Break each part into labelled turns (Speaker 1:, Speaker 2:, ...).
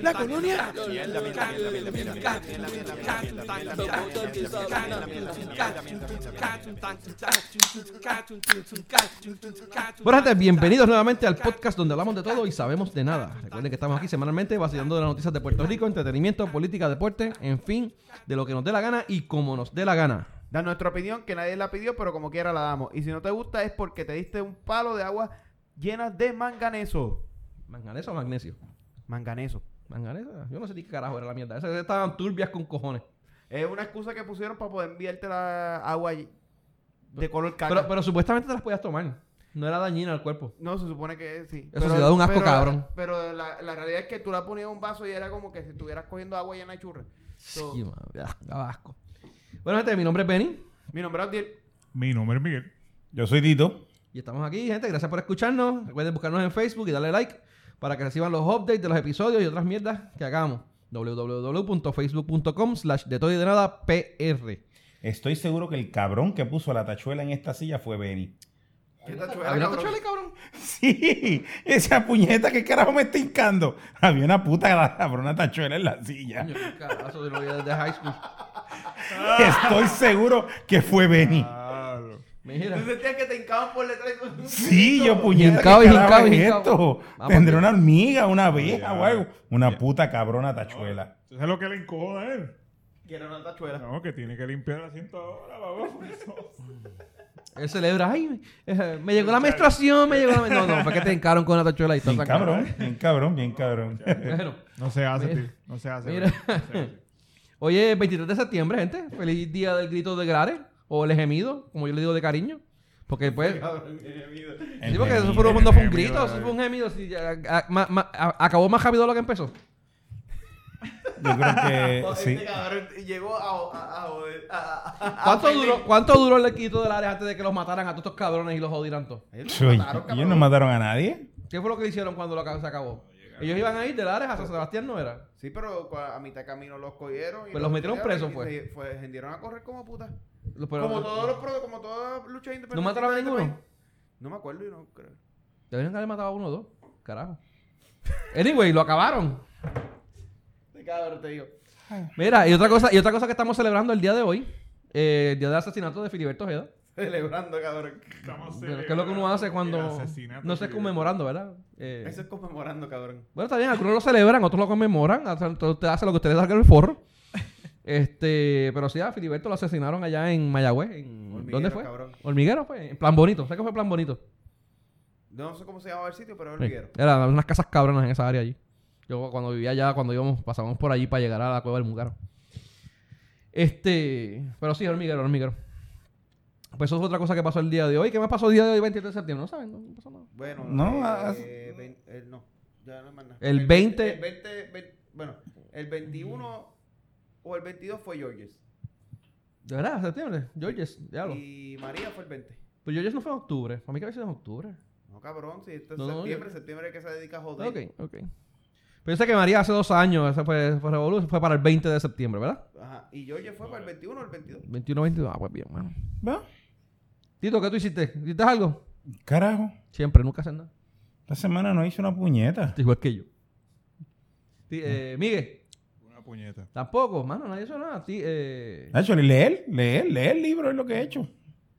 Speaker 1: La colonia.
Speaker 2: Buenas bienvenidos nuevamente al podcast donde hablamos de todo y sabemos de nada. Recuerden que estamos aquí semanalmente vacilando de las noticias de Puerto Rico, entretenimiento, política, deporte, en fin, de lo que nos dé la gana y como nos dé la gana.
Speaker 3: Da nuestra opinión, que nadie la pidió, pero como quiera la damos. Y si no te gusta es porque te diste un palo de agua llena de manganeso.
Speaker 2: ¿Manganeso o magnesio?
Speaker 3: Manganeso.
Speaker 2: ¿Manganeso? Yo no sé ni qué carajo era la mierda. Esas estaban turbias con cojones.
Speaker 3: Es una excusa que pusieron para poder enviarte la agua y- de color caca.
Speaker 2: Pero, pero supuestamente te las podías tomar. No era dañina al cuerpo.
Speaker 3: no, se supone que sí.
Speaker 2: Eso sí da un asco,
Speaker 3: pero la-
Speaker 2: cabrón.
Speaker 3: Pero la, la realidad es que tú la ponías en un vaso y era como que si estuvieras cogiendo agua llena de churre. So,
Speaker 2: Sí, madre, ah, daba asco. Bueno, gente, mi nombre es Benny.
Speaker 3: mi nombre es Odiel.
Speaker 4: Mi nombre es Miguel. Yo soy Tito.
Speaker 2: Y estamos aquí, gente. Gracias por escucharnos. Recuerden buscarnos en Facebook y darle like para que reciban los updates de los episodios y otras mierdas que hagamos. www.facebook.com slash de todo y de nada PR.
Speaker 4: Estoy seguro que el cabrón que puso la tachuela en esta silla fue Benny.
Speaker 3: ¿Qué tal, chuela,
Speaker 2: ¿Había
Speaker 3: cabrón?
Speaker 2: tachuela, cabrón?
Speaker 4: Sí, esa puñeta que carajo me está hincando. Había una puta cabrona tachuela en la silla.
Speaker 2: Coño, qué carazo, yo lo vi desde high school.
Speaker 4: Estoy seguro que fue Benny.
Speaker 5: Ah.
Speaker 2: Mira.
Speaker 3: Tú sentías que te hincaban por detrás y tú-
Speaker 4: Sí, yo puñeta.
Speaker 2: Hincao,
Speaker 4: ¿qué carajo
Speaker 2: hincao,
Speaker 4: es
Speaker 2: hincao.
Speaker 4: esto?
Speaker 2: Vamos,
Speaker 4: Tendré una hormiga, una abeja
Speaker 5: Ya.
Speaker 4: o algo. Una
Speaker 5: Ya.
Speaker 4: puta cabrona tachuela.
Speaker 5: ¿Tú sabes lo que le encojoda a él?
Speaker 3: Que era una tachuela.
Speaker 5: No, que tiene que limpiar el asiento ahora, babón.
Speaker 2: Él celebra, ay, eh, me llegó la menstruación, me llegó la menstruación. No, no, fue que te encaron con la tachuela y todo.
Speaker 4: Bien cabrón,
Speaker 2: ¿eh?
Speaker 4: bien cabrón, bien cabrón.
Speaker 2: Bueno,
Speaker 5: No se hace,
Speaker 2: Mira.
Speaker 5: tío. No se hace.
Speaker 2: Mira.
Speaker 5: no se hace.
Speaker 2: Hoy es 23 de septiembre, gente. Feliz día del grito de Grares o el gemido, como yo le digo de cariño. Porque pues, después. Sí, porque eso fue, un- no fue un grito, eso fue un gemido. sí, ya, a- ma- ma- a- acabó más rápido de lo que empezó.
Speaker 4: Yo creo
Speaker 3: No,
Speaker 4: que sí.
Speaker 3: Este cabrón llegó a, a, a joder. a- a- a- a-
Speaker 2: ¿Cuánto
Speaker 3: a-
Speaker 2: duró, ¿Cuánto duró el equipo del área antes de que los mataran a todos estos cabrones y los jodieran todos?
Speaker 3: Ellos
Speaker 4: Oye,
Speaker 3: mataron,
Speaker 4: Ellos
Speaker 3: cabrón.
Speaker 4: no mataron a nadie.
Speaker 2: ¿Qué fue lo que hicieron cuando la ca- se acabó? Ellos iban a ir del área a San Sebastián, ¿no era?
Speaker 3: Sí, pero cua- a mitad de camino los cogieron. y
Speaker 2: Pues los metieron
Speaker 3: tiraron
Speaker 2: presos,
Speaker 3: y
Speaker 2: pues.
Speaker 3: se- fue- Gendieron a correr como puta.
Speaker 2: Los- pero-
Speaker 3: como todos los pro- como todas luchas independientes.
Speaker 2: ¿No mataron a
Speaker 3: de este
Speaker 2: ninguno?
Speaker 3: país. No me acuerdo y no creo.
Speaker 2: Deberían haber matado a uno o dos. Carajo. Anyway, lo acabaron.
Speaker 3: De cabrón te digo.
Speaker 2: Mira, y otra cosa, y otra cosa que estamos celebrando el día de hoy, eh, el día del asesinato de Filiberto Ojeda.
Speaker 3: Celebrando, cabrón.
Speaker 5: Estamos
Speaker 2: Que es lo que uno hace cuando
Speaker 5: el asesinato,
Speaker 2: no se
Speaker 5: tío.
Speaker 2: conmemorando, ¿verdad? Eh,
Speaker 3: Eso es conmemorando, cabrón.
Speaker 2: Bueno, está bien, algunos lo celebran, otros lo conmemoran, hacen- usted hace lo que ustedes hagan el forro. Este, pero sí, a Filiberto lo asesinaron allá en Mayagüez. en-
Speaker 3: Hormiguero,
Speaker 2: ¿Dónde fue?
Speaker 3: cabrón.
Speaker 2: Hormiguero fue, en Plan Bonito, ¿sabes qué fue Plan Bonito?
Speaker 3: No sé cómo se llamaba el sitio, pero es
Speaker 2: Sí,
Speaker 3: hormiguero.
Speaker 2: Eran unas casas cabronas en esa área allí. Yo cuando vivía allá, cuando íbamos, pasábamos por allí para llegar a la cueva del Mugaro. Este, pero sí, hormiguero, hormiguero. Pues eso es otra cosa que pasó el día de hoy. ¿Qué más pasó el día de hoy, 23 de septiembre? No saben, no pasó nada.
Speaker 3: Bueno,
Speaker 4: No,
Speaker 3: eh,
Speaker 4: haz-
Speaker 3: eh, vein- eh, no. Ya no es más nada.
Speaker 2: El
Speaker 3: El 20, vein- bueno, el 21 o el 22 fue Georges.
Speaker 2: ¿De verdad? ¿Septiembre? Georges, diablo.
Speaker 3: Y María fue el 20.
Speaker 2: Pero Georges no fue en octubre. Para mí que había sido en octubre.
Speaker 3: No, cabrón, si esto es
Speaker 2: No, no,
Speaker 3: septiembre, septiembre es que se dedica a joder.
Speaker 2: Ok, ok. Pero yo sé que María hace dos años, esa fue, fue Revolución, fue para el 20 de septiembre, ¿verdad?
Speaker 3: Ajá. Y George fue para el 21 o el 22.
Speaker 2: 21, 22. Ah, pues bien, mano.
Speaker 4: ¿Va?
Speaker 2: Tito, ¿qué tú hiciste? ¿Hiciste algo?
Speaker 4: Carajo.
Speaker 2: Siempre, nunca haces nada.
Speaker 4: Esta semana no hice una puñeta.
Speaker 2: Igual que yo. Ti- Eh, Miguel,
Speaker 5: Una puñeta.
Speaker 2: tampoco, mano, nadie hizo nada. Ti- eh,
Speaker 4: Nacho, leer, leer, leer el libro es lo que he hecho.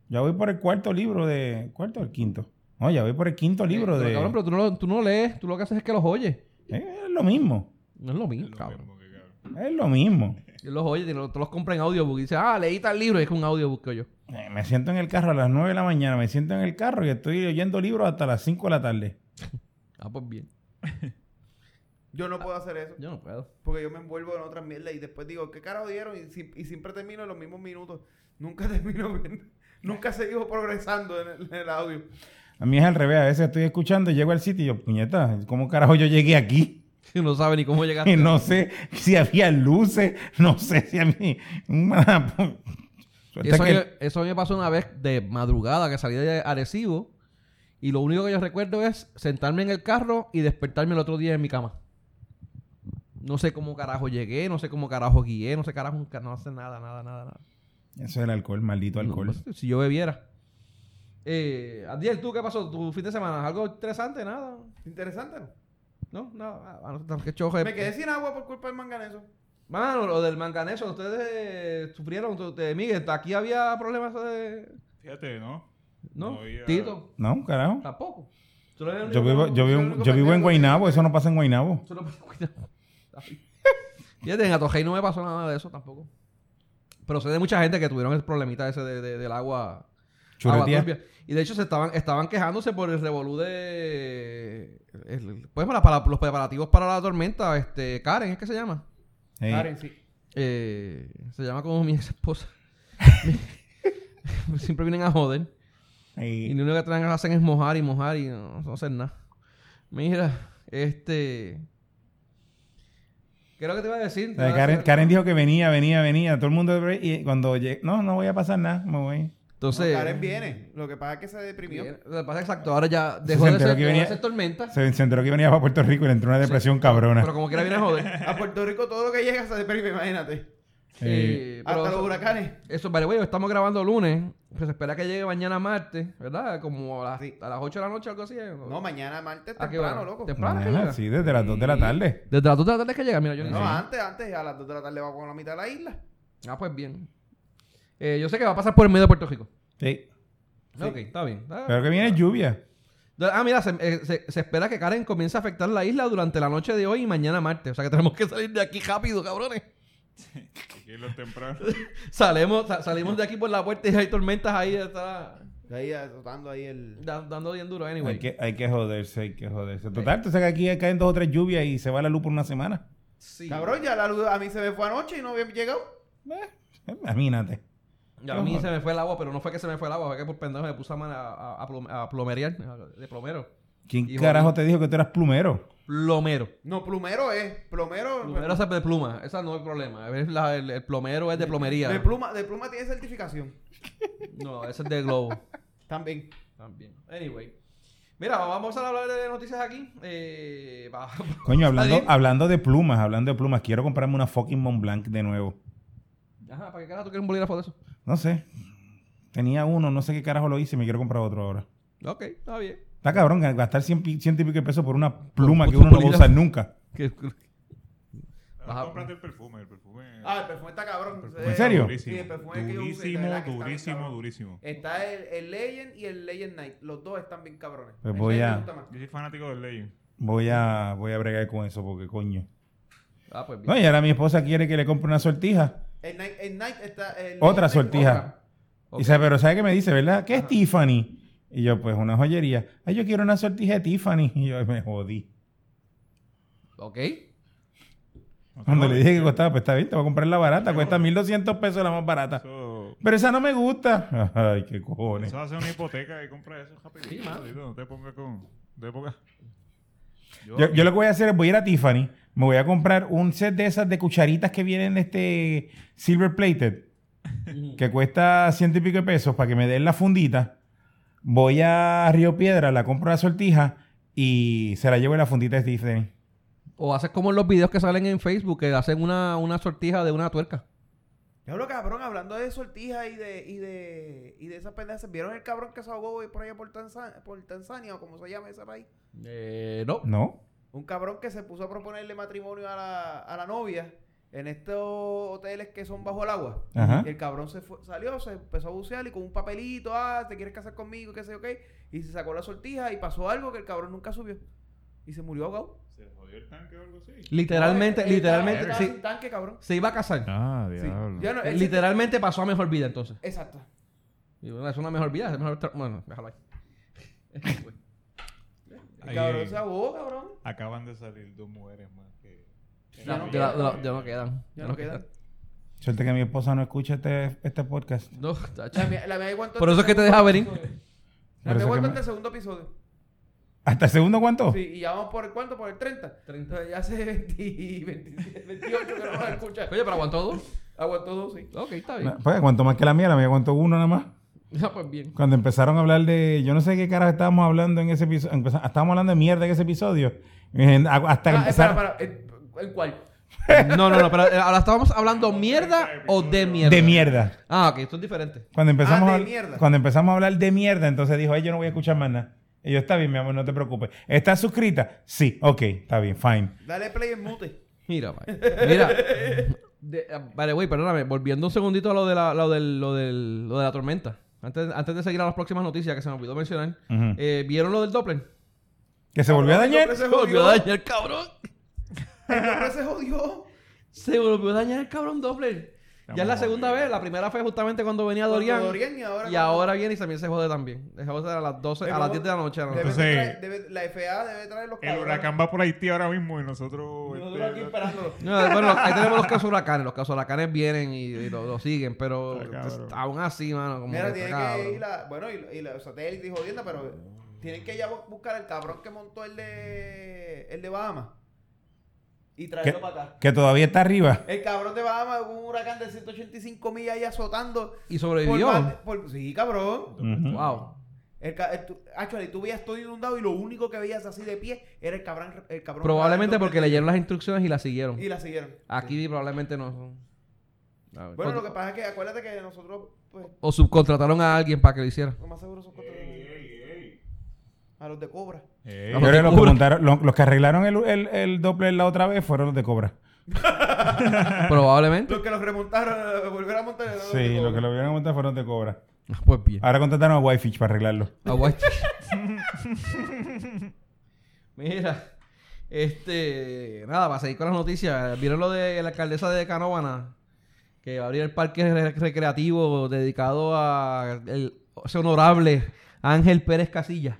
Speaker 4: Ya voy por el cuarto libro de. ¿Cuarto o el quinto? No, ya voy por el quinto libro
Speaker 2: eh,
Speaker 4: de.
Speaker 2: pero, cabrón, pero tú no, lo- tú no lees, tú lo que haces es que los oyes.
Speaker 4: Eh, es lo mismo.
Speaker 2: No es lo
Speaker 5: Es
Speaker 2: mismo,
Speaker 5: lo
Speaker 2: cabrón.
Speaker 5: mismo que cabrón.
Speaker 4: Es lo mismo.
Speaker 2: Él los oye, te lo- te los compra en audiobook y dice, ah, leí tal libro y es que un audiobook que yo.
Speaker 4: Eh, me siento en el carro a las 9 de la mañana, me siento en el carro y estoy oyendo libros hasta las 5 de la tarde.
Speaker 2: Ah, pues bien.
Speaker 3: Yo no puedo hacer eso
Speaker 2: Yo no puedo.
Speaker 3: porque yo me envuelvo en otras mierdas y después digo, ¿qué carajo dieron? Y, si- y siempre termino en los mismos minutos. Nunca termino viendo. Nunca seguimos progresando en el, en el audio.
Speaker 4: A mí es al revés, a veces estoy escuchando y llego al sitio y yo, puñeta, ¿cómo carajo yo llegué aquí?
Speaker 2: No sabe ni cómo llegaste.
Speaker 4: Y no sé si había luces, no sé si había... Una... pu- Suerte
Speaker 2: Eso, a
Speaker 4: que-
Speaker 2: mí- eso a mí me pasó una vez de madrugada que salí de Arecibo y lo único que yo recuerdo es sentarme en el carro y despertarme el otro día en mi cama. No sé cómo carajo llegué, no sé cómo carajo guié, no sé carajo, nunca- no hace nada, nada, nada, nada.
Speaker 4: Eso es el alcohol, maldito
Speaker 2: No,
Speaker 4: alcohol.
Speaker 2: pues, si yo bebiera. Eh, Adiel, ¿tú qué pasó? ¿Tu fin de semana? ¿Algo interesante? ¿Nada?
Speaker 3: Interesante, ¿no?
Speaker 2: ¿No? Nada. Ah, no, qué chojo.
Speaker 3: Me quedé sin agua por culpa del manganeso.
Speaker 2: Mano, lo del manganeso, ustedes eh, sufrieron. tú- te- Miguel, aquí había problemas de.
Speaker 5: Fíjate, ¿no?
Speaker 2: ¿No?
Speaker 5: No había-
Speaker 2: Tito,
Speaker 4: No, carajo.
Speaker 2: tampoco. Tú no eres el
Speaker 4: Yo
Speaker 2: único
Speaker 4: vivo,
Speaker 2: que-
Speaker 4: yo
Speaker 2: tú
Speaker 4: vivo,
Speaker 2: eres el único
Speaker 4: yo vivo en
Speaker 2: pendejo que-
Speaker 4: Guaynabo, eso no pasa en Guaynabo.
Speaker 2: tú no- cuidado. Fíjate, en Atojei no me pasó nada de eso tampoco. Pero sé de mucha gente que tuvieron el problemita ese de- de- del agua.
Speaker 4: Chuletía.
Speaker 2: agua turbia. Y de hecho se estaban, estaban quejándose por el revolú de el- pues para, para los preparativos para la tormenta, este, Karen, ¿es que se llama?
Speaker 4: Ey,
Speaker 3: Karen, sí.
Speaker 2: Eh, se llama como mi ex esposa. Siempre vienen a joder.
Speaker 4: ey.
Speaker 2: Y lo único que traen- hacen es mojar y mojar y no, no hacer nada. Mira, este. ¿Qué es lo que te iba a decir?
Speaker 4: O sea, Karen, Karen dijo que venía, venía, venía. Todo el mundo. Y cuando llegué, no, no voy a pasar nada, me voy.
Speaker 2: Entonces.
Speaker 3: No, Karen viene. Lo que pasa es que se deprimió.
Speaker 2: Bien, lo que pasa es exacto, ahora ya
Speaker 4: Se
Speaker 2: dejó de
Speaker 4: enteró
Speaker 2: ser,
Speaker 4: que
Speaker 2: dejó de
Speaker 4: venía-
Speaker 2: ser tormenta,
Speaker 4: Se, se enteró que venía para Puerto Rico y le entró una depresión cabrona.
Speaker 2: pero como quiera viene a joder.
Speaker 3: A Puerto Rico todo lo que llega se deprime, imagínate.
Speaker 2: Eh, pero
Speaker 3: Hasta los
Speaker 2: eso-
Speaker 3: huracanes.
Speaker 2: Eso, vale, güey, estamos grabando lunes. Pues se espera que llegue mañana martes, ¿verdad? Como a las,
Speaker 3: Sí.
Speaker 2: a las 8 de la noche, algo así. ¿eh?
Speaker 3: No, mañana martes
Speaker 2: ¿A Ah, qué
Speaker 3: temprano,
Speaker 2: hora?
Speaker 3: loco.
Speaker 2: Temprano que
Speaker 4: Mañana,
Speaker 2: llega.
Speaker 4: sí, desde las 2 de la tarde.
Speaker 2: Desde las 2 de la tarde es que llega, mira, yo
Speaker 3: No, antes, antes, a las 2 de la tarde va con la mitad de la isla.
Speaker 2: Ah, pues bien. Eh, yo sé que va a pasar por el medio de Puerto Rico.
Speaker 4: Sí.
Speaker 2: Ok, está bien. Ah,
Speaker 4: Pero que viene lluvia.
Speaker 2: Ah, mira, se, eh, se- se espera que Karen comience a afectar la isla durante la noche de hoy y mañana martes. O sea que tenemos que salir de aquí rápido, cabrones.
Speaker 5: Hay que irlo temprano.
Speaker 2: Salemos, sa- salimos de aquí por la puerta y hay tormentas ahí, está
Speaker 3: Ahí azotando ahí el.
Speaker 2: da- dando bien duro,
Speaker 4: Hay
Speaker 2: anyway.
Speaker 4: que, hay que joderse, hay que joderse. Total, tú sabes que aquí caen dos o tres lluvias y se va la luz por una semana.
Speaker 2: Sí.
Speaker 3: Cabrón, ya la luz a mí se me fue anoche y no había llegado.
Speaker 4: Eh, Imagínate.
Speaker 2: A mí se me fue el agua, pero no fue que se me fue el agua, fue que por pendejo me puse a, man- a, a- a plom- a plomerear, de plomero.
Speaker 4: ¿Quién
Speaker 2: Hijo
Speaker 4: carajo te dijo que tú eras plumero?
Speaker 2: Plomero.
Speaker 3: No, plumero es. Plomero.
Speaker 2: Plomero es de pluma, esa no es el problema. Es la- el, el plomero es de plomería.
Speaker 3: de pluma, de pluma tiene certificación.
Speaker 2: No, ese es de globo.
Speaker 3: También.
Speaker 2: También. Anyway. Mira, vamos a hablar de noticias aquí. Eh, va-
Speaker 4: Coño,
Speaker 2: vamos a
Speaker 4: hablando,
Speaker 2: salir.
Speaker 4: hablando de plumas, hablando de plumas, quiero comprarme una fucking Mont Blanc de nuevo.
Speaker 2: Ajá, ¿para qué carajo tú quieres un bolígrafo de eso?
Speaker 4: No sé. Tenía uno, no sé qué carajo lo hice y me quiero comprar otro ahora.
Speaker 2: Ok, está bien.
Speaker 4: Está cabrón gastar 100, pi- 100 y pico de pesos por una pluma que
Speaker 2: puto
Speaker 4: uno no va a
Speaker 2: bolígrafo.
Speaker 4: usar nunca.
Speaker 2: Que- Vas a-
Speaker 5: Ahora Cómprate el perfume, el perfume.
Speaker 3: Ah, el perfume está cabrón. Eh,
Speaker 5: perfume
Speaker 4: ¿En
Speaker 5: está
Speaker 4: serio?
Speaker 5: Durísimo,
Speaker 3: Sí, el perfume que yo usé, de
Speaker 5: durísimo,
Speaker 3: verdad que está
Speaker 5: durísimo,
Speaker 3: bien
Speaker 5: durísimo.
Speaker 3: Está el, el Legend y el Legend Knight. Los dos están bien cabrones.
Speaker 4: Pues
Speaker 3: El
Speaker 4: voy
Speaker 3: Legend
Speaker 4: a-
Speaker 3: me gusta más.
Speaker 5: Yo soy fanático del Legend.
Speaker 4: Voy a, voy a bregar con eso porque coño.
Speaker 2: Ah, pues
Speaker 4: No,
Speaker 2: bien.
Speaker 4: y ahora mi esposa quiere que le compre una sortija.
Speaker 3: El Knight, el Knight está. el
Speaker 4: Otra
Speaker 3: Legend Knight-
Speaker 4: sortija.
Speaker 3: otra.
Speaker 2: Ok.
Speaker 4: Y dice, pero ¿sabe qué me dice, verdad? ¿Qué es Tiffany? Y yo, pues una joyería. Ay, yo quiero una sortija de Tiffany. Y yo, ay, me jodí.
Speaker 2: Ok.
Speaker 5: No
Speaker 4: Cuando
Speaker 5: sé,
Speaker 4: le dije que costaba, pues está bien, te voy a comprar la barata. Cuesta 1200 pesos la más barata.
Speaker 5: Eso,
Speaker 4: Pero esa no me gusta. Ay, qué cojones.
Speaker 5: eso hace una hipoteca y compra eso rapidito.
Speaker 2: Sí, mano.
Speaker 5: Tito, no te pongas con. De época.
Speaker 4: Yo, yo lo que voy a hacer es voy a ir a Tiffany, me voy a comprar un set de esas de cucharitas que vienen este silver plated, que cuesta ciento y pico de pesos para que me den la fundita. Voy a Río Piedra, la compro la sortija y se la llevo en la fundita de Tiffany.
Speaker 2: O haces como los videos que salen en Facebook, que hacen una, una sortija de una tuerca.
Speaker 3: Diablo, cabrón, hablando de sortija y de, y de, y de esas pendejas, ¿vieron el cabrón que se ahogó hoy por allá por, Tanzania, por Tanzania o como se llama ese país?
Speaker 2: Eh, no.
Speaker 4: ¿No?
Speaker 3: Un cabrón que se puso a proponerle matrimonio a la, a la novia en estos hoteles que son bajo el agua.
Speaker 2: ¿Ah?
Speaker 4: Ajá.
Speaker 3: Y el cabrón se fue- salió, se empezó a bucear y con un papelito, ah, ¿te quieres casar conmigo? ¿Qué sé yo qué? Y se sacó la sortija y pasó algo que el cabrón nunca subió. Y se murió ahogado.
Speaker 5: ¿Se jodió el tanque o algo así?
Speaker 2: Literalmente,
Speaker 3: Él estaba-
Speaker 2: literalmente.
Speaker 3: estaba
Speaker 2: sí,
Speaker 3: sin tanque, cabrón.
Speaker 2: se iba a casar.
Speaker 5: Ah,
Speaker 3: Sí. Ya no, él-
Speaker 2: literalmente pasó a mejor vida entonces.
Speaker 3: Exacto.
Speaker 2: Y bueno, Es una mejor vida, es mejor tra- Bueno, déjalo ahí.
Speaker 3: El
Speaker 5: Ahí-
Speaker 3: cabrón se ahogó, cabrón.
Speaker 5: Acaban de salir dos mujeres más que.
Speaker 3: Ya no
Speaker 2: Ya- ya-
Speaker 3: quedan.
Speaker 2: ya no quedan.
Speaker 3: Ya no quedan.
Speaker 4: Suerte que mi esposa no escucha este, este podcast.
Speaker 2: No, tacho.
Speaker 3: La mía, la mía aguantó
Speaker 2: Por eso
Speaker 3: hasta
Speaker 2: es que
Speaker 3: el
Speaker 2: te
Speaker 3: segundo
Speaker 2: deja venir.
Speaker 3: episodio. La
Speaker 4: Por
Speaker 3: mía
Speaker 4: eso que
Speaker 3: aguantó
Speaker 4: me-
Speaker 3: hasta el segundo episodio.
Speaker 4: ¿Hasta el segundo
Speaker 5: Oh.
Speaker 4: cuánto?
Speaker 3: Sí, y ya vamos por el cuánto, por el 30.
Speaker 2: 30.
Speaker 3: Entonces, ya hace 20 27, 28 que no vas a escuchar.
Speaker 2: Oye, pero aguantó dos.
Speaker 3: Aguantó dos, sí.
Speaker 2: Ok, está bien.
Speaker 4: No, Pues cuanto más que la mía, la mía cuanto uno nada más.
Speaker 2: Ya, pues bien.
Speaker 4: Cuando empezaron a hablar de. Yo no sé qué carajo estábamos hablando en ese episodio. Estábamos hablando de mierda en ese episodio. Eh, Hasta que
Speaker 3: Ah,
Speaker 4: empezaron.
Speaker 3: espera, espera. ¿El, el cuál?
Speaker 2: No, no, no, pero eh, ahora estábamos hablando mierda o de mierda.
Speaker 4: De mierda.
Speaker 2: Ah, ok, esto es diferente.
Speaker 4: Cuando empezamos,
Speaker 3: Ah, de
Speaker 4: a,
Speaker 3: mierda.
Speaker 4: cuando empezamos a hablar de mierda, entonces dijo, ay, yo no voy a escuchar más nada. Y yo, está bien, mi amor, no te preocupes. ¿Estás suscrita? Sí, ok, está bien, fine.
Speaker 3: Dale play en mute.
Speaker 2: Mira, vaya. Mira. De- ah, vale, güey, perdóname. Volviendo un segundito a lo de la, lo del, lo del- lo de la tormenta. Antes, antes de seguir a las próximas noticias que se me olvidó mencionar.
Speaker 4: Ujú.
Speaker 2: eh, ¿Vieron lo del Doppler?
Speaker 4: ¿Que
Speaker 3: Ah,
Speaker 4: se volvió a dañar?
Speaker 3: Se
Speaker 2: volvió
Speaker 3: jodió.
Speaker 2: a dañar, cabrón.
Speaker 3: Siempre se jodió.
Speaker 2: Se volvió a dañar el cabrón Doppler. Ya es la segunda vez. La primera fue justamente cuando venía
Speaker 3: Cuando
Speaker 2: Dorian.
Speaker 3: Dorian y ahora
Speaker 2: y
Speaker 3: cuando-
Speaker 2: ahora viene y también se jode también. Se jode a las 12, a las 10 de la noche. a la
Speaker 3: Debe
Speaker 2: noche.
Speaker 5: Entonces-
Speaker 3: traer- debe- la FA debe traer los
Speaker 5: El
Speaker 3: cabrones.
Speaker 5: huracán va por Haití ahora mismo y nosotros.
Speaker 3: Nosotros aquí
Speaker 5: este,
Speaker 3: esperándolo.
Speaker 2: No, bueno, ahí tenemos los casos huracanes. Los casos huracanes vienen y, y lo, lo siguen, pero
Speaker 5: Está cabrón.
Speaker 2: aún así, mano, como
Speaker 3: Mira,
Speaker 2: que
Speaker 3: tiene
Speaker 2: está
Speaker 3: que
Speaker 2: cabrón.
Speaker 3: ir a... Bueno, y, y la satélite y jodienda, pero... Tienen que ya bu- buscar al cabrón que montó el de... El de Bahamas. Y traerlo
Speaker 4: Que-
Speaker 3: para acá.
Speaker 4: Que todavía está arriba.
Speaker 3: El cabrón de Bahamas, un huracán de 185 millas ahí azotando.
Speaker 2: Y
Speaker 3: Por
Speaker 2: sobrevivió.
Speaker 3: más de- por- sí, cabrón.
Speaker 4: Ujú.
Speaker 2: Wow.
Speaker 3: El, ca- el tu- actually, tú veías todo inundado y lo único que veías así de pie era el cabrón. El cabrón
Speaker 2: Probablemente porque leyeron las instrucciones y las siguieron.
Speaker 3: Y la siguieron.
Speaker 2: Aquí probablemente no. A ver.
Speaker 3: Bueno,
Speaker 2: O-
Speaker 3: lo que pasa es que acuérdate que nosotros, pues,
Speaker 2: O subcontrataron a alguien para que lo hiciera.
Speaker 3: lo más seguro son contra a los de Cobra.
Speaker 5: Ey,
Speaker 4: Yo creo que los, que
Speaker 2: Cobra.
Speaker 4: montaron- lo- los que arreglaron el, el, el Doppler la otra vez fueron los de Cobra.
Speaker 2: Probablemente.
Speaker 3: Los que los remontaron, eh, volvieron a montar. eran los de
Speaker 4: Sí,
Speaker 3: Cobra.
Speaker 4: los que lo vieron montar fueron de Cobra.
Speaker 2: Ah, Pues bien. Ah,
Speaker 4: Ahora contrataron a Whitefish para arreglarlo.
Speaker 2: Aguante. Mira, este, nada, para seguir con las noticias, vieron lo de la alcaldesa de Canóvana, que va a abrir el parque re- recreativo dedicado a el ese honorable Ángel Pérez Casillas.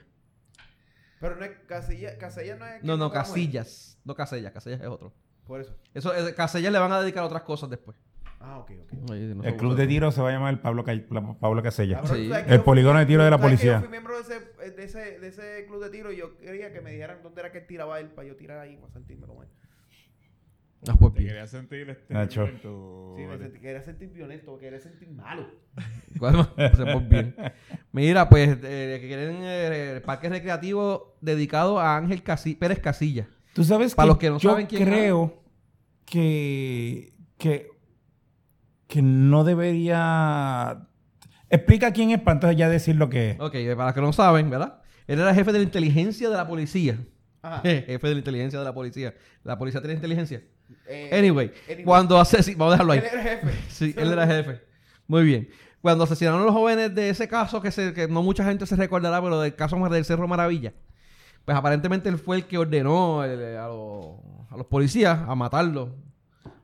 Speaker 3: Pero no es Casilla, Casilla no es.
Speaker 2: No, no,
Speaker 3: ¿cómo es?
Speaker 2: Casillas, no Casillas, Casillas es otro.
Speaker 3: Por eso.
Speaker 2: Eso, eh, Casillas le van a dedicar otras cosas después.
Speaker 3: Ah, ok, ok.
Speaker 4: El club de tiro se va a llamar el Pablo, Ca- Pla- Pablo Casella.
Speaker 3: Cabrón,
Speaker 2: Sí.
Speaker 3: tú sabes que
Speaker 4: El
Speaker 3: yo-
Speaker 4: polígono de tiro de la
Speaker 3: tú sabes que
Speaker 4: policía.
Speaker 3: Yo fui miembro de ese, eh, de, ese, de ese club de tiro y yo quería que me dijeran dónde era que él tiraba él para yo tirar ahí para sentirme como él.
Speaker 2: Ah, pues
Speaker 5: Te
Speaker 2: bien.
Speaker 5: quería sentir este.
Speaker 4: Nacho.
Speaker 5: momento,
Speaker 3: Sí, me
Speaker 5: vale.
Speaker 3: sentí- quería sentir violento, quería sentir malo.
Speaker 2: Cuál más hacemos bien. Mira, pues eh, que quieren eh, el parque recreativo dedicado a Ángel Casi- Pérez Casillas.
Speaker 4: Tú sabes
Speaker 2: Para
Speaker 4: que,
Speaker 2: los que no
Speaker 4: yo
Speaker 2: saben quién es.
Speaker 4: creo que, que que no debería explica quién es para entonces ya decir lo que es.
Speaker 2: Ok, eh, para los que no saben, ¿verdad? Él era jefe de la inteligencia de la policía.
Speaker 3: Ajá.
Speaker 2: Eh, Jefe de la inteligencia de la policía. La policía tiene inteligencia.
Speaker 3: Eh,
Speaker 2: Anyway,
Speaker 3: anyway.
Speaker 2: cuando asesinaron... Vamos a dejarlo ahí.
Speaker 3: Él era jefe.
Speaker 2: Sí, él era jefe. Muy bien. Cuando asesinaron a los jóvenes de ese caso, que, se- que no mucha gente se recordará, pero del caso mar- del Cerro Maravilla, pues aparentemente él fue el que ordenó el- a, los- a los policías a matarlos,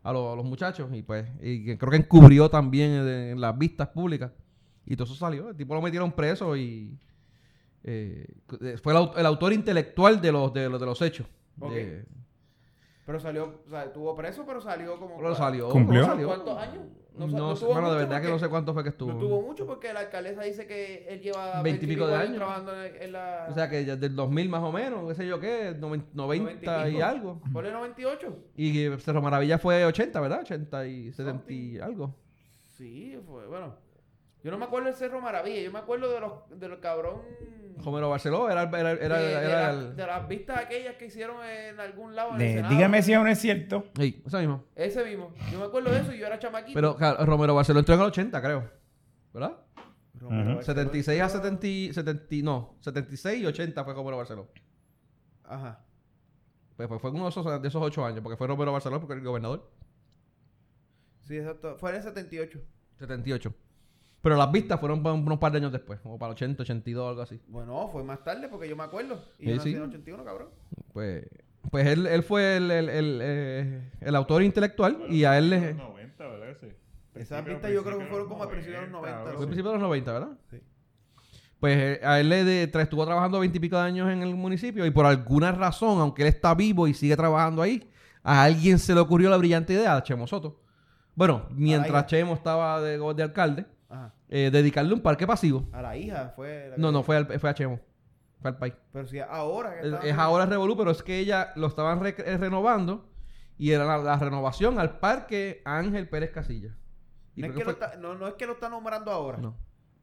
Speaker 2: a, los- a los muchachos, y pues y que creo que encubrió también en, en las vistas públicas. Y todo eso salió. El tipo lo metieron preso y eh, fue el, au- el autor intelectual de los, de los, de los hechos.
Speaker 3: Ok.
Speaker 2: De-
Speaker 3: Pero salió, o sea, estuvo preso, pero salió como.
Speaker 2: pero salió.
Speaker 4: ¿Cumplió?
Speaker 2: salió.
Speaker 3: ¿Cuántos años?
Speaker 2: No,
Speaker 3: sa-
Speaker 2: sé,
Speaker 3: tuvo
Speaker 2: bueno, de
Speaker 3: mucho
Speaker 2: verdad que
Speaker 3: porque-
Speaker 2: no sé cuánto fue que estuvo.
Speaker 3: No tuvo mucho porque la alcaldesa dice que él lleva
Speaker 2: Veintipico de
Speaker 3: 20
Speaker 2: años.
Speaker 3: trabajando en, en la.
Speaker 2: O sea que ya del 2000 más o menos, qué sé yo qué, noven- 90 y
Speaker 3: pico.
Speaker 2: algo.
Speaker 3: Ponle 98.
Speaker 2: Y que Cerro Maravilla fue 80, ¿verdad? 80 y 70 y algo.
Speaker 3: Sí, fue, bueno. Yo no me acuerdo del Cerro Maravilla, yo me acuerdo de los, de los cabrón.
Speaker 2: Romero Barceló era, el- era, el- era,
Speaker 3: de, de
Speaker 2: era
Speaker 3: la-
Speaker 2: el...
Speaker 3: de las vistas aquellas que hicieron en algún lado. En el
Speaker 4: De-
Speaker 3: Senado.
Speaker 4: dígame si aún es cierto.
Speaker 2: Sí, eso mismo.
Speaker 3: Ese mismo. Yo me acuerdo de eso y yo era chamaquito.
Speaker 2: Pero claro, Romero Barceló entró en el 80, creo. ¿Verdad?
Speaker 3: Romero
Speaker 4: Ajá.
Speaker 3: Barceló
Speaker 2: 76 a
Speaker 3: entró-
Speaker 2: 70, y- 70 y- no, 76 y 80 fue Romero Barceló.
Speaker 3: Ajá.
Speaker 2: Pues, pues, fue uno de esos, de esos 8 años, porque fue Romero Barceló porque era el gobernador.
Speaker 3: Sí, exacto. Fue en el 78.
Speaker 2: 78. Pero las vistas fueron pa- unos par de años después, como para el 80, 82, algo así.
Speaker 3: Bueno, fue más tarde porque yo me acuerdo. Y
Speaker 2: Sí,
Speaker 3: yo nací
Speaker 2: sí.
Speaker 3: en el 81, cabrón.
Speaker 2: Pues, pues él, él fue el, el, el, eh, el autor intelectual y a él le...
Speaker 5: Los 90, ¿verdad? Ese?
Speaker 3: Esas
Speaker 5: Principio-
Speaker 3: vistas yo creo que
Speaker 5: principio
Speaker 3: fueron como a principios de los 90.
Speaker 5: algo
Speaker 2: Fue a
Speaker 5: así.
Speaker 2: principios de los 90, ¿verdad?
Speaker 3: Sí.
Speaker 2: Pues eh, a él le de- tra- estuvo trabajando veintipico de años en el municipio y por alguna razón, aunque él está vivo y sigue trabajando ahí, a alguien se le ocurrió la brillante idea, a Chemo Soto. Bueno, mientras
Speaker 3: Ay.
Speaker 2: Chemo estaba de, de alcalde,
Speaker 3: Ajá.
Speaker 2: eh, dedicarle un parque pasivo.
Speaker 3: A la hija fue. la que-
Speaker 2: No, no, fue, al- fue a Chemo. Fue al país.
Speaker 3: Pero si ahora. que
Speaker 2: Es,
Speaker 3: estaba-
Speaker 2: es ahora el Revolú, pero es que ella lo estaban re- eh, renovando y era la, la renovación al parque Ángel Pérez Casilla. Y
Speaker 3: No es,
Speaker 2: creo
Speaker 3: que lo
Speaker 2: fue-
Speaker 3: está, no, no es que lo está nombrando ahora. No,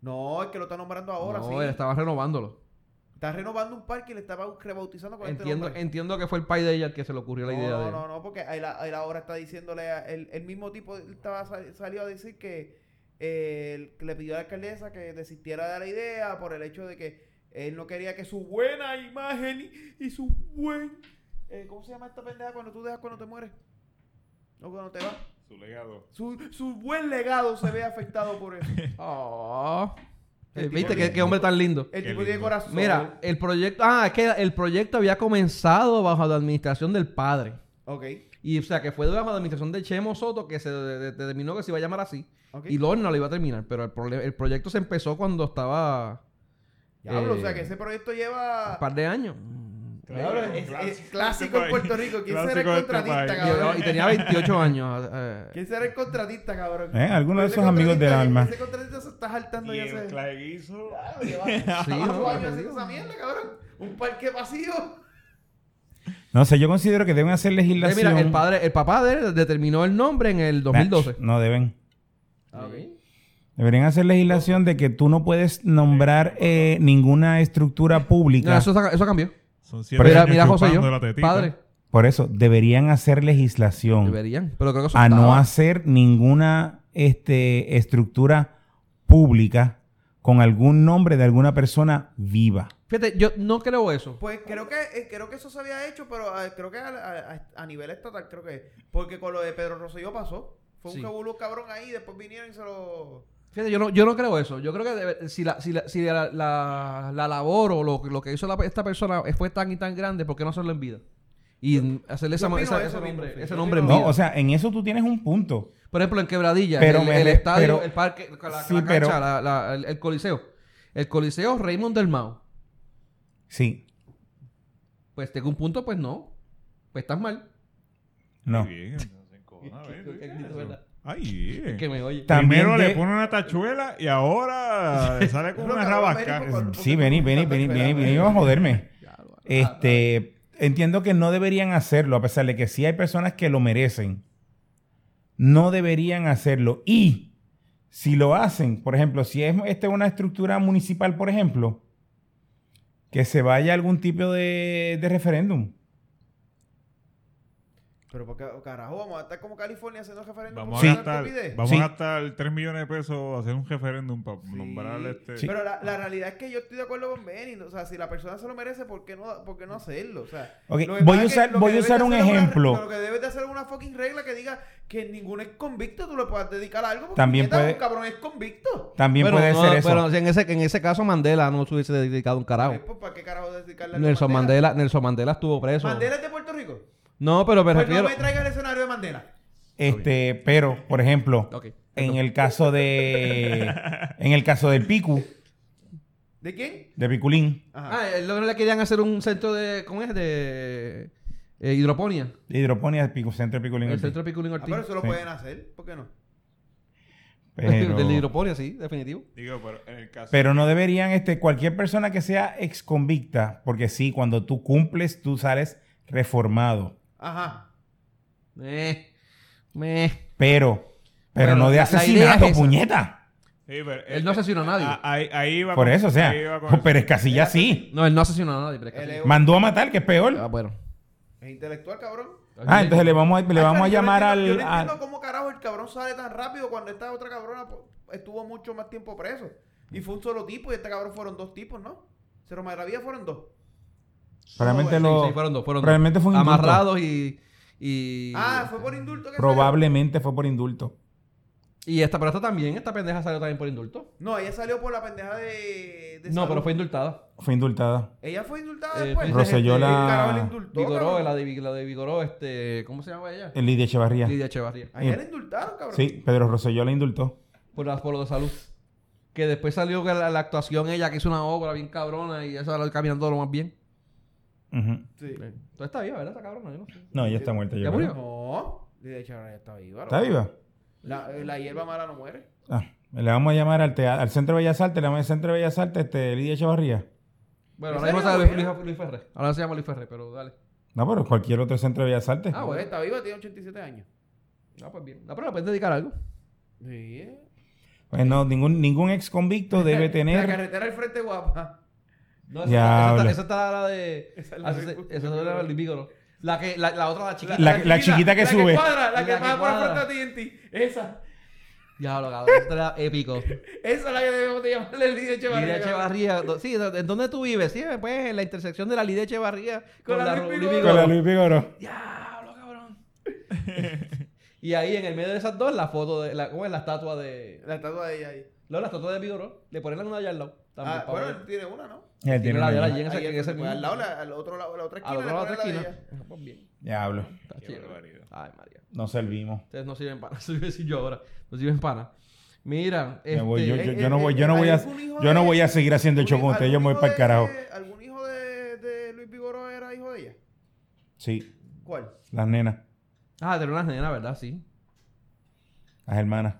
Speaker 2: No,
Speaker 3: es que lo está nombrando ahora,
Speaker 2: No,
Speaker 3: sí. Este
Speaker 2: él estaba renovándolo.
Speaker 3: Está renovando un parque y le estaba rebautizando con este
Speaker 2: Entiendo,
Speaker 3: nombre.
Speaker 2: entiendo que fue el país de ella el que se le ocurrió la idea
Speaker 3: no,
Speaker 2: de...
Speaker 3: no, no, porque él, a- él ahora está diciéndole, a- el, el mismo tipo estaba sal- salió a decir que eh, el- que le pidió a la alcaldesa que desistiera de la idea por el hecho de que él no quería que su buena imagen y, y su buen... eh, ¿Cómo se llama esta pendeja cuando tú dejas cuando te mueres? No, cuando te vas.
Speaker 5: Su legado.
Speaker 3: Su, su buen legado se ve afectado por eso.
Speaker 2: Oh.
Speaker 3: El
Speaker 2: Eh,
Speaker 3: tipo
Speaker 2: ¿Viste?
Speaker 3: de-
Speaker 2: Qué, qué hombre tan lindo.
Speaker 3: El
Speaker 5: Qué
Speaker 3: tipo tiene
Speaker 5: lindo.
Speaker 3: corazón.
Speaker 2: Mira, el proyecto... Ah, es que el proyecto había comenzado bajo la administración del padre.
Speaker 3: Ok,
Speaker 2: Y o sea, que fue bajo la administración de Chemo Soto que se de- de- determinó que se iba a llamar así.
Speaker 3: ok.
Speaker 2: Y Lorna no lo iba a terminar, pero el, prole- el proyecto se empezó cuando estaba
Speaker 3: Diablo, o sea
Speaker 2: eh,
Speaker 3: que ese Mm, proyecto lleva...
Speaker 2: un par de años.
Speaker 3: Diablo,
Speaker 5: Claro,
Speaker 3: es, es
Speaker 5: clásico
Speaker 3: clásico en
Speaker 5: este
Speaker 3: Puerto
Speaker 5: país.
Speaker 3: Rico. ¿Quién
Speaker 5: Clásico
Speaker 3: será el
Speaker 5: de este
Speaker 3: contratista,
Speaker 5: país.
Speaker 3: cabrón?
Speaker 2: Y, y tenía 28 años. eh,
Speaker 3: ¿Quién será el contratista, cabrón?
Speaker 4: ¿Eh? Alguno de
Speaker 3: Ese
Speaker 4: esos amigos
Speaker 3: contratista-
Speaker 4: del alma.
Speaker 3: Ese contratista se está saltando
Speaker 5: Y
Speaker 3: ya
Speaker 5: el
Speaker 3: sé.
Speaker 5: claguizo.
Speaker 3: Claro, lleva
Speaker 2: Sí,
Speaker 3: cuatro
Speaker 2: ¿no?
Speaker 3: años haciendo esa mierda, cabrón. Un parque vacío.
Speaker 4: No sé, yo considero que deben hacer
Speaker 2: Entonces,
Speaker 4: legislación.
Speaker 2: Eh, mira, el padre, el papá de él determinó el nombre en el 2012.
Speaker 4: Nah, No deben.
Speaker 3: Ah,
Speaker 2: Sí.
Speaker 4: Deberían hacer legislación de que tú no puedes nombrar eh, ninguna estructura
Speaker 2: No,
Speaker 4: pública.
Speaker 2: eso, saca- eso cambió.
Speaker 5: Son siete
Speaker 2: Pero mira,
Speaker 5: años
Speaker 2: mira José yo,
Speaker 5: chupando la tetita.
Speaker 2: padre,
Speaker 4: Por eso, deberían hacer legislación
Speaker 2: deberían, pero creo que
Speaker 5: Ah,
Speaker 2: eso
Speaker 4: a no
Speaker 2: estaba.
Speaker 4: hacer ninguna este, estructura pública con algún nombre de alguna persona viva.
Speaker 2: Fíjate, yo no creo eso.
Speaker 3: Pues creo que eh, creo que eso se había hecho, pero eh, creo que a, a- a nivel estatal, creo que. Porque con lo de Pedro Rosselló pasó. Fue un
Speaker 2: Sí.
Speaker 3: cabulú cabrón ahí, después vinieron y se lo.
Speaker 2: Fíjate, yo no, yo no creo eso. Yo creo que debe- si la, si la, si la, la- la labor o lo, lo que hizo la- esta persona fue tan y tan grande, ¿por qué no hacerlo en vida? Y mm, hacerle esa,
Speaker 3: yo opino
Speaker 2: esa-
Speaker 3: eso
Speaker 2: ese
Speaker 3: mismo,
Speaker 2: nombre,
Speaker 3: sí.
Speaker 2: ese
Speaker 3: Yo
Speaker 2: nombre en
Speaker 3: opino
Speaker 2: vida.
Speaker 4: No, o sea, en eso tú tienes un punto.
Speaker 2: Por ejemplo, en Quebradilla,
Speaker 4: Pero
Speaker 2: el,
Speaker 4: me
Speaker 2: el
Speaker 4: re-
Speaker 2: estadio,
Speaker 4: pero-
Speaker 2: el parque, la- la,
Speaker 4: Sí,
Speaker 2: cancha,
Speaker 4: pero-
Speaker 2: la- la- el, el coliseo. El coliseo Raymond del Mao.
Speaker 4: Sí,
Speaker 2: Pues tengo un punto, pues no. Pues estás mal.
Speaker 4: no.
Speaker 5: Muy bien. se encojona,
Speaker 2: Qué-
Speaker 5: ¿ves?
Speaker 2: qué- qué-
Speaker 5: ¿Qué es
Speaker 2: qué-
Speaker 5: eso? Ay, bien.
Speaker 2: Que me oye.
Speaker 4: Ta-
Speaker 5: Primero
Speaker 4: También
Speaker 5: le
Speaker 4: de-
Speaker 5: pone una tachuela y ahora le sale con
Speaker 3: No,
Speaker 5: una
Speaker 3: cabrón,
Speaker 5: rabasca.
Speaker 3: Mary, por favor.
Speaker 4: Sí, vení, vení, vení, vení, vení, vamos a joderme.
Speaker 2: Ya, lo-
Speaker 4: Este, entiendo que no deberían hacerlo, a pesar de que sí hay personas que lo merecen. No deberían hacerlo. Y si lo hacen, por ejemplo, si es este, una estructura municipal, por ejemplo, que se vaya a algún tipo de, de referéndum.
Speaker 3: Pero porque, carajo, vamos a estar como California haciendo referéndum.
Speaker 5: Vamos
Speaker 3: por
Speaker 5: a
Speaker 3: una
Speaker 5: gastar,
Speaker 3: estupidez.
Speaker 5: vamos
Speaker 4: Sí.
Speaker 5: a gastar 3 millones de pesos a hacer un referéndum para
Speaker 3: Sí.
Speaker 5: nombrar este.
Speaker 4: Sí.
Speaker 3: Pero la, la realidad es que yo estoy de acuerdo con Benny. O sea, si la persona se lo merece, ¿por qué no, por qué no hacerlo? O sea,
Speaker 4: Ok,
Speaker 3: lo
Speaker 4: voy
Speaker 3: que
Speaker 4: a
Speaker 3: pasa es que
Speaker 4: usar-
Speaker 3: lo que
Speaker 4: voy a
Speaker 3: debes
Speaker 4: usar
Speaker 3: de
Speaker 4: un
Speaker 3: hacer es una-
Speaker 4: ejemplo.
Speaker 3: Lo que debes de hacer es una fucking regla que diga que ningún es convicto tú le puedas dedicar a algo. Porque
Speaker 4: También
Speaker 3: puñeta,
Speaker 4: puede-
Speaker 3: Un cabrón es convicto.
Speaker 4: También
Speaker 2: Bueno,
Speaker 4: puede
Speaker 2: no,
Speaker 4: ser eso.
Speaker 2: pero si en ese, en ese caso Mandela no se hubiese dedicado un
Speaker 3: Ok,
Speaker 4: Ah.
Speaker 2: carajo.
Speaker 3: pues, ¿Para qué carajo dedicarle a
Speaker 2: Nelson Mandela, Nelson Mandela estuvo preso.
Speaker 3: ¿Mandela es de Puerto Rico?
Speaker 2: No, pero me
Speaker 3: Pues
Speaker 2: refiero.
Speaker 3: no me traiga el escenario de Mandela.
Speaker 4: Este, pero, por ejemplo,
Speaker 2: Ok.
Speaker 4: en el caso de. En el caso del Picu,
Speaker 3: ¿De quién?
Speaker 4: de Piculín,
Speaker 3: Ajá.
Speaker 2: Ah, él no le querían hacer un centro de. ¿Cómo es? De eh, hidroponía.
Speaker 4: de hidroponía, Picu, centro de Piculín.
Speaker 2: El
Speaker 4: Ortiz.
Speaker 2: centro de Piculín
Speaker 3: Ah,
Speaker 2: Ortiz.
Speaker 3: pero eso lo
Speaker 4: Sí.
Speaker 3: pueden hacer. ¿Por qué no?
Speaker 4: Pero-
Speaker 2: Del de hidroponía, sí, definitivo.
Speaker 5: Digo, pero en el caso.
Speaker 4: Pero no deberían, este, cualquier persona que sea exconvicta, porque sí, cuando tú cumples, tú sales reformado.
Speaker 3: Ajá.
Speaker 2: Eh, meh.
Speaker 3: Eh,
Speaker 4: Pero, pero
Speaker 2: Bueno,
Speaker 4: no de
Speaker 2: la- la idea
Speaker 4: asesinato,
Speaker 2: es esa.
Speaker 4: puñeta.
Speaker 5: Sí, pero
Speaker 2: Él no asesinó a nadie.
Speaker 5: Ah, Ahí, ahí iba
Speaker 4: Por
Speaker 5: con-
Speaker 4: eso, o sea,
Speaker 5: ahí iba con
Speaker 4: pero es casi ya
Speaker 3: Era
Speaker 4: sí.
Speaker 2: No, él no asesinó a nadie. Pero es que
Speaker 3: Él
Speaker 2: sí.
Speaker 3: es,
Speaker 4: Mandó a matar, que es
Speaker 2: Ah,
Speaker 4: peor.
Speaker 2: bueno.
Speaker 3: es intelectual, cabrón.
Speaker 4: Ah, entonces le vamos a, le
Speaker 3: Ay,
Speaker 4: vamos a
Speaker 3: claro, yo no
Speaker 4: llamar
Speaker 3: entiendo-
Speaker 4: al...
Speaker 3: Yo no
Speaker 4: al-
Speaker 3: entiendo cómo carajo el cabrón sale tan rápido cuando esta otra cabrona po- estuvo mucho más tiempo preso. Y fue un solo tipo y este cabrón fueron dos tipos, ¿no? Cero Maravilla fueron dos.
Speaker 4: Probablemente
Speaker 2: Sí,
Speaker 4: lo...
Speaker 2: sí, fueron dos, fueron dos.
Speaker 4: Probablemente fue un indulto.
Speaker 2: Amarrados y, y...
Speaker 3: Ah, fue por indulto que
Speaker 4: Probablemente fue por indulto.
Speaker 2: Y esta, pero esta también, esta pendeja salió también por indulto.
Speaker 3: salió? No, ella salió por la pendeja de. de
Speaker 2: No,
Speaker 3: salud.
Speaker 2: pero fue indultada.
Speaker 4: Fue indultada.
Speaker 3: Ella fue indultada
Speaker 2: Eh,
Speaker 3: después.
Speaker 2: tú dices,
Speaker 4: Rosselló
Speaker 3: El
Speaker 4: la-
Speaker 3: carajo la indultó.
Speaker 2: Vigoró,
Speaker 3: cabrón.
Speaker 2: la de, Vi- la de Vigoró, este... ¿Cómo se llama ella?
Speaker 4: El Lidia Echevarría.
Speaker 2: Lidia Echevarría.
Speaker 3: A ella la indultaron, cabrón.
Speaker 4: Sí, Pedro Rosselló la indultó.
Speaker 2: Por, la- por lo de salud. Que después salió que la, la actuación ella, que hizo una obra bien cabrona y esa la caminando lo más bien.
Speaker 4: Ujú.
Speaker 3: Sí.
Speaker 2: Tú está viva, ¿verdad? Esa cabrona, yo no sé.
Speaker 4: No, ella está muerta. yo
Speaker 2: ¿Ya
Speaker 4: creo.
Speaker 2: murió?
Speaker 3: No. Y de hecho, ahora ya está viva.
Speaker 4: ¿Está
Speaker 3: loco.
Speaker 4: viva?
Speaker 3: La, eh, la hierba mala no muere.
Speaker 4: Ah, le vamos a llamar al, tea- al Centro de Bellas Artes, le vamos al Centro de Bellas Artes, este, Lidia Echevarría.
Speaker 2: Bueno,
Speaker 3: ¿En
Speaker 2: ahora mismo
Speaker 3: serio?
Speaker 2: sale Luis, Luis Ferrer. Ahora se llama Luis Ferrer, pero dale.
Speaker 4: No, pero cualquier otro Centro de Bellas Artes.
Speaker 2: Ah,
Speaker 3: Ah,
Speaker 2: bueno.
Speaker 3: bueno. Está viva, tiene 87 años.
Speaker 2: Ah, pues bien. Ah, pero le puedes dedicar algo.
Speaker 3: Sí. eh.
Speaker 4: Pues no, ningún, ningún ex convicto debe
Speaker 3: La
Speaker 4: tener.
Speaker 3: carretera al frente guapa.
Speaker 2: No, esa,
Speaker 4: Diablo.
Speaker 2: esa, esa está la de. ah,
Speaker 3: Esa
Speaker 2: Esa
Speaker 3: es
Speaker 2: es
Speaker 3: la
Speaker 2: la
Speaker 3: de-
Speaker 2: de Luis Vígoro. La que, la, la otra, la chiquita.
Speaker 4: La- chiquita que sube.
Speaker 3: cuadra, la
Speaker 2: La
Speaker 3: que
Speaker 2: que
Speaker 3: pasa por la
Speaker 2: cuadra.
Speaker 3: frente a ti en ti. Esa.
Speaker 2: Diablo, cabrón. Esta era épico.
Speaker 3: Esa es la que debemos de llamarle el líder Echevarría.
Speaker 2: Lidia Echevarría. do- Sí, ¿en dónde tú vives? Sí, pues en la intersección de la Lidia Echevarría
Speaker 3: Con
Speaker 2: con,
Speaker 3: la
Speaker 2: la
Speaker 3: Luis
Speaker 2: Luis
Speaker 3: Vigoro.
Speaker 4: Con la
Speaker 2: Vigoro.
Speaker 4: Luis Vigoro.
Speaker 2: Diablo, cabrón. y ahí en el medio de esas dos, la foto de. La, ¿Cómo es la estatua de.?
Speaker 3: La estatua de ella ahí.
Speaker 2: No, la estatua de Vigoro. Le ponen una allá al lado. También,
Speaker 3: Ah,
Speaker 2: pa'
Speaker 3: bueno,
Speaker 2: ver.
Speaker 3: él tiene una, ¿no?
Speaker 4: Ya
Speaker 2: Tiene
Speaker 4: tiene
Speaker 2: la
Speaker 4: una-
Speaker 2: viola allí en ese-
Speaker 3: Ahí
Speaker 2: en
Speaker 3: es-
Speaker 2: ese
Speaker 3: pues, al lado,
Speaker 2: mismo.
Speaker 3: la, al otro lado, la otra
Speaker 2: A
Speaker 3: esquina.
Speaker 2: la otra, a la otra
Speaker 3: le ponen la de
Speaker 2: esquina.
Speaker 3: ella.
Speaker 2: Pues bien,
Speaker 4: Diablo.
Speaker 2: está
Speaker 5: Qué
Speaker 2: chévere.
Speaker 5: barbaridad.
Speaker 2: Ay, María.
Speaker 4: No servimos.
Speaker 2: Ustedes no sirven pana. Eso iba a decir yo ahora. No sirven pana. Mira,
Speaker 4: Me voy, yo,
Speaker 2: este,
Speaker 4: yo-
Speaker 3: eh,
Speaker 4: yo no
Speaker 3: eh,
Speaker 4: voy, yo no voy a,
Speaker 3: ¿algún hijo
Speaker 4: yo no
Speaker 3: de-
Speaker 4: voy a seguir haciendo el show con
Speaker 3: ¿Algún
Speaker 4: ustedes, yo me voy
Speaker 3: hijo
Speaker 4: para el
Speaker 3: de-
Speaker 4: carajo.
Speaker 3: ¿Algún hijo de, de Luis Vigoro era hijo de ella?
Speaker 4: Sí,
Speaker 3: ¿Cuál?
Speaker 4: las nenas,
Speaker 2: Ah, tenía unas nenas, ¿verdad? Sí.
Speaker 4: las hermanas.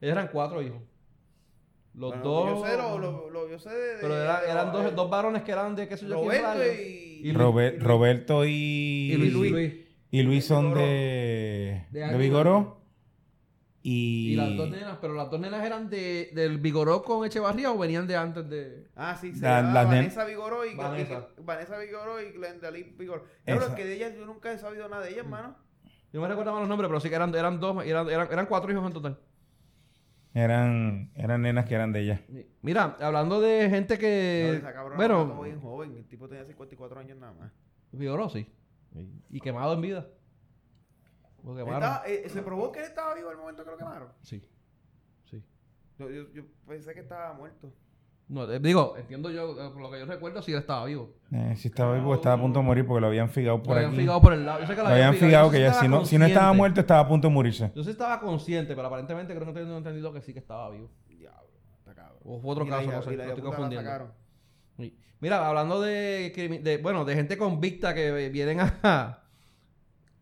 Speaker 2: Ellos eran cuatro hijos. Los
Speaker 3: Bueno,
Speaker 2: dos.
Speaker 3: Yo sé, lo, lo, lo- yo sé de, de-
Speaker 2: Pero eran,
Speaker 3: de-
Speaker 2: eran
Speaker 3: de-
Speaker 2: dos, dos varones que eran de qué sé yo quién
Speaker 3: Roberto
Speaker 2: rayos.
Speaker 3: y,
Speaker 2: Y Luis.
Speaker 4: Robert- Roberto y,
Speaker 2: Y Luis.
Speaker 4: y Luis,
Speaker 2: Luis.
Speaker 4: son de,
Speaker 2: De
Speaker 4: de
Speaker 2: Ángulo.
Speaker 4: Vigoró. Y,
Speaker 2: Y las dos nenas, pero las dos nenas eran de, del Vigoró con Echevarría o venían de antes de.
Speaker 3: Ah, sí, se
Speaker 4: La-
Speaker 3: llamaba
Speaker 4: la de-
Speaker 3: Vanessa Vigoró y Vanessa,
Speaker 2: Vanessa.
Speaker 3: Vanessa Vigoró y Glendalí Vigoró. Yo
Speaker 4: Esa.
Speaker 3: creo que de ellas yo nunca he sabido nada de ellas, hermano.
Speaker 2: Yo me recuerdo más los nombres, pero sí que eran, eran dos, eran, eran, eran cuatro hijos en total.
Speaker 4: eran, eran nenas que eran de ella.
Speaker 2: Mira, hablando de gente que.
Speaker 3: bueno,
Speaker 2: Eh, bueno,
Speaker 3: bien joven, el tipo tenía 54 años nada más.
Speaker 2: Vigoró sí. Y quemado en vida. Lo
Speaker 3: Él
Speaker 2: quemaron.
Speaker 3: estaba- eh, se probó que él estaba vivo al momento que lo quemaron.
Speaker 2: Sí. Sí.
Speaker 3: Yo, yo, yo pensé que estaba muerto.
Speaker 2: No, eh, digo, entiendo yo, eh, por lo que yo recuerdo, si él estaba vivo.
Speaker 4: Eh, si estaba vivo, estaba a punto de morir porque lo habían figado
Speaker 2: Lo
Speaker 4: por
Speaker 2: habían
Speaker 4: aquí.
Speaker 2: figado por el lado. Yo sé que
Speaker 4: lo habían figado que
Speaker 2: yo
Speaker 4: ya
Speaker 2: sí
Speaker 4: si no, si no estaba
Speaker 2: consciente.
Speaker 4: muerto, estaba a punto de morirse.
Speaker 2: Yo sí estaba consciente, pero aparentemente creo que no tengo entendido que sí que estaba vivo.
Speaker 3: Diablo, está cabrón.
Speaker 2: O fue otro
Speaker 3: Y la
Speaker 2: caso,
Speaker 3: hija-
Speaker 2: no sé,
Speaker 3: y
Speaker 2: lo
Speaker 3: la hija
Speaker 2: estoy
Speaker 3: puta la
Speaker 2: confundiendo.
Speaker 3: sacaron.
Speaker 2: Sí. Mira, hablando de, crimi- de- bueno, de gente convicta que eh, vienen a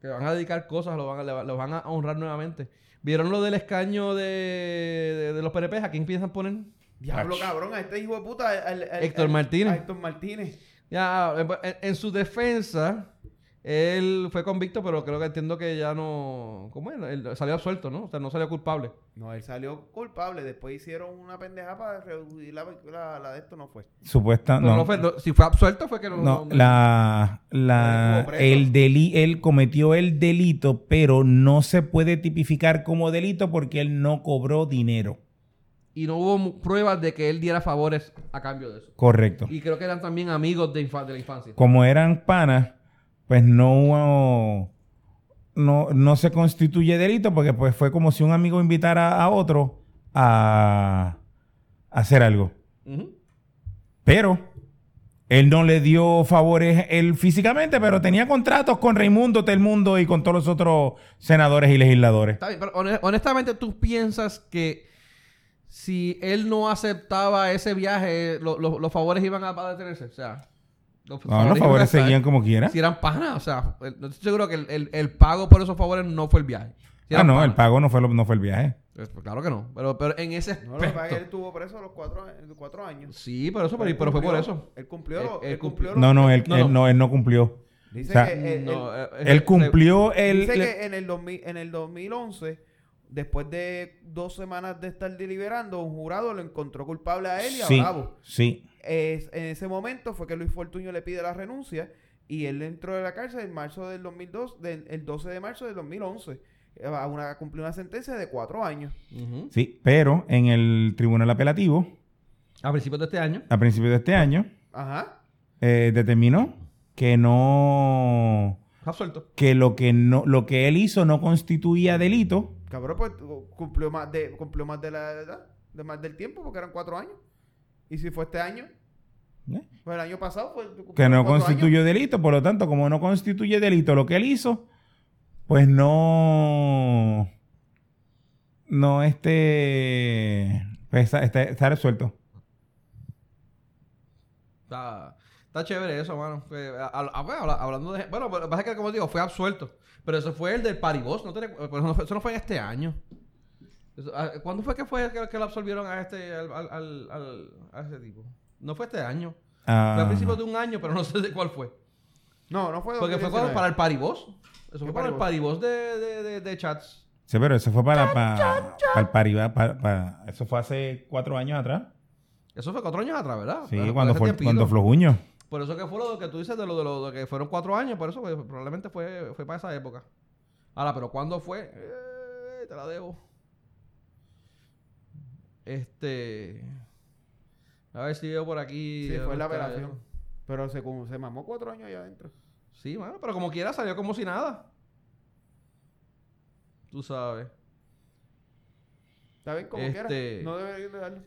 Speaker 2: que van a dedicar cosas, lo van a, le va- los van a honrar nuevamente. ¿Vieron lo del escaño de, de- de los PRPs? ¿A quién piensan poner?
Speaker 3: Diablo,
Speaker 4: Ach.
Speaker 3: cabrón, a este hijo de puta. al- al- al-
Speaker 2: Héctor
Speaker 3: al-
Speaker 2: Martínez.
Speaker 3: a Héctor Martínez.
Speaker 2: Ya, en, en- en su defensa, él fue convicto, pero creo que entiendo que ya no. ¿Cómo es? Él salió absuelto, ¿no? O sea, no salió culpable.
Speaker 3: No, él salió culpable. Después hicieron una pendeja para reducir la, la, la de esto, no fue.
Speaker 4: Supuesta,
Speaker 2: Pero
Speaker 4: Ah, no,
Speaker 2: no fue- no- si fue absuelto, fue que no.
Speaker 4: No,
Speaker 2: no-
Speaker 4: la,
Speaker 3: No
Speaker 4: la,
Speaker 3: estuvo preso.
Speaker 4: el deli, él cometió el delito, pero no se puede tipificar como delito porque él no cobró dinero.
Speaker 2: Y no hubo mu- pruebas de que él diera favores a cambio de eso.
Speaker 4: Correcto.
Speaker 2: Y creo que eran también amigos de, infa- de la infancia.
Speaker 4: Como eran panas, pues no hubo- no, no se constituye delito porque pues fue como si un amigo invitara a otro a, a hacer algo.
Speaker 2: Ujú.
Speaker 4: Pero él no le dio favores él físicamente, pero tenía contratos con Raimundo, Telmundo y con todos los otros senadores y legisladores.
Speaker 2: Está bien, pero hone- honestamente, ¿tú piensas que si él no aceptaba ese viaje, lo- lo- los favores iban a a detenerse? O sea, los
Speaker 3: Pues,
Speaker 4: No, los
Speaker 2: iban a
Speaker 4: favores
Speaker 2: estar.
Speaker 4: seguían como quiera.
Speaker 2: Si eran panas, o sea, el- no estoy seguro que el, el- el pago por esos favores no fue el viaje. Si
Speaker 4: ah,
Speaker 2: eran
Speaker 4: no,
Speaker 2: panas.
Speaker 4: el pago no fue, lo- no fue el viaje.
Speaker 2: Pues, pues, claro que no, pero, pero en ese
Speaker 3: No, lo que pasa es que
Speaker 2: aspecto.
Speaker 3: él estuvo preso a los cuatro, los cuatro años.
Speaker 2: Sí, pero eso, pero,
Speaker 3: Él
Speaker 2: pero fue por
Speaker 3: cumplió-
Speaker 2: eso.
Speaker 3: Él cumplió.
Speaker 2: Él-
Speaker 3: lo-
Speaker 2: él
Speaker 3: él cumplió lo-
Speaker 4: No, no, él,
Speaker 2: No,
Speaker 4: él
Speaker 2: no.
Speaker 4: no, él no cumplió.
Speaker 3: Dice
Speaker 4: o sea,
Speaker 3: que, él-
Speaker 2: No,
Speaker 3: él-
Speaker 2: eh, eh,
Speaker 4: Él cumplió el...
Speaker 3: dice
Speaker 4: le-
Speaker 3: que en el, 2000, en el 2011, después de dos semanas de estar deliberando, un jurado lo encontró culpable a él y a
Speaker 4: sí,
Speaker 3: Bravo.
Speaker 4: sí.
Speaker 3: Es- en ese momento fue que Luis Fortuño le pide la renuncia y él entró de la cárcel en marzo del 2002, del- el 12 de marzo del 2011. eh, A una, cumplió una sentencia de cuatro años.
Speaker 2: eh, Ujú.
Speaker 4: Sí, pero en el tribunal apelativo,
Speaker 2: A principios de este año.
Speaker 4: a principios de este año,
Speaker 3: Ajá.
Speaker 4: eh, determinó que no...
Speaker 2: Está suelto.
Speaker 4: que lo que, no, lo que él hizo no constituía delito.
Speaker 3: Cabrón, pues cumplió más de, cumplió más de la edad, de más del tiempo, porque eran cuatro años. Y si fue este año,
Speaker 4: ¿eh?
Speaker 3: pues el año pasado fue. cumplió
Speaker 4: que no
Speaker 3: cuatro años.
Speaker 4: constituye delito, por lo tanto, como no constituye delito lo que él hizo, pues no, no este, pues está, está- está resuelto.
Speaker 2: Está, está chévere eso, mano. Que, a- a- a- bueno, habla- hablando de. Bueno, pero pasa que, como digo, fue absuelto. Pero eso fue el del Paribos. No te recu- pero eso, no fue, eso no fue en este año. Eso- ah, ¿Cuándo fue que fue que, que lo absolvieron a este al, al- al- al- a ese tipo? No fue este año.
Speaker 4: Ah,
Speaker 2: Fue a principios de un año, pero no sé de cuál fue.
Speaker 3: No, no fue.
Speaker 2: Porque fue cuando-
Speaker 3: 2019.
Speaker 2: para el Paribos. Eso fue para el
Speaker 3: Paribos?
Speaker 2: Paribos de, de, de, de chats.
Speaker 4: sí, pero eso fue para, para, para el Paribas, para- para- eso fue hace cuatro años atrás.
Speaker 2: Eso fue cuatro años atrás, ¿verdad?
Speaker 4: Sí,
Speaker 2: Pero
Speaker 4: cuando,
Speaker 2: ese
Speaker 4: fue-
Speaker 2: tiempito.
Speaker 4: cuando flojuño.
Speaker 2: Por eso que fue lo que tú dices de lo de, lo de que fueron cuatro años, por eso que probablemente fue, fue para esa época. Ahora, pero ¿cuándo fue? Eh, te la debo. Este. A ver si veo por aquí.
Speaker 3: Sí, fue la
Speaker 2: Está-
Speaker 3: apelación. Pero se, como, se mamó cuatro años allá adentro.
Speaker 2: Sí, mano, pero como quiera salió como si nada. Tú sabes.
Speaker 3: ¿Está bien? Como
Speaker 2: Este-
Speaker 3: quiera. No deberían de darlo.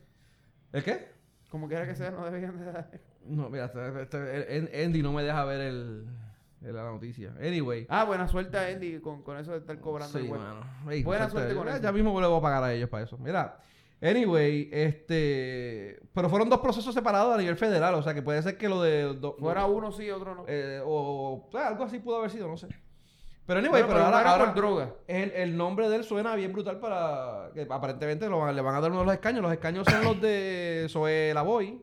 Speaker 2: ¿El qué?
Speaker 3: Como quiera que sea, no deberían de darlo.
Speaker 2: No, mira, este- este- en- Andy no me deja ver el, el- la noticia. Anyway.
Speaker 3: Ah, buena suerte a Andy con, con eso de estar cobrando
Speaker 2: Sí,
Speaker 3: el huevo.
Speaker 2: mano. Ey,
Speaker 3: Buena suerte con
Speaker 2: ya,
Speaker 3: eso.
Speaker 2: Ya mismo le voy a pagar a ellos para eso. Mira, anyway, este... Pero fueron dos procesos separados a nivel federal. O sea, que puede ser que lo de... do-
Speaker 3: Fuera uno sí, otro no.
Speaker 2: eh, o o, ah, algo así pudo haber sido, no sé. Pero anyway,
Speaker 3: Bueno,
Speaker 2: pero,
Speaker 3: pero
Speaker 2: ahora...
Speaker 3: fuera
Speaker 2: ahora
Speaker 3: por droga.
Speaker 2: el, el nombre de él suena bien brutal para... Que aparentemente lo van- le van a dar uno de los escaños. Los escaños son los de Zoe Lavoy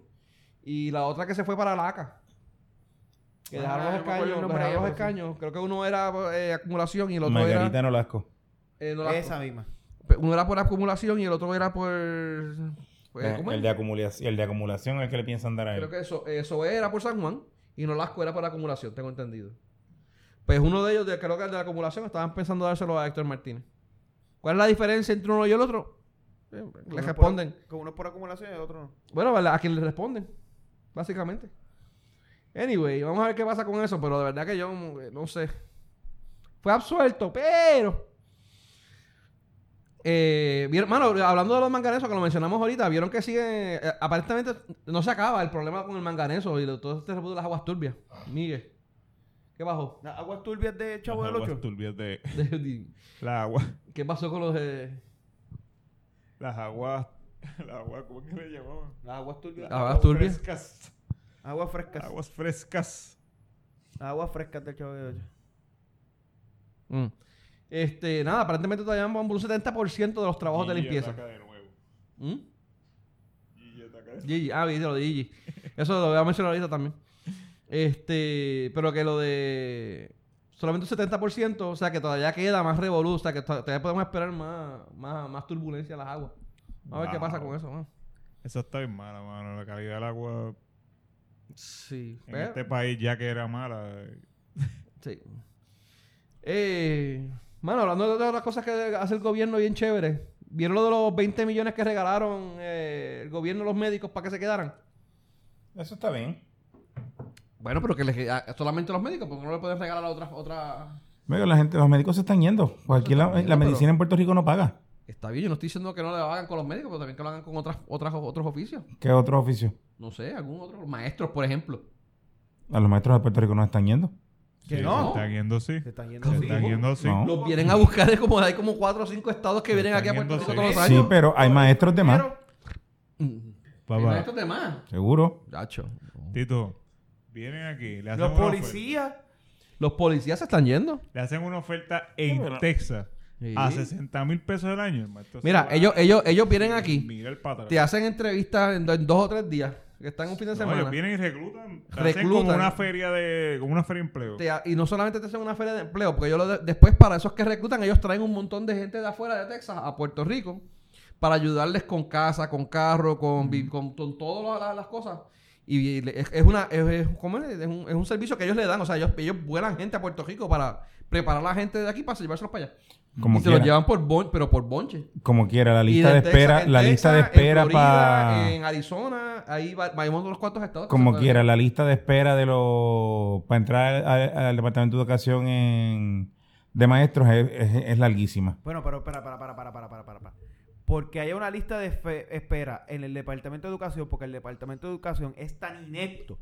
Speaker 2: y la otra que se fue para la ACA. Que
Speaker 3: Ah,
Speaker 2: dejaron los
Speaker 3: no me acuerdo el
Speaker 2: escaños,
Speaker 3: nombre
Speaker 2: dejaron
Speaker 3: de ella,
Speaker 2: los
Speaker 3: pero sí.
Speaker 2: escaños. Creo que uno era eh, acumulación y el otro
Speaker 4: Margarita
Speaker 2: era...
Speaker 4: Nolasco.
Speaker 2: eh, no la-
Speaker 3: Esa misma.
Speaker 2: Pe- Uno era por acumulación y el otro era por. pues,
Speaker 4: Eh,
Speaker 2: ¿cómo es?
Speaker 4: el, de acumulación, el de acumulación es el que le piensan dar a él.
Speaker 2: Creo que eso, eso era por San Juan y Nolasco era por acumulación, tengo entendido. Pues uno de ellos, de, creo que el de la acumulación, estaban pensando dárselo a Héctor Martínez. ¿Cuál es la diferencia entre uno y el otro? Eh,
Speaker 3: Uno
Speaker 2: Les
Speaker 3: es
Speaker 2: responden.
Speaker 3: por- Que uno es por acumulación y el otro no.
Speaker 2: Bueno, a la- a quien le responden, básicamente. Anyway, vamos a ver qué pasa con eso, pero de verdad que yo mm, no sé. Fue absuelto, pero. Eh, vieron- mano, hablando de los manganesos que lo mencionamos ahorita, vieron que sigue. eh, aparentemente no se acaba el problema con el manganeso y lo- todo este repudio de las aguas turbias. Miguel, ¿qué pasó?
Speaker 3: Las aguas turbias de Chavo
Speaker 5: Las
Speaker 3: del
Speaker 5: aguas
Speaker 3: Ocho.
Speaker 5: turbias de
Speaker 2: De-
Speaker 5: la agua,
Speaker 2: ¿Qué pasó con los. eh,
Speaker 5: las aguas, las aguas, ¿cómo que le llamaban?
Speaker 3: Las aguas turbias.
Speaker 2: Las aguas turbias.
Speaker 5: frescas,
Speaker 3: Aguas frescas.
Speaker 5: aguas frescas.
Speaker 3: Las aguas frescas del Chavo del Ocho.
Speaker 2: mm. Este, nada, aparentemente todavía van por un 70% de los trabajos de
Speaker 5: Gigi
Speaker 2: limpieza.
Speaker 5: ataca de nuevo.
Speaker 2: ¿Mm?
Speaker 5: Gigi ataca de-
Speaker 2: Gigi, ah, viste lo de Gigi. Eso lo voy a mencionar ahorita también. Este, pero que lo de solamente un 70%, o sea que todavía queda más revolú, o sea que to- todavía podemos esperar más, más, más turbulencia en las aguas. Vamos a ver qué
Speaker 5: Wow.
Speaker 2: pasa con eso, mano.
Speaker 5: Esa está bien mala, mano. La calidad del agua
Speaker 2: Sí,
Speaker 5: en este país ya que era mala. eh,
Speaker 2: Pues, sí. Eh, mano, hablando de otras cosas que hace el gobierno bien chévere, ¿vieron lo de los 20 millones que regalaron eh, el gobierno a los médicos para que se quedaran?
Speaker 4: Eso está bien.
Speaker 2: Bueno, pero que les, a- solamente a los médicos, porque no le pueden regalar a otras... otras...
Speaker 4: Mira, la gente, los médicos se están yendo. Pues aquí la,
Speaker 2: Está bien,
Speaker 4: la
Speaker 2: pero-
Speaker 4: medicina en Puerto Rico no paga.
Speaker 2: Está bien, yo no estoy diciendo que no lo hagan con los médicos, pero también que lo hagan con otras, otras, otros oficios.
Speaker 4: ¿Qué otros oficios?
Speaker 2: No sé, algún otro. Maestros, por ejemplo.
Speaker 4: A los maestros de Puerto Rico no están yendo.
Speaker 3: Que
Speaker 5: sí,
Speaker 3: no.
Speaker 5: Se están yendo, sí.
Speaker 3: Se
Speaker 5: Se
Speaker 3: están yendo
Speaker 2: ¿Cómo?
Speaker 3: así.
Speaker 5: están yendo, sí.
Speaker 4: No.
Speaker 2: Los vienen a buscar, es como hay como cuatro o cinco estados que vienen aquí a
Speaker 5: Están
Speaker 2: Puerto
Speaker 5: yendo
Speaker 2: Rico todos los
Speaker 4: Sí,
Speaker 2: años.
Speaker 4: pero hay maestros de más.
Speaker 2: Pero- Mm. Hay
Speaker 5: Papá,
Speaker 2: maestros de más.
Speaker 4: Seguro.
Speaker 2: Chacho.
Speaker 5: Tito, vienen aquí. Le hacen
Speaker 3: Los
Speaker 5: una
Speaker 3: policías.
Speaker 2: Los policías se están yendo.
Speaker 5: oferta- le hacen una oferta en
Speaker 4: pero-
Speaker 5: Texas
Speaker 2: Sí.
Speaker 5: a 60 mil pesos al año. el maestro se
Speaker 2: Mira,
Speaker 5: va-
Speaker 2: ellos, ellos, ellos vienen aquí,
Speaker 5: Mira el pátano.
Speaker 2: te hacen entrevistas en, do- en dos o tres días, que están un fin de
Speaker 5: No, ellos
Speaker 2: semana.
Speaker 5: vienen y reclutan. te Hacen
Speaker 2: Reclutan.
Speaker 5: como una feria de. Como una feria de empleo.
Speaker 2: Te ha- y no solamente te hacen una feria de empleo, porque ellos lo de- después para esos que reclutan, ellos traen un montón de gente de afuera de Texas a Puerto Rico para ayudarles con casa, con carro, con, vi- con, con todas las- las, las cosas. Y, y le- es, es una es, es- ¿cómo es? Es un, es un servicio que ellos le dan, o sea, ellos, ellos vuelan gente a Puerto Rico para preparar a la gente de aquí para llevárselos para allá.
Speaker 4: Como
Speaker 2: y se los
Speaker 4: quiera.
Speaker 2: llevan por bon, pero por bonche.
Speaker 4: Como quiera. La
Speaker 2: Y
Speaker 4: lista de
Speaker 2: Texas-
Speaker 4: espera.
Speaker 2: en
Speaker 4: La
Speaker 2: Texas,
Speaker 4: lista de
Speaker 2: en
Speaker 4: espera
Speaker 2: Florida,
Speaker 4: para.
Speaker 2: En Arizona, ahí va, va- hay unos cuantos estados. que se
Speaker 4: Como
Speaker 2: pueden-
Speaker 4: quiera, la lista de espera de los para entrar al, al departamento de educación en, de maestros es, es- es larguísima.
Speaker 3: Bueno, pero para, para, para, para, para, para, para, para. Porque haya una lista de fe- espera en el Departamento de Educación, porque el Departamento de Educación es tan inepto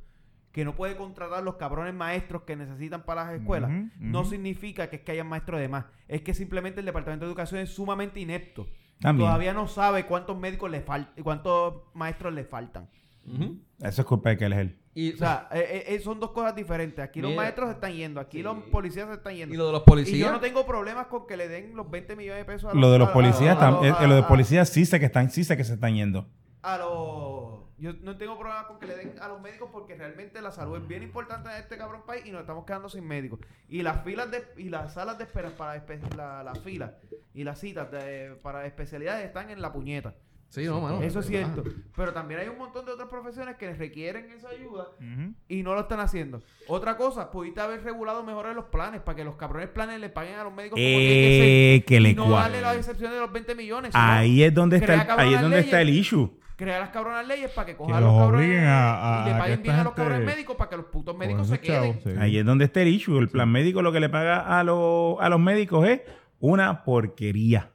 Speaker 3: que no puede contratar los cabrones maestros que necesitan para las escuelas.
Speaker 5: Ujú,
Speaker 3: No
Speaker 5: ujú.
Speaker 3: significa que es que haya maestros de más. Es que simplemente el Departamento de Educación es sumamente inepto.
Speaker 4: También.
Speaker 3: Todavía no sabe cuántos médicos le faltan y cuántos maestros le faltan.
Speaker 2: Ujú.
Speaker 4: Eso es culpa de que él es él.
Speaker 2: Y,
Speaker 3: O sea, eh, eh, eh, son dos cosas diferentes. Aquí los
Speaker 2: Mira.
Speaker 3: maestros se están yendo, aquí
Speaker 2: Sí.
Speaker 3: los policías se están yendo.
Speaker 2: y lo de los policías.
Speaker 3: Y yo no tengo problemas con que le den los 20 millones de pesos a
Speaker 4: Lo de los
Speaker 3: a-
Speaker 4: policías,
Speaker 3: a-
Speaker 4: tam-
Speaker 3: a-
Speaker 4: eh, lo de
Speaker 3: a-
Speaker 4: policías sí sé que están, sí sé que se están yendo.
Speaker 3: A los. Yo no tengo problemas con que le den a los médicos porque realmente la salud es bien importante en este cabrón país y nos estamos quedando sin médicos. Y las filas de, y las salas de espera para espe- la- las filas y las citas de- para especialidades están en la puñeta.
Speaker 2: Sí, no, mano.
Speaker 3: Eso es cierto. Pero también hay un montón de otras profesiones que requieren esa ayuda
Speaker 4: Ujú.
Speaker 3: y no lo están haciendo. Otra cosa, pudiste haber regulado mejor los planes para que los cabrones planes le paguen a los médicos como tiene
Speaker 4: Eh,
Speaker 3: ser.
Speaker 4: que le
Speaker 3: y no
Speaker 4: cua-
Speaker 3: darle la excepción de los 20 millones. ¿no?
Speaker 4: Ahí es donde está,
Speaker 3: Crea
Speaker 4: el, ahí es
Speaker 3: cabronas
Speaker 4: donde está el
Speaker 3: leyes.
Speaker 4: issue.
Speaker 3: Crear las cabronas leyes para que cojan
Speaker 5: Que
Speaker 3: a los
Speaker 5: los
Speaker 3: cabrones
Speaker 5: obliguen a- a-
Speaker 3: y
Speaker 5: a
Speaker 3: le
Speaker 5: que
Speaker 3: paguen bien
Speaker 5: esta
Speaker 3: a los cabrones
Speaker 5: gente-
Speaker 3: médicos para que los putos
Speaker 5: Con
Speaker 3: médicos se
Speaker 5: esos chavos,
Speaker 3: queden.
Speaker 5: sí.
Speaker 4: Ahí es donde está el issue. El plan médico lo que le paga a, los- a los médicos es una porquería.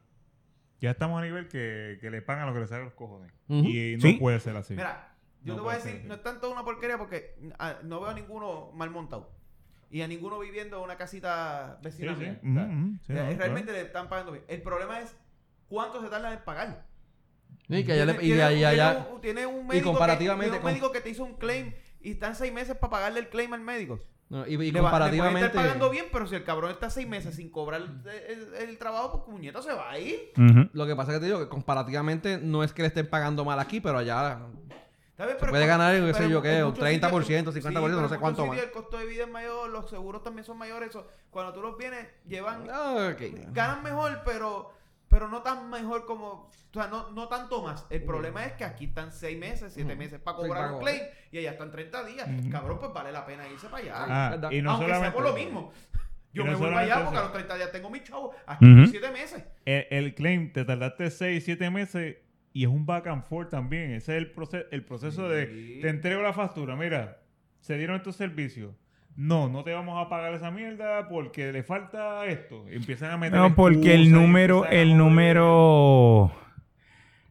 Speaker 5: Ya estamos a nivel que, que le pagan lo que le salen los cojones.
Speaker 2: Ujú.
Speaker 5: Y no
Speaker 4: Sí.
Speaker 5: puede ser así.
Speaker 3: Mira, yo
Speaker 5: No
Speaker 3: te voy a
Speaker 5: puede ser
Speaker 3: decir,
Speaker 5: así.
Speaker 3: no es tanto una porquería porque ah, no veo a ninguno mal montado. Y a ninguno viviendo en una casita
Speaker 5: Sí, sí.
Speaker 3: vecinal.
Speaker 5: Ujú, ujú. Sí,
Speaker 3: O sea,
Speaker 5: no,
Speaker 3: Eh, realmente
Speaker 5: claro.
Speaker 3: le están pagando bien. El problema es cuánto se tardan en pagar.
Speaker 2: Sí, que allá le- y
Speaker 3: Tiene-
Speaker 2: de ahí
Speaker 3: tiene
Speaker 2: a
Speaker 3: un-
Speaker 2: allá.
Speaker 3: tiene, un médico, que-
Speaker 2: comparativamente
Speaker 3: tiene un
Speaker 2: con-
Speaker 3: médico que te hizo un claim y están seis meses para pagarle el claim al médico.
Speaker 2: no, y, y
Speaker 3: Le va- le pueden
Speaker 2: comparativamente.
Speaker 3: estar pagando bien, pero si el cabrón está seis meses sin cobrar el, el- el trabajo, pues puñeta se va a ir.
Speaker 4: Ujú.
Speaker 2: Lo que pasa es que te digo que comparativamente no es que le estén pagando mal aquí, pero allá.
Speaker 3: Está bien, pero
Speaker 2: puede
Speaker 3: con-
Speaker 2: ganar, yo
Speaker 3: pero
Speaker 2: sé yo
Speaker 3: en
Speaker 2: qué,
Speaker 3: muchos
Speaker 2: un 30%,
Speaker 3: sitios-
Speaker 2: 50%, no
Speaker 3: pero en
Speaker 2: sé
Speaker 3: muchos
Speaker 2: cuánto
Speaker 3: sitios
Speaker 2: más.
Speaker 3: El costo de vida es mayor, los seguros también son mayores. eso- Cuando tú los vienes, llevan
Speaker 2: Ah, ok.
Speaker 3: ganan mejor, pero pero no tan mejor como, o sea, no, no tanto más. El problema es que aquí están 6 meses, 7
Speaker 2: Ujú.
Speaker 3: meses para
Speaker 2: Sí,
Speaker 3: cobrar
Speaker 2: para
Speaker 3: un
Speaker 2: cobrar.
Speaker 3: claim y allá están 30 días. Cabrón, pues vale la pena irse para allá.
Speaker 5: Ah,
Speaker 2: ¿verdad?
Speaker 5: y no
Speaker 3: Aunque sea
Speaker 5: solamente
Speaker 3: por lo mismo. Yo
Speaker 5: y no
Speaker 3: me voy para allá
Speaker 5: solamente
Speaker 3: porque a
Speaker 5: eso.
Speaker 3: los 30 días tengo mi chavo. Aquí son
Speaker 4: Ujú.
Speaker 3: 7 meses.
Speaker 5: El, el claim, te tardaste 6, 7 meses y es un back and forth también. Ese es el, proceso el proceso de,
Speaker 3: Sí.
Speaker 5: te entrego la factura, mira, se dieron estos servicios. No, no te vamos a pagar esa mierda porque le falta esto. Empiezan a meter
Speaker 4: No, porque el
Speaker 5: excusas y
Speaker 4: número,
Speaker 5: empiezan a
Speaker 4: el
Speaker 5: joder.
Speaker 4: número,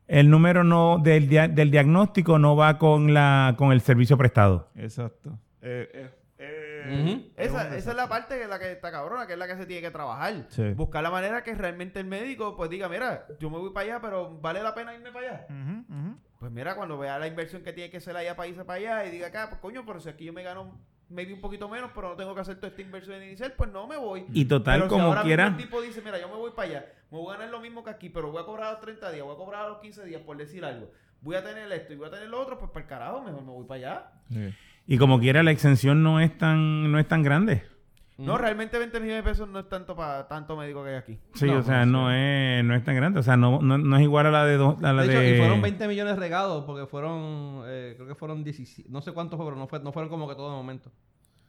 Speaker 4: el número no del, dia- del diagnóstico no va con la con el servicio prestado.
Speaker 5: Exacto. Eh, eh, eh,
Speaker 2: Ujú.
Speaker 5: es un
Speaker 3: Esa, esa es
Speaker 5: desastre.
Speaker 3: la parte que es la que está cabrona, que es la que se tiene que trabajar.
Speaker 5: Sí.
Speaker 3: Buscar la manera que realmente el médico pues diga, mira, yo me voy para allá, pero vale la pena irme para allá.
Speaker 5: Ujú, ujú.
Speaker 3: Pues mira, cuando vea la inversión que tiene que hacer allá para irse para allá y diga acá, pues coño, pero si aquí yo me gano maybe un poquito menos, pero no tengo que hacer toda esta inversión inicial, pues no me voy.
Speaker 4: Y total,
Speaker 3: Pero si
Speaker 4: como
Speaker 3: ahora mismo
Speaker 4: quiera.
Speaker 3: El tipo dice, mira, yo me voy para allá, me voy a ganar lo mismo que aquí, pero voy a cobrar a los 30 días, voy a cobrar a los 15 días, por decir algo. Voy a tener esto y voy a tener lo otro, pues para el carajo, mejor me voy para allá.
Speaker 5: eh,
Speaker 4: Y como quiera, la exención no es tan, no es tan grande.
Speaker 3: No, realmente 20 millones de pesos no es tanto para tanto médico que hay aquí.
Speaker 4: Sí,
Speaker 2: No,
Speaker 4: o sea,
Speaker 2: no,
Speaker 4: no es, no es tan grande. O sea, no, no, no es igual a la de dos, a la
Speaker 2: De
Speaker 4: de.
Speaker 2: hecho, y fueron 20 millones regados porque fueron, eh, creo que fueron 17, no sé cuántos fue, pero no, fue, no fueron como que todo de momento.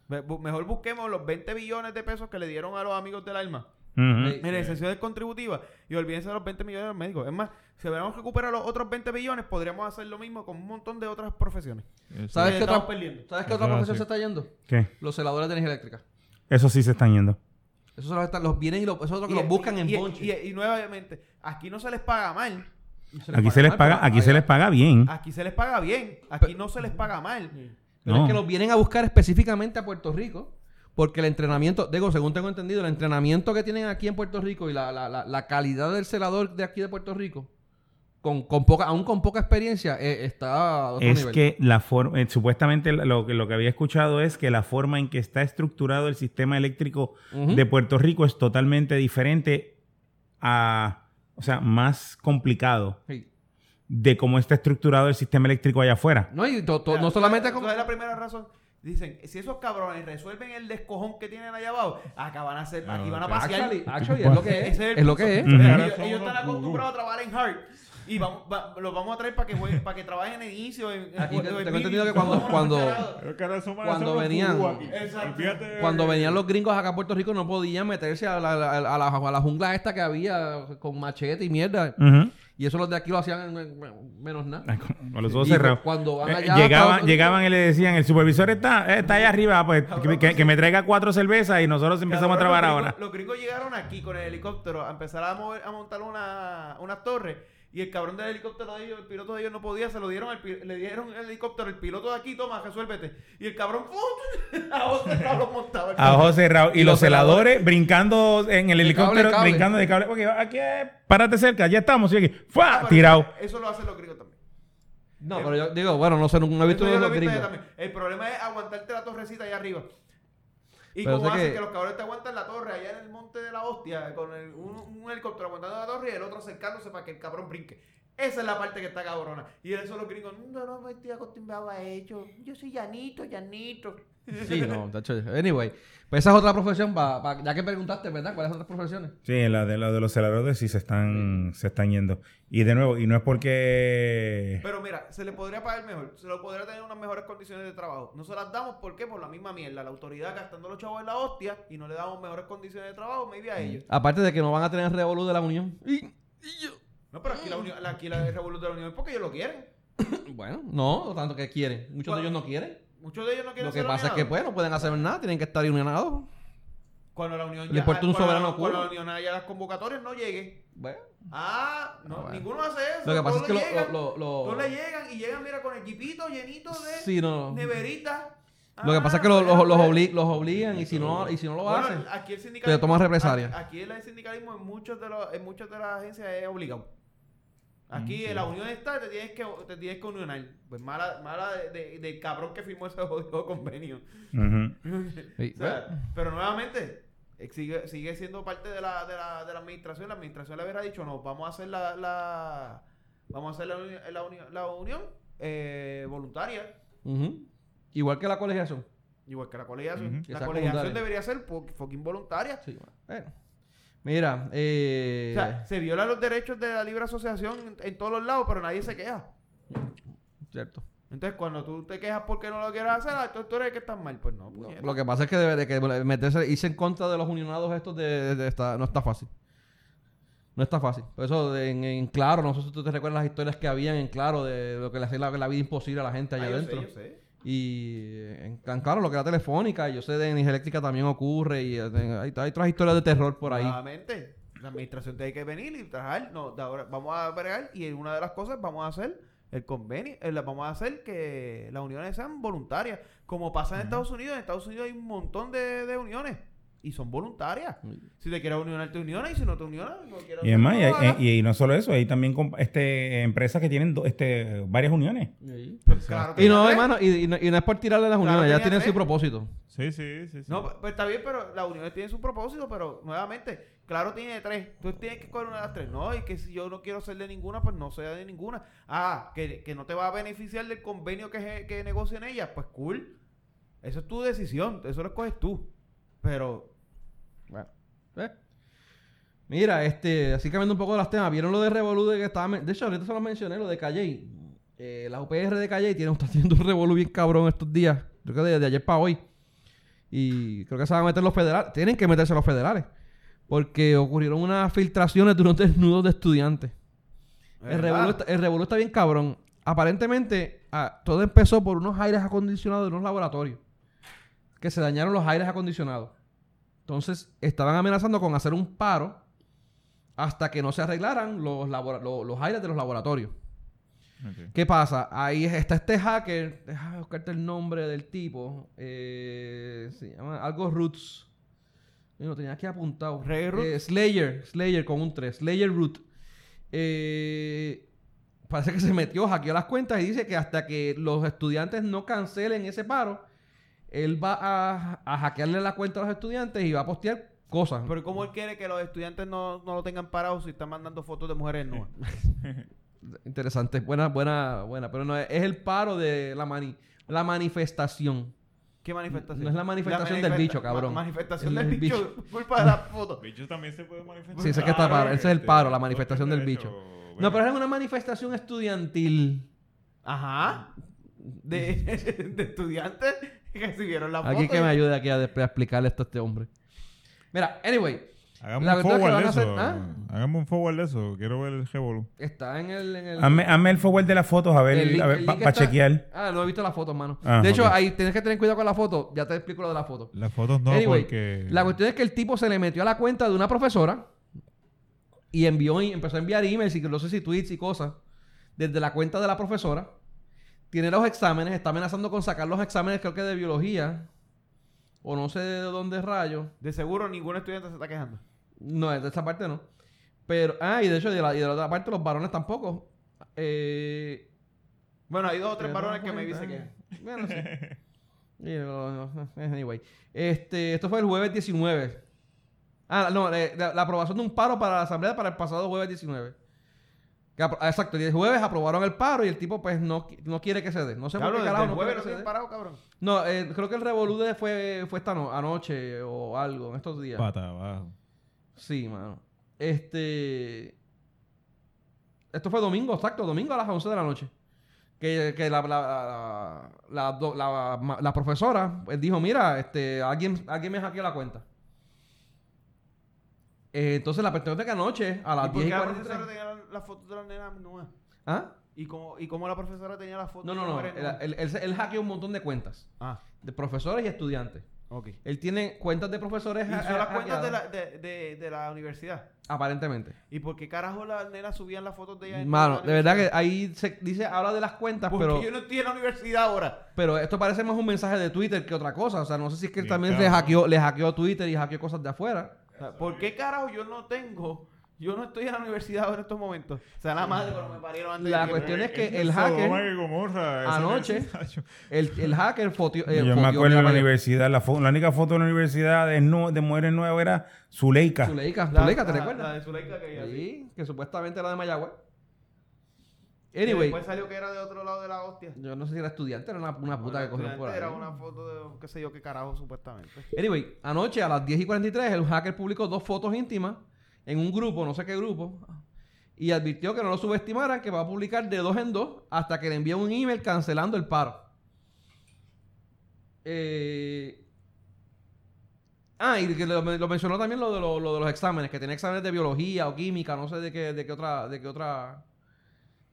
Speaker 3: Me- bu- Mejor busquemos los 20 billones de pesos que le dieron a los amigos del alma.
Speaker 4: Ujú.
Speaker 3: En exenciones contributivas y olvídense de los 20 millones de los médicos. Es más, si hubiéramos recuperado los otros 20 billones, podríamos hacer lo mismo con un montón de otras profesiones.
Speaker 2: ¿Sabes
Speaker 3: Sí,
Speaker 2: qué otra,
Speaker 3: estamos perdiendo.
Speaker 2: ¿sabes qué
Speaker 5: Eso
Speaker 4: Ah,
Speaker 2: otra
Speaker 5: es
Speaker 2: profesión
Speaker 5: así.
Speaker 2: se está yendo?
Speaker 4: ¿Qué?
Speaker 2: Los celadores de energía eléctrica.
Speaker 4: Eso sí se están yendo.
Speaker 2: Esos son los, que están- los vienen y los, esos son los que
Speaker 3: Y-
Speaker 2: los buscan
Speaker 3: y-
Speaker 2: en
Speaker 3: y,
Speaker 2: bonche.
Speaker 3: y, y nuevamente, aquí no se les paga mal,
Speaker 4: Aquí se les
Speaker 2: mal,
Speaker 4: paga,
Speaker 2: pero
Speaker 4: aquí se
Speaker 2: allá-
Speaker 4: les paga bien.
Speaker 3: aquí se les paga bien, aquí no se les paga mal.
Speaker 2: Pero
Speaker 4: No.
Speaker 2: es que los vienen a buscar específicamente a Puerto Rico. Porque el entrenamiento, digo, según tengo entendido, el entrenamiento que tienen aquí en Puerto Rico y la, la- la- la calidad del celador de aquí de Puerto Rico, con, con poca, aún con poca experiencia, eh, está a otro
Speaker 4: Es
Speaker 2: nivel.
Speaker 4: que la forma, eh, supuestamente lo, que- lo que había escuchado es que la forma en que está estructurado el sistema eléctrico
Speaker 2: Ujú.
Speaker 4: de Puerto Rico es totalmente diferente a, o sea, más complicado
Speaker 2: Sí.
Speaker 4: de cómo está estructurado el sistema eléctrico allá afuera.
Speaker 2: No, y to- to-
Speaker 3: O sea,
Speaker 2: no solamente
Speaker 3: esa-
Speaker 2: como-
Speaker 3: esa es la primera razón. Dicen, si esos cabrones resuelven el descojón que tienen allá abajo, acá van a ser, aquí van a pasear.
Speaker 2: Actually, actually, es lo que es.
Speaker 3: Ese el
Speaker 2: Es lo que
Speaker 3: punto.
Speaker 2: es.
Speaker 4: Ujú.
Speaker 3: Ellos-
Speaker 5: Ahora
Speaker 3: Ellos,
Speaker 5: son unos
Speaker 3: están
Speaker 5: gurús.
Speaker 3: acostumbrados a trabajar en hard. Y vamos, va- los vamos a traer para que, jueguen- para que trabajen en el inicio. En, en-
Speaker 2: Aquí
Speaker 3: en-
Speaker 2: te-
Speaker 3: en-
Speaker 2: tengo
Speaker 3: en-
Speaker 2: entendido que
Speaker 3: en-
Speaker 2: cuando-
Speaker 3: en-
Speaker 2: cuando-
Speaker 3: en-
Speaker 5: Pero que ahora somos-
Speaker 2: Cuando
Speaker 5: somos
Speaker 2: venían-
Speaker 5: Cuba aquí.
Speaker 3: Exacto.
Speaker 5: Olvídate-
Speaker 2: Cuando venían los gringos acá a Puerto Rico no podían meterse a la, a la- a la- a la jungla esta que había con machete y mierda.
Speaker 4: Ujú.
Speaker 2: Y eso los de aquí lo hacían en- en- menos nada.
Speaker 4: Mm. Ay, con- con los ojos
Speaker 2: Y
Speaker 4: cerrados.
Speaker 2: cuando van
Speaker 4: Eh,
Speaker 2: allá,
Speaker 4: llegaban,
Speaker 2: Estados-
Speaker 4: llegaban y le decían, el supervisor está, eh, está allá arriba, ah, pues que, que- que me traiga cuatro cervezas y nosotros empezamos a
Speaker 3: Cabrón,
Speaker 4: trabajar
Speaker 3: los gringos-
Speaker 4: ahora.
Speaker 3: Los gringos llegaron aquí con el helicóptero a empezar a, mover- a montar una, una torre. Y el cabrón del helicóptero de ellos, el piloto de ellos no podía, se lo dieron, al pi- le dieron el helicóptero, el piloto de aquí, toma, resuélvete. Y el cabrón, ¡pum! a otro lo montaba. el
Speaker 4: A
Speaker 3: cabrón.
Speaker 4: ojos cerrados. Y,
Speaker 2: Y
Speaker 4: los
Speaker 2: los celadores.
Speaker 4: celadores brincando en el
Speaker 2: De
Speaker 4: helicóptero,
Speaker 2: cable, cable.
Speaker 4: brincando de cable. Porque aquí, eh, párate cerca, ya estamos, sigue aquí. ¡Fua!
Speaker 3: Ah, pero
Speaker 4: Tirado.
Speaker 3: eso- Eso lo hacen los gringos también.
Speaker 2: No, pero yo digo, bueno, no sé, nunca he visto
Speaker 3: Eso yo
Speaker 2: uno de
Speaker 3: lo
Speaker 2: los
Speaker 3: he visto
Speaker 2: gringos.
Speaker 3: allá también. El problema es aguantarte la torrecita allá arriba. Y
Speaker 2: Pero
Speaker 3: como
Speaker 2: sé
Speaker 3: hacen
Speaker 2: que-
Speaker 3: que... los cabrones te aguantan la torre allá en el monte de la hostia, con el- un, un helicóptero aguantando la torre y el otro acercándose para que el cabrón brinque. Esa es la parte que está cabrona. Y eso los gringos, no, no me estoy acostumbrado a ello. Yo soy llanito, llanito.
Speaker 2: Sí, no, tacho. Anyway, pues esa es otra profesión, pa- pa- ya que preguntaste, ¿verdad? ¿Cuáles son las profesiones?
Speaker 4: Sí, en la de, la de los celarotes sí se están, se están yendo. Y de nuevo, y no es porque...
Speaker 3: Pero mira, se le podría pagar mejor, se le podría tener unas mejores condiciones de trabajo. No se las damos, ¿por qué? Por la misma mierda. La autoridad gastando los chavos en la hostia y no le damos mejores condiciones de trabajo, maybe a ellos.
Speaker 2: Aparte de que no van a tener revolú de la unión. Y, y yo.
Speaker 3: No, pero
Speaker 2: Mm.
Speaker 3: aquí la, unión, la- aquí la revolución de la unión es porque ellos lo quieren.
Speaker 2: Bueno, no, lo tanto que quieren. Muchos
Speaker 3: ¿Cuál?
Speaker 2: de ellos no quieren.
Speaker 3: Muchos de ellos no quieren
Speaker 2: Lo que
Speaker 3: ser
Speaker 2: pasa es que,
Speaker 3: unionados.
Speaker 2: pues, no pueden hacer nada, tienen que estar unionados.
Speaker 3: Cuando la unión
Speaker 2: Le importa un
Speaker 3: cuando la-
Speaker 2: soberano
Speaker 3: cuando la
Speaker 2: culo.
Speaker 3: unión haya las convocatorias no llegue.
Speaker 2: Bueno,
Speaker 3: Ah, no,
Speaker 2: Ah, bueno.
Speaker 3: ninguno hace eso.
Speaker 2: lo que pasa
Speaker 3: Todos
Speaker 2: es que
Speaker 3: le
Speaker 2: lo.
Speaker 3: llegan,
Speaker 2: lo- lo-
Speaker 3: todos
Speaker 2: lo-
Speaker 3: le llegan y llegan, mira, con el jeepito llenito de
Speaker 2: Sí, no.
Speaker 3: neverita.
Speaker 2: Lo que pasa es que lo- los, los obli- los obligan y si no, y si no lo
Speaker 3: Ah, pues. Bueno,
Speaker 2: hacen.
Speaker 3: aquí el sindicalismo,
Speaker 2: toman represalias.
Speaker 3: Aquí, aquí el sindicalismo en muchos de los, en muchas de las agencias es obligado. Aquí
Speaker 2: Mm,
Speaker 3: en la unión está, te tienes que, te tienes que unionar. Pues mala, mala de- de- del cabrón que firmó ese jodido convenio.
Speaker 4: Ujú.
Speaker 2: Sí,
Speaker 3: O sea, pero nuevamente, eh, sigue, sigue siendo parte de la, de, la, de la administración. La administración le hubiera dicho, no, vamos a hacer la, la- vamos a hacer la, uni- la uni- la unión eh, voluntaria.
Speaker 2: Ujú. Igual que la colegiación.
Speaker 3: Igual que la colegiación.
Speaker 5: Ujú.
Speaker 2: Que
Speaker 3: La
Speaker 2: sea
Speaker 3: colegiación
Speaker 2: voluntaria.
Speaker 3: debería ser po- fucking voluntaria.
Speaker 2: Sí, bueno. Mira, eh,
Speaker 3: O sea, se violan los derechos de la libre asociación en, en todos los lados, pero nadie se queja.
Speaker 2: cierto.
Speaker 3: Entonces, cuando tú te quejas porque no lo quieres hacer, ah, entonces tú eres el que estás mal. Pues no,
Speaker 2: No,
Speaker 3: puñeta.
Speaker 2: lo que pasa es que, debe- de que meterse, irse en contra de los unionados estos de, de- de esta- no está fácil. No está fácil. Por eso de- en, en Claro, no sé si tú te recuerdas las historias que habían en Claro de lo que le hacía la, la vida imposible a la gente allá
Speaker 3: Ah, yo sé,
Speaker 2: adentro.
Speaker 3: yo sé.
Speaker 2: Y eh, en, en Claro, lo que era Telefónica, yo sé de Energía Eléctrica también ocurre y eh, de- hay, hay otras historias de terror por ahí.
Speaker 3: Ah. Nuevamente, la administración tiene que venir y trabajar. No, de ahora vamos a bregar y en una de las cosas vamos a hacer el convenio, eh, la- vamos a hacer que las uniones sean voluntarias. Como pasa en Estados Unidos, en Estados Unidos hay un montón de, de uniones y son voluntarias. Si te quieres unionar, te unionas y si no te unionas, no quieres
Speaker 4: Y es más, y,
Speaker 3: unionar, no lo hagas.
Speaker 4: hay- y- y no solo eso, hay también comp- este, empresas que tienen do- este, varias uniones.
Speaker 2: Sí.
Speaker 3: Pues claro que
Speaker 2: Y no,
Speaker 3: sí.
Speaker 2: hermano, y, y no, y no es por tirarle las uniones,
Speaker 3: tenía
Speaker 2: ya tienen
Speaker 3: tres.
Speaker 2: su propósito.
Speaker 5: Sí, sí, sí. sí.
Speaker 3: No, pues está bien, pero las uniones tienen su propósito, pero nuevamente, claro, tiene tres. Tú tienes que escoger una de las tres. No, y que si yo no quiero ser de ninguna, pues no sea de ninguna. Ah, que, que no te va a beneficiar del convenio que, je- que negocien ellas, pues cool. Eso es tu decisión, eso lo escoges tú. Pero,
Speaker 2: Bueno, ¿ves? Mira, este, así cambiando un poco de las temas, ¿vieron lo de Revolú de que estaba... men- De hecho, ahorita se los mencioné, lo de Calle. Eh, la UPR de Calle tiene, está haciendo un Revolú bien cabrón estos días. Creo que de, de ayer para hoy. Y creo que se van a meter los federales. Tienen que meterse los federales. Porque ocurrieron unas filtraciones de unos desnudos de estudiantes. El revolú, está, el revolú está bien cabrón. Aparentemente, ah, todo empezó por unos aires acondicionados de unos laboratorios. Que se dañaron los aires acondicionados. Entonces, estaban amenazando con hacer un paro hasta que no se arreglaran los, labora- lo- los aires de los laboratorios.
Speaker 5: Ok.
Speaker 2: ¿Qué pasa? Ahí está este hacker. Déjame buscarte el nombre del tipo. eh, se llama algo Roots. Yo lo tenía aquí apuntado.
Speaker 3: ¿Reggae Roots?
Speaker 2: Eh, Slayer. Slayer con un 3. Slayer Root. Eh, parece que se metió, hackeó las cuentas y dice que hasta que los estudiantes no cancelen ese paro, él va a, a hackearle la cuenta a los estudiantes y va a postear cosas.
Speaker 3: pero ¿cómo él quiere que los estudiantes no, no lo tengan parado si están mandando fotos de mujeres nuevas?
Speaker 2: Interesante, buena, buena, buena. Pero no, es es el paro de la, mani la manifestación.
Speaker 3: ¿Qué manifestación?
Speaker 2: No es la manifestación del bicho, cabrón.
Speaker 3: ma- manifestación
Speaker 2: El-
Speaker 3: del
Speaker 2: el
Speaker 3: bicho. Culpa de las fotos.
Speaker 5: Bicho también se puede manifestar. Ah, este,
Speaker 2: Sí, ese es que está paro, ese es el paro, la manifestación del bicho. No, pero es una manifestación estudiantil.
Speaker 3: Ajá. De, de estudiantes que recibieron la foto.
Speaker 2: Aquí que me ayude aquí a, des- a explicarle esto a este hombre. Mira, anyway,
Speaker 5: Hagamos
Speaker 2: La
Speaker 5: un
Speaker 2: verdad es que
Speaker 5: forward
Speaker 2: van
Speaker 5: de
Speaker 2: a
Speaker 5: eso.
Speaker 2: hacer- ¿Ah?
Speaker 5: Hagamos un forward de eso. Quiero ver el Revolu.
Speaker 2: está en el... En el
Speaker 4: Hazme, hazme el forward de las fotos a ver,
Speaker 2: el link-
Speaker 4: a
Speaker 2: el
Speaker 4: ver
Speaker 2: link
Speaker 4: para
Speaker 2: está-
Speaker 4: chequear.
Speaker 2: Ah, no he visto la foto, hermano.
Speaker 4: Ah,
Speaker 2: de hecho,
Speaker 4: ok.
Speaker 2: ahí tienes que tener cuidado con la foto. Ya te explico lo de la foto.
Speaker 5: Las fotos no,
Speaker 2: Anyway,
Speaker 5: porque.
Speaker 2: La cuestión es que el tipo se le metió a la cuenta de una profesora y envió y empezó a enviar emails y no sé si tweets y cosas desde la cuenta de la profesora. Tiene los exámenes, está amenazando con sacar los exámenes, creo que de biología o no sé de dónde rayos.
Speaker 3: De seguro ningún estudiante se está quejando.
Speaker 2: No, de esa parte no. Pero, ah, y de hecho, de la, y de la otra parte, los varones tampoco. Eh,
Speaker 3: Bueno, hay dos o tres
Speaker 2: pero
Speaker 3: varones
Speaker 2: no
Speaker 3: que me dicen
Speaker 2: cuenta.
Speaker 3: que.
Speaker 2: Bueno, sí. Y no, no, no, Anyway. Este, esto fue el jueves 19. Ah, no, eh, la, la aprobación de un paro para la asamblea para el pasado jueves 19. Que apro- ah, Exacto, el jueves aprobaron el paro y el tipo pues no, qui- no quiere que se dé. No sé por
Speaker 3: Cabrón,
Speaker 2: qué
Speaker 3: desde
Speaker 2: carajo
Speaker 3: el
Speaker 2: no
Speaker 3: jueves
Speaker 2: quiere
Speaker 3: no
Speaker 2: que se
Speaker 3: tienen
Speaker 2: dé.
Speaker 3: parado, cabrón.
Speaker 2: No, eh, creo que el revolú de fue, fue esta no- anoche o algo, en estos días.
Speaker 1: Pata abajo.
Speaker 2: Sí, mano. Este. Esto fue domingo, exacto, domingo a las 11 de la noche. Que, que la, la, la, la, do- la- ma- la profesora pues, dijo: Mira, este, alguien, alguien me hackeó la cuenta. Eh, entonces, la pertenece que anoche, a
Speaker 3: ¿Y
Speaker 2: las
Speaker 3: por
Speaker 2: 10 y
Speaker 3: qué la profesora
Speaker 2: 43.
Speaker 3: tenía la- la foto de la nena nueva?
Speaker 2: ¿Ah?
Speaker 3: ¿Y cómo, ¿Y cómo la profesora tenía la foto
Speaker 2: No,
Speaker 3: de
Speaker 2: no,
Speaker 3: la
Speaker 2: no.
Speaker 3: mujer
Speaker 2: Él,
Speaker 3: nueva?
Speaker 2: él, él- él hackeó un montón de cuentas.
Speaker 3: Ah,
Speaker 2: De profesores y estudiantes.
Speaker 3: ok.
Speaker 2: Él tiene cuentas de profesores.
Speaker 3: Y
Speaker 2: ha-
Speaker 3: son las
Speaker 2: ha-
Speaker 3: cuentas de
Speaker 2: hackeadas,
Speaker 3: la, de, de, de la universidad.
Speaker 2: Aparentemente.
Speaker 3: ¿Y por qué carajo las nenas subían las fotos de ella? en
Speaker 2: Mano,
Speaker 3: la
Speaker 2: de verdad que
Speaker 3: universidad?
Speaker 2: ahí se dice, habla de las cuentas,
Speaker 3: Porque
Speaker 2: pero.
Speaker 3: yo no estoy en la universidad ahora.
Speaker 2: Pero esto parece más un mensaje de Twitter que otra cosa. O sea, no sé si es que él
Speaker 5: Sí,
Speaker 2: también
Speaker 5: claro.
Speaker 2: se hackeó, le hackeó Twitter y hackeó cosas de afuera.
Speaker 3: O sea, ¿Por qué carajo yo no tengo... Yo no estoy en la universidad ahora en estos momentos. O sea, la madre pero me parieron antes
Speaker 2: La
Speaker 3: de tiempo.
Speaker 2: cuestión es que
Speaker 5: Eso
Speaker 2: el
Speaker 5: es
Speaker 2: hacker
Speaker 3: oh
Speaker 5: Sodoma y Gomorra, eso
Speaker 2: anoche-
Speaker 5: es- Tacho.
Speaker 2: El, el hacker fotió. eh,
Speaker 4: Yo me
Speaker 2: fotió,
Speaker 4: acuerdo en la
Speaker 2: mira,
Speaker 4: universidad, la, fo- la única foto de la universidad de, nu- de mujeres nuevas era Zuleika.
Speaker 2: Zuleika,
Speaker 3: La-
Speaker 2: Zuleika, ¿te
Speaker 3: ajá,
Speaker 2: recuerdas?
Speaker 3: La de Zuleika que ella sí.
Speaker 2: Sí, que supuestamente era de Mayagüez.
Speaker 3: Y
Speaker 2: Anyway,
Speaker 3: Después salió que era de otro lado de la hostia.
Speaker 2: yo no sé si era estudiante, era una, una puta que corrió por ahí.
Speaker 3: Era una foto de qué sé yo qué carajo supuestamente.
Speaker 2: Anyway, anoche a las 10 y 43 el hacker publicó dos fotos íntimas en un grupo, no sé qué grupo, y advirtió que no lo subestimaran, que va a publicar de dos en dos hasta que le envíe un email cancelando el paro. Eh, Ah, y que lo, lo mencionó también lo de, lo- lo de los exámenes, que tenía exámenes de biología o química, no sé de qué, de qué otra, de qué otra,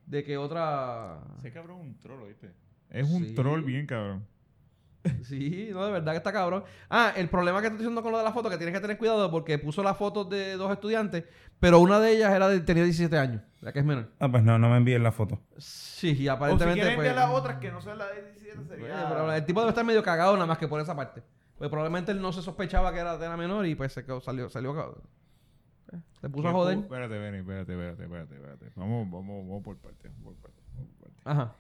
Speaker 2: de qué otra...
Speaker 5: Ese cabrón es un troll, ¿oíste? Es un
Speaker 2: Sí.
Speaker 5: troll bien cabrón.
Speaker 2: Sí, no, de verdad que está cabrón. Ah, el problema que estoy diciendo con lo de la foto, que tienes que tener cuidado porque puso las fotos de dos estudiantes, pero una de ellas era de, tenía 17 años, la que es menor.
Speaker 4: Ah, pues no, no me envíen la foto.
Speaker 2: Sí, y
Speaker 3: O si
Speaker 2: aparentemente
Speaker 3: quieren
Speaker 2: pues,
Speaker 3: ver las otras que no sean la de 17
Speaker 2: pues,
Speaker 3: sería...
Speaker 2: pero el tipo debe estar medio cagado nada más que por esa parte. Pues probablemente él no se sospechaba que era de la menor y pues se quedó- salió, salió cagado. Eh, Se puso a
Speaker 5: Qué
Speaker 2: joder.
Speaker 5: pu- Espérate, Benny, espérate, espérate, espérate, espérate. Vamos, vamos, vamos por partes, vamos por partes, vamos por partes.
Speaker 2: Ajá.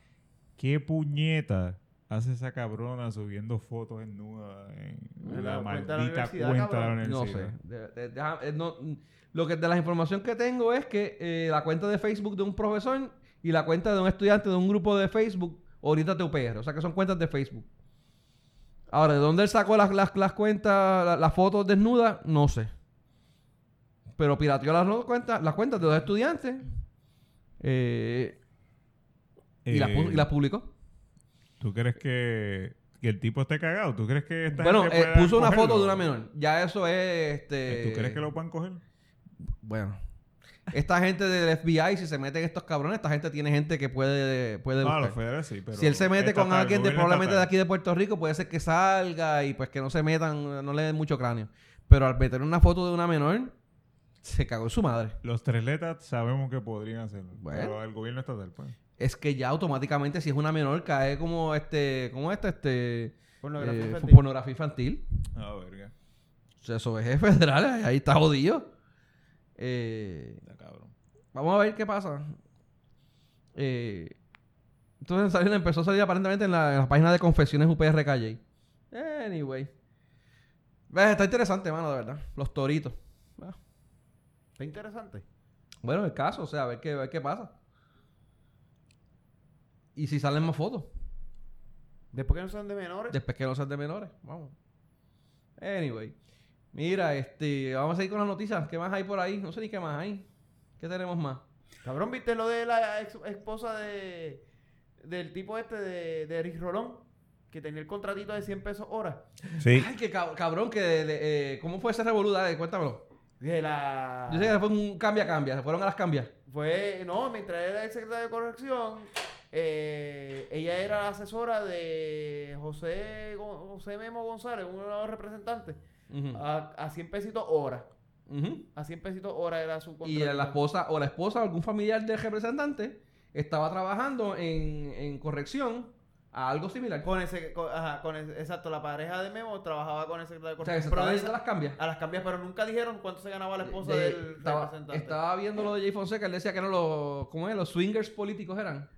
Speaker 5: ¿Qué puñeta hace esa cabrona subiendo fotos en nuda en
Speaker 3: En
Speaker 5: la,
Speaker 3: la cuenta de la
Speaker 5: maldita
Speaker 3: universidad,
Speaker 5: cuenta de la
Speaker 3: cabrón?
Speaker 2: No
Speaker 5: universidad?
Speaker 2: sé. De- de- deja- eh, no, mm, lo que de la información que tengo es que eh, la cuenta de Facebook de un profesor y la cuenta de un estudiante de un grupo de Facebook, ahorita UPR. O sea que son cuentas de Facebook. Ahora, ¿de dónde él sacó las, las, las cuentas, la- las fotos desnudas? No sé. Pero pirateó las no- cuentas, las cuentas de los estudiantes. eh, y, las
Speaker 5: Eh,
Speaker 2: pu- y las publicó.
Speaker 5: ¿Tú crees que, que el tipo esté cagado? ¿Tú crees que esta
Speaker 2: Bueno,
Speaker 5: gente
Speaker 2: eh,
Speaker 5: pueda
Speaker 2: puso una
Speaker 5: cogerlo? Eh,
Speaker 2: foto de una menor. Eh, Ya eso es. Este,
Speaker 5: ¿Tú crees que lo puedan coger?
Speaker 2: Bueno. Esta gente del FBI, si se meten estos cabrones, esta gente tiene gente que puede, puede
Speaker 5: Ah, los
Speaker 2: buscar.
Speaker 5: federales sí, pero...
Speaker 2: si él se mete con
Speaker 5: estatal,
Speaker 2: alguien de,
Speaker 5: gobierno
Speaker 2: probablemente de
Speaker 5: estatal.
Speaker 2: aquí de Puerto Rico, puede ser que salga y pues que no se metan, no le den mucho cráneo. Pero al meter una foto de una menor, se cagó en su madre.
Speaker 5: Los tres letras sabemos que podrían hacerlo.
Speaker 2: Bueno.
Speaker 5: Pero el gobierno estatal, pues.
Speaker 2: Es que ya automáticamente, si es una menor, cae como este, como este, este, eh,
Speaker 3: Pornografía infantil.
Speaker 2: pornografía infantil.
Speaker 5: Ah, verga.
Speaker 2: O sea, eso es federal, ahí está jodido. Eh,
Speaker 5: Está cabrón.
Speaker 2: Vamos a ver qué pasa. Eh, entonces salió- empezó a salir aparentemente en la, en la página de confesiones UPR Calle. Anyway. Eh, Está interesante, mano, de verdad. Los toritos. Ah,
Speaker 3: Está interesante.
Speaker 2: Bueno, el caso, o sea, a ver qué, a ver qué pasa. Y si salen más fotos.
Speaker 3: Después que no sean de menores.
Speaker 2: Después que no sean de menores. Vamos. Anyway. Mira, este, vamos a seguir con las noticias. ¿Qué más hay por ahí? No sé ni qué más hay. ¿Qué tenemos más?
Speaker 3: Cabrón, ¿viste lo de la ex- esposa de del tipo este de, de Eric Rolón? Que tenía el contratito de 100 pesos hora.
Speaker 4: Sí.
Speaker 2: Ay, qué cab- cabrón, que le- eh, ¿cómo fue ese revoluda? Cuéntamelo.
Speaker 3: De la...
Speaker 2: Yo sé que fue un cambia cambia, se fueron a las cambias.
Speaker 3: Fue, no, mientras era el secretario de corrección, eh, ella era la asesora de José, Go- José Memo González, uno de los representantes,
Speaker 2: Ujú.
Speaker 3: a, a 100 pesitos hora.
Speaker 2: Ujú.
Speaker 3: A 100 pesitos hora era su
Speaker 2: Y
Speaker 3: contrato.
Speaker 2: la esposa o la esposa o algún familiar del representante estaba trabajando en, en corrección a algo similar.
Speaker 3: Con ese, con- ajá, con ese- exacto, la pareja de Memo trabajaba con el secretario de
Speaker 2: o sea, que se
Speaker 3: corrección. pero
Speaker 2: estaba
Speaker 3: esa-
Speaker 2: yendo a las cambias.
Speaker 3: a las cambias, pero nunca dijeron cuánto se ganaba la esposa
Speaker 2: De-
Speaker 3: del
Speaker 2: estaba,
Speaker 3: representante.
Speaker 2: estaba viendo lo de Jay Fonseca, él decía que eran los, ¿cómo es? Los swingers políticos eran.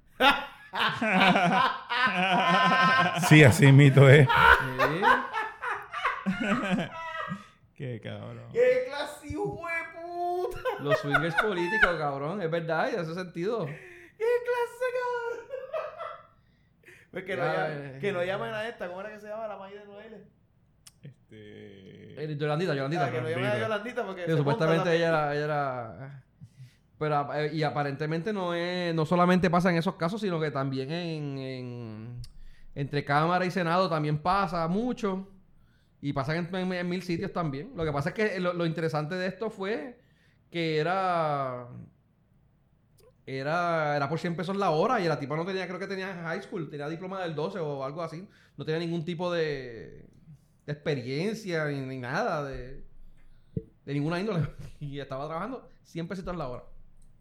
Speaker 4: Sí, así mito es.
Speaker 2: Sí.
Speaker 4: Qué cabrón.
Speaker 3: ¡Qué clase hijo de puta!
Speaker 2: Los swingers políticos, cabrón. Es verdad, y hace sentido.
Speaker 3: ¡Qué clase, cabrón! Pues que, no
Speaker 2: Ya,
Speaker 3: llamen,
Speaker 2: eh,
Speaker 3: que no llamen a esta, ¿cómo era que se llama? La May de Noel.
Speaker 4: Este.
Speaker 2: Eh, Yolandita, Yolandita.
Speaker 3: Ah, que no llamen
Speaker 4: Yolandita.
Speaker 3: a Yolandita porque.
Speaker 2: Sí,
Speaker 3: se monta
Speaker 2: supuestamente
Speaker 3: la-
Speaker 2: ella era, ella era- Pero, eh, y aparentemente no es, no solamente pasa en esos casos, sino que también en, en- entre Cámara y Senado también pasa mucho. Y pasa en, en- en mil sitios también. Lo que pasa es que lo, lo interesante de esto fue que era. Era, era por 100 pesos la hora y la tipa no tenía, creo que tenía high school, tenía diploma del 12 o algo así. No tenía ningún tipo de, de experiencia ni, ni nada de, de ninguna índole. Y estaba trabajando 100 pesitos la hora.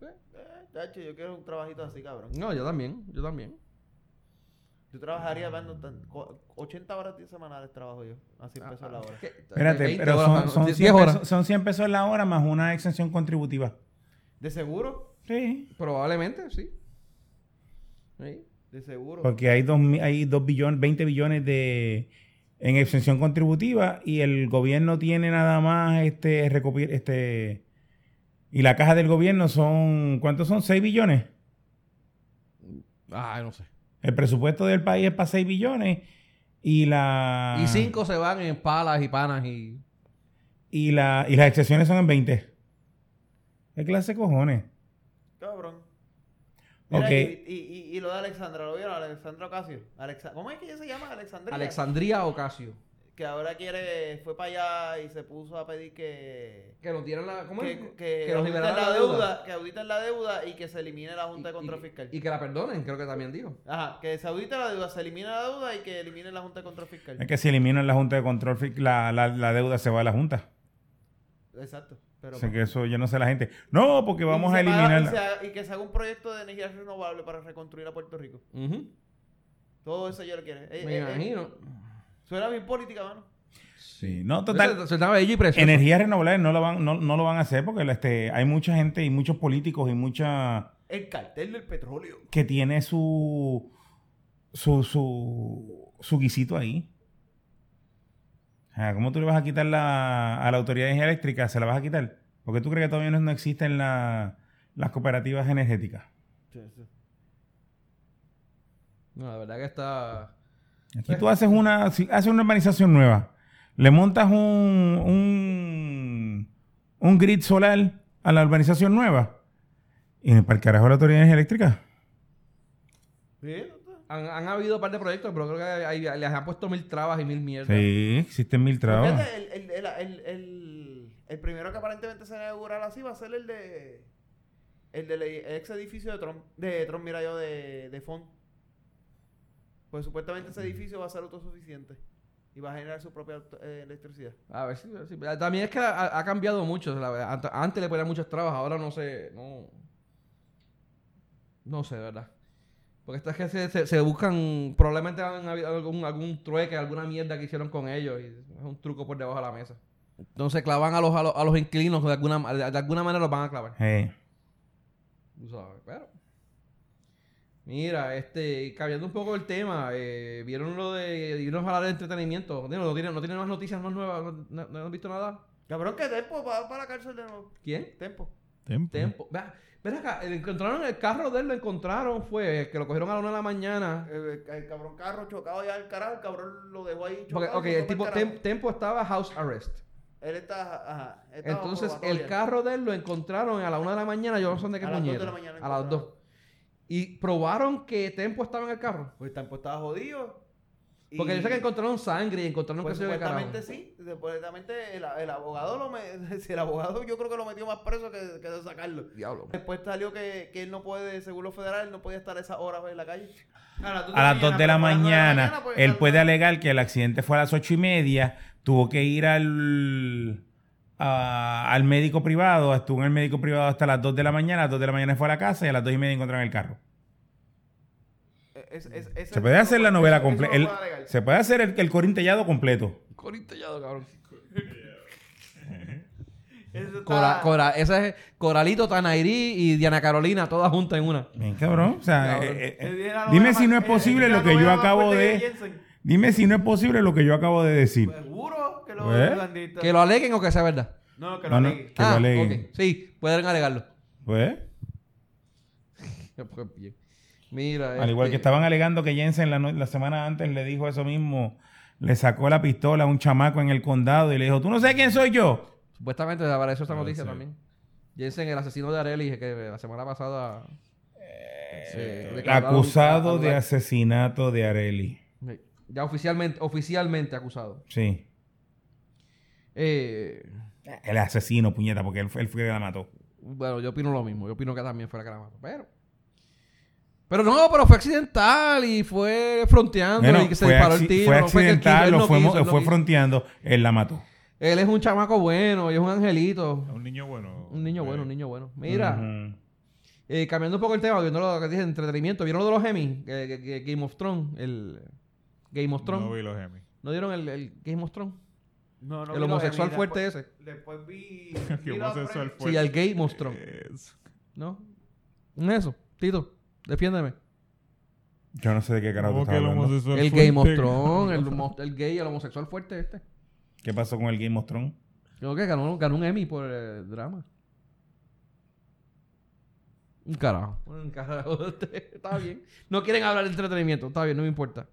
Speaker 3: Eh, chacho, yo quiero un trabajito así, cabrón.
Speaker 2: No, yo también, yo también.
Speaker 3: Yo trabajaría dando tan- co- 80 horas semanales trabajo yo. Así
Speaker 2: Ah,
Speaker 3: empezó la hora.
Speaker 2: ¿Qué?
Speaker 4: Espérate,
Speaker 2: 20
Speaker 4: pero
Speaker 2: horas,
Speaker 4: son,
Speaker 2: ¿no?
Speaker 4: son,
Speaker 2: 10
Speaker 4: 100
Speaker 2: horas.
Speaker 4: pesos, son 100 pesos la hora más una exención contributiva.
Speaker 3: ¿De seguro?
Speaker 4: Sí.
Speaker 2: Probablemente, sí. Sí.
Speaker 3: De seguro.
Speaker 4: Porque hay 2 hay dos billones, 20 billones de en exención contributiva y el gobierno tiene nada más este recopi- este y la caja del gobierno son ¿cuántos son? 6 billones.
Speaker 2: Ah, no sé.
Speaker 4: El presupuesto del país es para 6 billones y la
Speaker 2: Y cinco se van en palas y panas y...
Speaker 4: y la y las exenciones son en 20. ¿Qué clase de cojones?
Speaker 3: Cabrón. Mira,
Speaker 4: Ok.
Speaker 3: y, y, y- y lo de Alexandra, ¿lo vieron? Alexandra Ocasio. Alexa- ¿Cómo es que ella se llama? Alexandria.
Speaker 2: Alexandria Ocasio.
Speaker 3: que ahora quiere, fue para allá y se puso a pedir que.
Speaker 2: Que nos dieran la... ¿Cómo es?
Speaker 3: Que, que,
Speaker 2: nos
Speaker 3: auditen
Speaker 2: liberaran
Speaker 3: la deuda, que auditen la deuda y que se elimine la Junta de Control
Speaker 2: y,
Speaker 3: Fiscal.
Speaker 2: y que la perdonen, creo que también dijo.
Speaker 3: Ajá, que se audite la deuda, se elimine la deuda y que elimine la Junta de Control Fiscal.
Speaker 4: Es que si eliminan la Junta de Control, fi- la, la, la deuda se va a la Junta.
Speaker 3: Exacto. Pero
Speaker 4: O sea que eso yo no sé la gente. No, porque vamos
Speaker 3: Y
Speaker 4: a
Speaker 3: se paga-
Speaker 4: eliminar.
Speaker 3: y, se haga- y que se haga un proyecto de energía renovable para reconstruir a Puerto Rico.
Speaker 2: Ujú.
Speaker 3: Todo eso yo lo quiero. Eh,
Speaker 2: Me
Speaker 3: eh, eh,
Speaker 2: imagino.
Speaker 3: suena bien política, mano.
Speaker 4: Sí, no, total.
Speaker 2: Se estaba bello y precioso.
Speaker 4: Energías renovables no lo van, no, no lo van a hacer porque este, hay mucha gente y muchos políticos y mucha
Speaker 3: El cartel del petróleo.
Speaker 4: que tiene su su su, su guisito ahí. Ah, ¿Cómo tú le vas a quitar la, a la autoridad de energía eléctrica? ¿Se la vas a quitar? Porque tú crees que todavía no, no existen la- las cooperativas energéticas.
Speaker 2: No, la verdad que está...
Speaker 4: Aquí tú haces una, si haces una urbanización nueva, le montas un, un, un grid solar a la urbanización nueva y para el carajo la autoridad eléctrica.
Speaker 3: Sí,
Speaker 2: Han, han habido un par de proyectos, pero creo que hay- hay- les han puesto mil trabas y mil mierdas.
Speaker 4: Sí, existen mil trabas.
Speaker 3: Fíjate, el, el, el, el, el- el primero que aparentemente se va a inaugurar así va a ser el de. El del ex edificio de Trump. De Trump, mira yo, de, de Font. Pues supuestamente ese edificio va a ser autosuficiente. Y va a generar su propia auto- eh, electricidad.
Speaker 2: A ver si. si- También es que ha, ha cambiado mucho. la verdad. Ant- Antes le ponían muchas trabas, ahora no sé. No, no sé, de verdad. Porque estas que se, se- se buscan. Probablemente han habido algún, algún trueque, alguna mierda que hicieron con ellos. Y es un truco por debajo de la mesa. Entonces clavan a los, a los, a los inquilinos. De alguna, ma- de, de alguna manera los van a clavar.
Speaker 4: Sí.
Speaker 2: Tú sabes, pero. Mira, este, cambiando un poco el tema, eh, ¿vieron lo de irnos a hablar de entretenimiento? No, no tienen, no tienen más noticias más nuevas, no, no- no han visto nada.
Speaker 3: Cabrón, que Tempo va para la cárcel de nuevo.
Speaker 2: ¿Quién?
Speaker 3: Tempo.
Speaker 2: Tempo. Vea, ven acá, el- encontraron el carro de él, lo encontraron, fue, eh, que lo cogieron a la una de la mañana.
Speaker 3: Eh, el cabrón carro chocado ya al carajo. El cabrón lo dejó ahí
Speaker 2: Porque,
Speaker 3: chocado.
Speaker 2: ok,
Speaker 3: se
Speaker 2: el
Speaker 3: fue
Speaker 2: tipo,
Speaker 3: pa'l carajo.
Speaker 2: Tem- Tempo estaba house arrest.
Speaker 3: Él está. Ajá. él estaba
Speaker 2: Entonces,
Speaker 3: probatoria.
Speaker 2: el carro de él lo encontraron a la una de la mañana, yo no sé de qué
Speaker 3: A las dos de
Speaker 2: puñeta,
Speaker 3: la mañana
Speaker 2: A las dos.
Speaker 3: encontraron.
Speaker 2: Y probaron que Tempo estaba en el carro.
Speaker 3: Pues Tempo estaba jodido.
Speaker 2: Porque yo sé que
Speaker 3: Y-
Speaker 2: encontraron sangre y encontraron
Speaker 3: Pues
Speaker 2: qué sé yo qué carajo.
Speaker 3: supuestamente sí, supuestamente el, el abogado lo me- si el abogado yo creo que lo metió más preso que, que de sacarlo.
Speaker 2: Diablo.
Speaker 3: Después salió que, que él no puede, según lo federal, no podía estar esas horas en la calle. A las 2
Speaker 4: A las 2 de la mañana,
Speaker 3: pues,
Speaker 4: él
Speaker 3: tal-
Speaker 4: puede alegar que el accidente fue a las 8 y media, tuvo que ir al, a- al médico privado, estuvo en el médico privado hasta las 2 de la mañana, a las 2 de la mañana fue a la casa y a las 2 y media encontraron el carro.
Speaker 3: Eh, Es- es- es-
Speaker 4: Se puede hacer la novela
Speaker 3: eso- eso no
Speaker 4: completa,
Speaker 3: puede alegar.
Speaker 4: se puede hacer el, el corintellado completo.
Speaker 2: Corintellado, cabrón.
Speaker 3: Eso está-
Speaker 2: Cora,
Speaker 4: Ah.
Speaker 2: Cora, esa es Coralito, Tanairí y Diana Carolina, todas juntas en una.
Speaker 4: Bien, cabrón. O sea,
Speaker 2: Cabrón.
Speaker 4: eh, eh, eh,
Speaker 3: es la novela
Speaker 4: dime si
Speaker 3: más-
Speaker 4: no es
Speaker 3: eh,
Speaker 4: posible
Speaker 3: la
Speaker 4: lo que yo
Speaker 3: novela más
Speaker 4: acabo
Speaker 3: fuerte que
Speaker 4: de.
Speaker 3: Jensen.
Speaker 4: Dime si no es posible lo que yo acabo de decir.
Speaker 3: Seguro que lo lo
Speaker 4: ¿Eh?
Speaker 3: del bandito.
Speaker 2: Que lo aleguen o que sea verdad.
Speaker 3: No, que lo
Speaker 4: No, no,
Speaker 3: negue.
Speaker 4: que lo
Speaker 2: Ah,
Speaker 4: aleguen.
Speaker 2: ok. Sí, pueden alegarlo.
Speaker 4: Pues,
Speaker 2: Mira.
Speaker 4: al igual
Speaker 2: este,
Speaker 4: que estaban alegando que Jensen la, no- la semana antes le dijo eso mismo, le sacó la pistola a un chamaco en el condado y le dijo, ¿tú no sabes quién soy yo?
Speaker 2: Supuestamente apareció
Speaker 4: Ah,
Speaker 2: esa
Speaker 5: No
Speaker 2: noticia
Speaker 5: sé.
Speaker 2: también. Jensen, el asesino de Arely, que la semana pasada. se declararon-
Speaker 4: Eh, Acusado de
Speaker 2: a- a-
Speaker 4: asesinato de Areli.
Speaker 2: Ya oficialmente, oficialmente acusado.
Speaker 4: Sí.
Speaker 2: Eh,
Speaker 4: El asesino, puñeta, porque él, fue- él fue el que la mató.
Speaker 2: bueno, yo opino lo mismo. Yo opino que también fue la que la mató, Pero. Pero no, pero fue accidental y fue fronteando
Speaker 4: Bueno,
Speaker 2: y que se
Speaker 4: fue,
Speaker 2: disparó
Speaker 4: acci-
Speaker 2: el
Speaker 4: fue
Speaker 2: tiro. no que él
Speaker 4: accidental,
Speaker 2: quiso, él
Speaker 4: lo
Speaker 2: no
Speaker 4: fue,
Speaker 2: quiso, él
Speaker 4: lo
Speaker 2: no
Speaker 4: fue
Speaker 2: quiso.
Speaker 4: fronteando, él la mató.
Speaker 2: Él es un chamaco bueno y es un angelito.
Speaker 5: Un niño bueno.
Speaker 2: Un niño bueno, un niño bueno. Mira,
Speaker 4: Ujú.
Speaker 2: eh, cambiando un poco el tema, viendo lo que dije, entretenimiento. ¿Vieron lo de los Emmy? Que- que- que Game of Thrones. El Game of Thrones.
Speaker 5: No vi los Emmy.
Speaker 2: ¿No dieron el, el Game of Thrones?
Speaker 3: No, no
Speaker 2: el
Speaker 3: vi los
Speaker 2: homosexual
Speaker 3: Emmy,
Speaker 2: fuerte
Speaker 3: después-
Speaker 2: ese.
Speaker 3: Después vi.
Speaker 5: Que
Speaker 3: vi la
Speaker 5: homosexual
Speaker 3: pre-
Speaker 5: Pues-
Speaker 2: sí, el gay monstruo.
Speaker 3: Eh,
Speaker 5: Es-
Speaker 2: ¿No? Eso, Tito, defiéndeme.
Speaker 4: Yo no sé de qué carajo tú
Speaker 5: ¿Cómo que
Speaker 4: estás
Speaker 5: el
Speaker 4: hablando.
Speaker 5: homosexual
Speaker 2: El
Speaker 5: fue
Speaker 2: gay
Speaker 5: un
Speaker 2: monstrón, el, homo- el gay, el homosexual fuerte este.
Speaker 4: ¿Qué pasó con el Game of Thrones?
Speaker 2: Creo que ganó, ganó un Emmy por eh, drama. Un carajo. Un carajo.
Speaker 3: este.
Speaker 2: está bien. No quieren hablar de entretenimiento. Está bien, no me importa.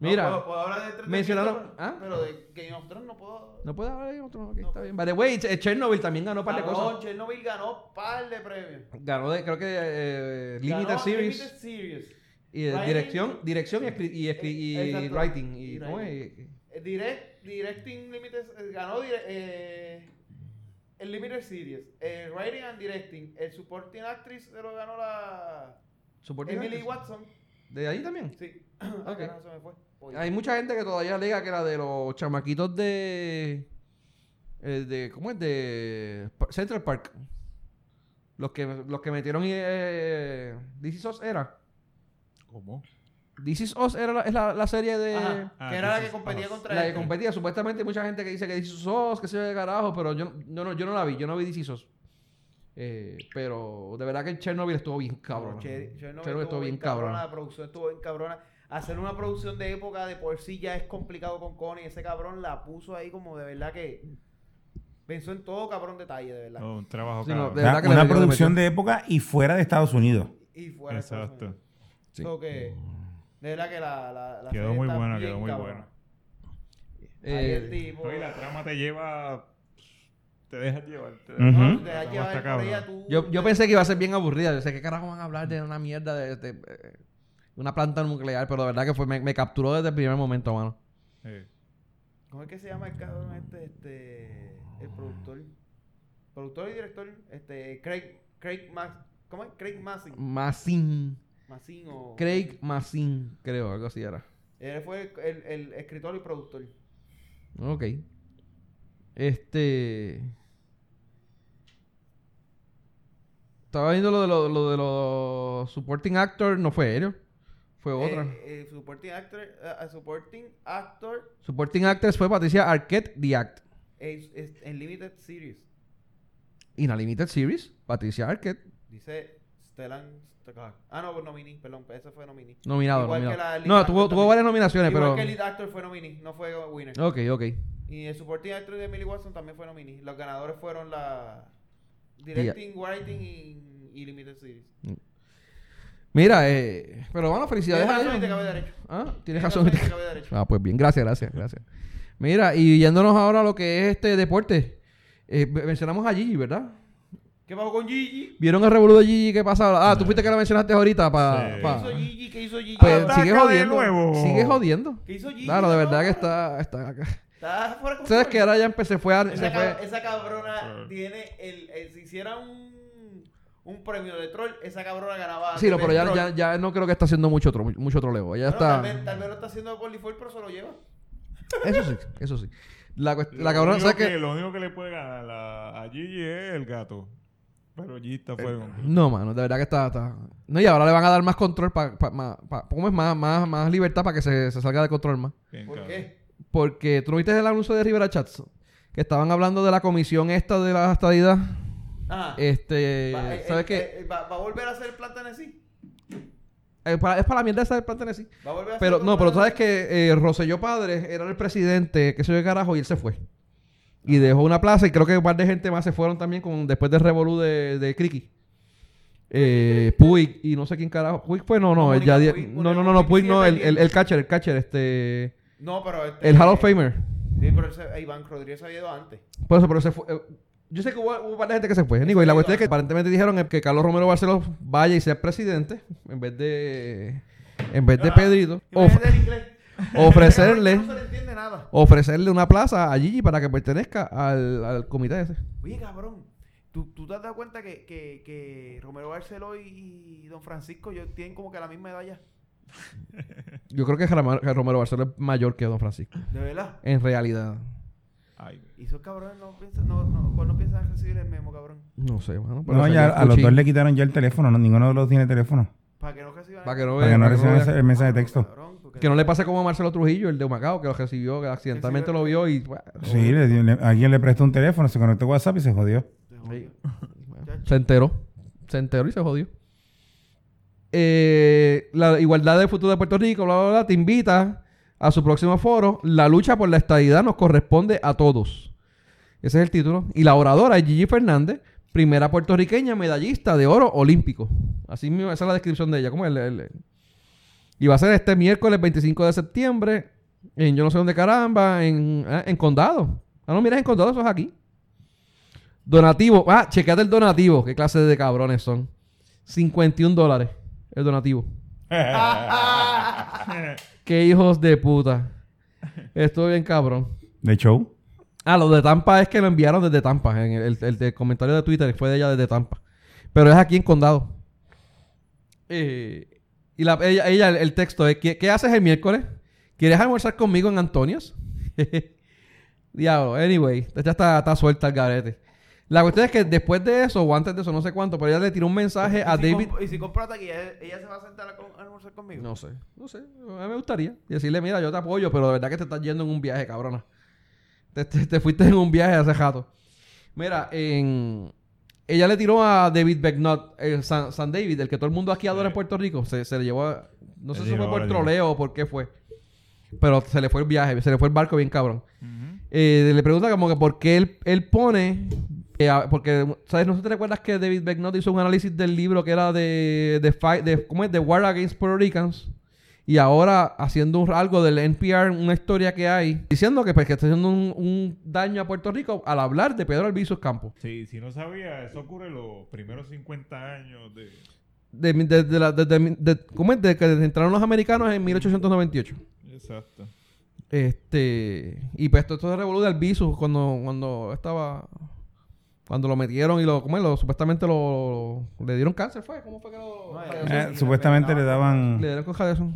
Speaker 3: No,
Speaker 2: Mira.
Speaker 3: puedo- puedo hablar de entretenimiento,
Speaker 2: mencionaron-
Speaker 3: pero-
Speaker 2: ¿Ah?
Speaker 3: Pero de Game of Thrones no puedo.
Speaker 2: ¿No puedes hablar de otro? Ok,
Speaker 3: No.
Speaker 2: está bien. Vale, güey, Ch- eh, Chernobyl también ganó un par de
Speaker 3: Cabrón,
Speaker 2: cosas.
Speaker 3: Chernobyl ganó par de premios.
Speaker 2: Ganó de, creo que eh, Limited
Speaker 3: Ganó
Speaker 2: Series.
Speaker 3: Limited Series.
Speaker 2: Y eh,
Speaker 3: Writing.
Speaker 2: dirección, dirección y, escri- y, escri- y
Speaker 3: Eh, exacto.
Speaker 2: writing. Y,
Speaker 3: Y
Speaker 2: ¿cómo
Speaker 3: writing.
Speaker 2: es?
Speaker 3: Eh, Direct, directing Limited. eh, ganó dire- eh, el Limited Series. El writing and directing. El supporting actress se lo ganó la.
Speaker 2: Supporting
Speaker 3: Emily
Speaker 2: actress.
Speaker 3: Watson.
Speaker 2: ¿De ahí también?
Speaker 3: Sí. Ah,
Speaker 2: Ok.
Speaker 3: carajo, se me fue. Voy.
Speaker 2: Hay mucha gente que todavía alega que la de los chamaquitos de. eh, de ¿Cómo es? De Pa- Central Park. Los que, los que metieron. Eh, This Is Us era.
Speaker 5: ¿Cómo?
Speaker 2: This Is Us era la, es la, la serie de.
Speaker 3: Ajá,
Speaker 5: Ah,
Speaker 3: que era la
Speaker 5: entonces,
Speaker 3: que competía
Speaker 5: ajá.
Speaker 3: contra
Speaker 2: La que
Speaker 3: él.
Speaker 2: competía. Supuestamente hay mucha gente que dice que This Is Us, que se ve de carajo, pero yo no, no, yo no la vi. Yo no vi This Is Us. Eh, pero de verdad que el Chernobyl estuvo bien cabrón.
Speaker 3: No, Cher- Chernobyl
Speaker 2: Chernobyl estuvo bien cabrón.
Speaker 3: La producción estuvo bien cabrona. Hacer una producción de época de por sí ya es complicado con Connie. Ese cabrón la puso ahí como de verdad que pensó en todo cabrón detalle, de verdad.
Speaker 5: No, un trabajo
Speaker 2: Sí, no,
Speaker 5: cabrón.
Speaker 2: De verdad
Speaker 4: Una-
Speaker 2: que le
Speaker 4: una
Speaker 2: metió, le
Speaker 4: producción
Speaker 2: metió.
Speaker 4: de época y fuera de Estados Unidos.
Speaker 3: Y fuera de Estados
Speaker 5: Exacto.
Speaker 3: Unidos. So que, de verdad que la, la, la
Speaker 5: Quedó
Speaker 3: serie
Speaker 5: muy
Speaker 3: está
Speaker 5: buena,
Speaker 3: bien
Speaker 5: quedó muy
Speaker 3: cabrona.
Speaker 5: buena.
Speaker 3: Ahí
Speaker 2: Eh,
Speaker 3: el tipo-
Speaker 5: Oye, la trama te lleva. Te dejas llevar. Te
Speaker 4: Ujú.
Speaker 5: dejas
Speaker 3: te dejas
Speaker 5: Está
Speaker 3: llevar por
Speaker 5: cabrón.
Speaker 3: ella, tú-
Speaker 2: Yo, yo pensé que iba a ser bien aburrida. Yo sé que carajo van a hablar de una mierda de, de, eh, una planta nuclear, pero de verdad que fue, me, me capturó desde el primer momento, mano.
Speaker 5: Eh,
Speaker 3: ¿Cómo es que se llama el cabrón este? este el productor. Productor y director, este, Craig, Craig Mas, ¿cómo es? Craig Massin.
Speaker 2: Massin.
Speaker 3: Massin o.
Speaker 2: Craig Massin, creo, algo así era.
Speaker 3: Él fue el, el- el escritor y productor.
Speaker 2: Ok. Este. Estaba viendo lo de los lo de los supporting actor, no fue él, fue otra.
Speaker 3: Eh, eh, supporting actor, eh, eh, supporting actor
Speaker 2: Supporting actress fue Patricia Arquette, The Act.
Speaker 3: es- es- en Limited Series.
Speaker 2: Y en la Limited Series, Patricia Arquette,
Speaker 3: Dice Stellan Stakar. Ah, no, nominee, perdón, ese fue nominee.
Speaker 2: nominado.
Speaker 3: Igual que
Speaker 2: nominado.
Speaker 3: la lead
Speaker 2: no,
Speaker 3: actor
Speaker 2: tuvo, tuvo
Speaker 3: también.
Speaker 2: varias nominaciones,
Speaker 3: Igual
Speaker 2: pero.
Speaker 3: que el lead actor fue nominee, no fue winner.
Speaker 2: Ok, ok.
Speaker 3: Y el supporting actor de Emily Watson también fue nominee. Los ganadores fueron la directing, writing y, y limited series.
Speaker 2: Mira, eh, pero bueno, felicidades
Speaker 3: Tienes
Speaker 2: a
Speaker 3: razón y te acabo de
Speaker 2: ellos.
Speaker 3: derecho.
Speaker 2: Ah, tienes
Speaker 3: Tienes
Speaker 2: razón.
Speaker 3: razón y te acabo de derecho.
Speaker 2: Ah, pues bien, gracias, gracias, gracias. Mira, y yéndonos ahora a lo que es este deporte. Eh, me- mencionamos a Gigi, ¿verdad?
Speaker 3: ¿Qué pasó con Gigi?
Speaker 2: ¿Vieron el revolú de Gigi que pasaba? Ah, tú fuiste que la mencionaste ahorita para...
Speaker 5: Sí.
Speaker 3: ¿Qué hizo Gigi? ¿Qué hizo Gigi?
Speaker 2: Ah. Pues
Speaker 5: Ataca
Speaker 2: sigue
Speaker 5: de
Speaker 2: jodiendo.
Speaker 5: nuevo.
Speaker 2: Sigue jodiendo.
Speaker 3: ¿Qué hizo Gigi?
Speaker 2: Claro, de verdad que está...
Speaker 3: cabrón?
Speaker 2: está acá.
Speaker 3: Está fuera de
Speaker 2: ¿Sabes
Speaker 3: control.
Speaker 2: que Ahora ya empecé, fue a-
Speaker 3: Esa,
Speaker 2: se
Speaker 3: cab-
Speaker 2: fue...
Speaker 3: esa cabrona
Speaker 5: Claro.
Speaker 3: tiene el, el- si hiciera un, un premio de troll, esa cabrona ganaba.
Speaker 2: Sí, no,
Speaker 3: de
Speaker 2: pero ya,
Speaker 3: troll.
Speaker 2: ya, ya no creo que está haciendo mucho, tro- mucho troleo. Ella
Speaker 3: Bueno,
Speaker 2: está...
Speaker 3: Tal vez, tal vez lo está haciendo por default, pero se lo lleva.
Speaker 2: Eso sí, eso sí. La, cuest- la
Speaker 5: lo
Speaker 2: cabrona,
Speaker 5: único
Speaker 2: ¿sabes
Speaker 5: que-
Speaker 2: qué?
Speaker 5: Lo único que le puede ganar a, la- a Gigi es el gato. Pero Gigi está fuera. de control.
Speaker 2: No, mano, de verdad que está, está- No, y ahora le van a dar más control para... ¿Cómo es? Más, más, más libertad para que se, se salga de control más.
Speaker 5: Bien,
Speaker 3: ¿Por
Speaker 5: cabrón.
Speaker 3: qué?
Speaker 2: Porque tú no viste el anuncio de Rivera Chats. Que estaban hablando de la comisión esta de la estadidad.
Speaker 3: Ah,
Speaker 2: Este.
Speaker 3: va, eh,
Speaker 2: ¿Sabes
Speaker 3: eh,
Speaker 2: qué?
Speaker 3: eh, va, va a volver a hacer el plan Tennessee.
Speaker 2: Eh, para- es para la mierda esa del plan Tennessee.
Speaker 3: Va a volver a hacer
Speaker 2: Pero
Speaker 3: otro
Speaker 2: no, pero tú
Speaker 3: plan
Speaker 2: sabes que eh, Rosselló Padre era el presidente, que se yo qué carajo, y él se fue. Y dejó una plaza y creo que un par de gente más se fueron también con, después del revolú de, de Criqui. Eh, Puig y no sé quién carajo. Puig fue, no, no,
Speaker 3: No,
Speaker 2: él ya
Speaker 3: Mónica
Speaker 2: di-
Speaker 3: Puig,
Speaker 2: no, no,
Speaker 3: Mónica
Speaker 2: no, no,
Speaker 3: Puig
Speaker 2: Puig no, el,
Speaker 3: siempre
Speaker 2: el, el catcher, el catcher, este,
Speaker 3: No, pero este-
Speaker 2: el Hall of Famer.
Speaker 3: Sí, pero ese- eh, Iván Rodríguez había ido antes.
Speaker 2: Por eso, pero se fue. eh, Yo sé que hubo, hubo varias gente que se fue. Digo, y la cuestión es que aparentemente dijeron que Carlos Romero Barceló vaya y sea presidente en vez de en vez de Pedrito. Of-
Speaker 3: Ah, Imagínate en inglés.
Speaker 2: ofrecerle
Speaker 3: No se le entiende nada.
Speaker 2: ofrecerle una plaza a Gigi para que pertenezca al, al comité ese.
Speaker 3: Oye, cabrón. ¿Tú, tú te has dado cuenta que, que, que Romero Barceló y, y Don Francisco yo, tienen como que la misma edad ya?
Speaker 2: Yo creo que Ramar- que Romero Barceló es mayor que Don Francisco.
Speaker 3: De verdad.
Speaker 2: En realidad.
Speaker 5: Ay,
Speaker 3: Y esos cabrones no piensan, no, no, ¿cuál no piensan recibir el memo, cabrón.
Speaker 2: No sé, mano. pero
Speaker 4: No,
Speaker 2: salió
Speaker 4: ya
Speaker 2: el
Speaker 4: a los
Speaker 2: cuchillo.
Speaker 4: dos le quitaron ya el teléfono. no, ninguno de los dos tiene teléfono.
Speaker 3: Para que no reciban
Speaker 2: Para que no
Speaker 4: Para
Speaker 2: vea-
Speaker 4: que no
Speaker 2: para que no
Speaker 4: reciban
Speaker 2: vea-
Speaker 4: ese- el mensaje de texto.
Speaker 3: Cabrón, porque-
Speaker 2: Que no le pase como a Marcelo Trujillo, el de Humacao, que lo recibió, que accidentalmente lo vio y... pues, bueno,
Speaker 4: Sí, le, dio- le- alguien le prestó un teléfono, se conectó a WhatsApp y se jodió.
Speaker 3: Te
Speaker 2: Sí.
Speaker 3: jodió. Chacho.
Speaker 2: Se enteró. Se enteró y se jodió. Eh, la igualdad del futuro de Puerto Rico, bla, bla, bla, te invita a su próximo foro. La lucha por la estadidad nos corresponde a todos. Ese es el título. Y la oradora es Gigi Fernández, primera puertorriqueña medallista de oro olímpico. Así mismo, esa es la descripción de ella. ¿Cómo es? El- el- el- Y va a ser este miércoles 25 de septiembre en yo no sé dónde caramba, en, ah, en Condado. Ah, no, mira, es en Condado, eso es aquí. Donativo. Ah, chequeate el donativo. ¿Qué clase de cabrones son? 51 dólares el donativo. Qué hijos de puta. Estoy bien cabrón.
Speaker 4: De show.
Speaker 2: Ah, lo de Tampa es que lo enviaron desde Tampa. En el, el- el de- comentario de Twitter fue de ella desde Tampa. Pero es aquí en Condado. Eh, y la- ella, ella- el, el texto es, ¿qué, qué haces el miércoles? ¿Quieres almorzar conmigo en Antonio's? Diablo, anyway, ya está, está suelta el garete. La cuestión es que después de eso, o antes de eso, no sé cuánto, pero ella le tiró un mensaje a
Speaker 3: ¿Y si
Speaker 2: David...
Speaker 3: comp- y si compro la taquilla, ella se va a sentar a, com- a almorzar conmigo.
Speaker 2: No sé, no sé. A mí me gustaría decirle, mira, yo te apoyo, pero de verdad que te estás yendo en un viaje, cabrona. Te, te- te fuiste en un viaje hace rato. Mira, en... ella le tiró a David Becknott, el San, San David, el que todo el mundo aquí adora en Puerto Rico. Se, se le llevó a... No
Speaker 4: Le
Speaker 2: sé si fue
Speaker 4: tiró,
Speaker 2: por
Speaker 4: le tiró.
Speaker 2: troleo o por qué fue. Pero se le fue el viaje, se le fue el barco bien cabrón.
Speaker 5: ujú.
Speaker 2: Eh, le pregunta como que por qué él, él pone... eh, a- porque, ¿sabes? ¿No te recuerdas que David Becknott hizo un análisis del libro que era de... de, fight, de ¿Cómo es? The War Against Puerto Ricans. Y ahora haciendo un- algo del NPR, una historia que hay, diciendo que, pues, que está haciendo un, un daño a Puerto Rico al hablar de Pedro Albizu Campos.
Speaker 5: Sí, si no sabía, eso ocurre los primeros 50 años de...
Speaker 2: De, de- de la- de- de- de- ¿Cómo es? De que entraron los americanos en 1898.
Speaker 5: Exacto.
Speaker 2: Este. Y pues todo esto se revolú de Albizu cuando, cuando estaba. Cuando lo metieron y lo. ¿Cómo es? Lo, supuestamente lo, le dieron cáncer, ¿fue? ¿Cómo fue que lo.?
Speaker 3: No,
Speaker 2: radiación?
Speaker 3: eh,
Speaker 4: Eh, supuestamente le daban,
Speaker 2: le dieron con radiación.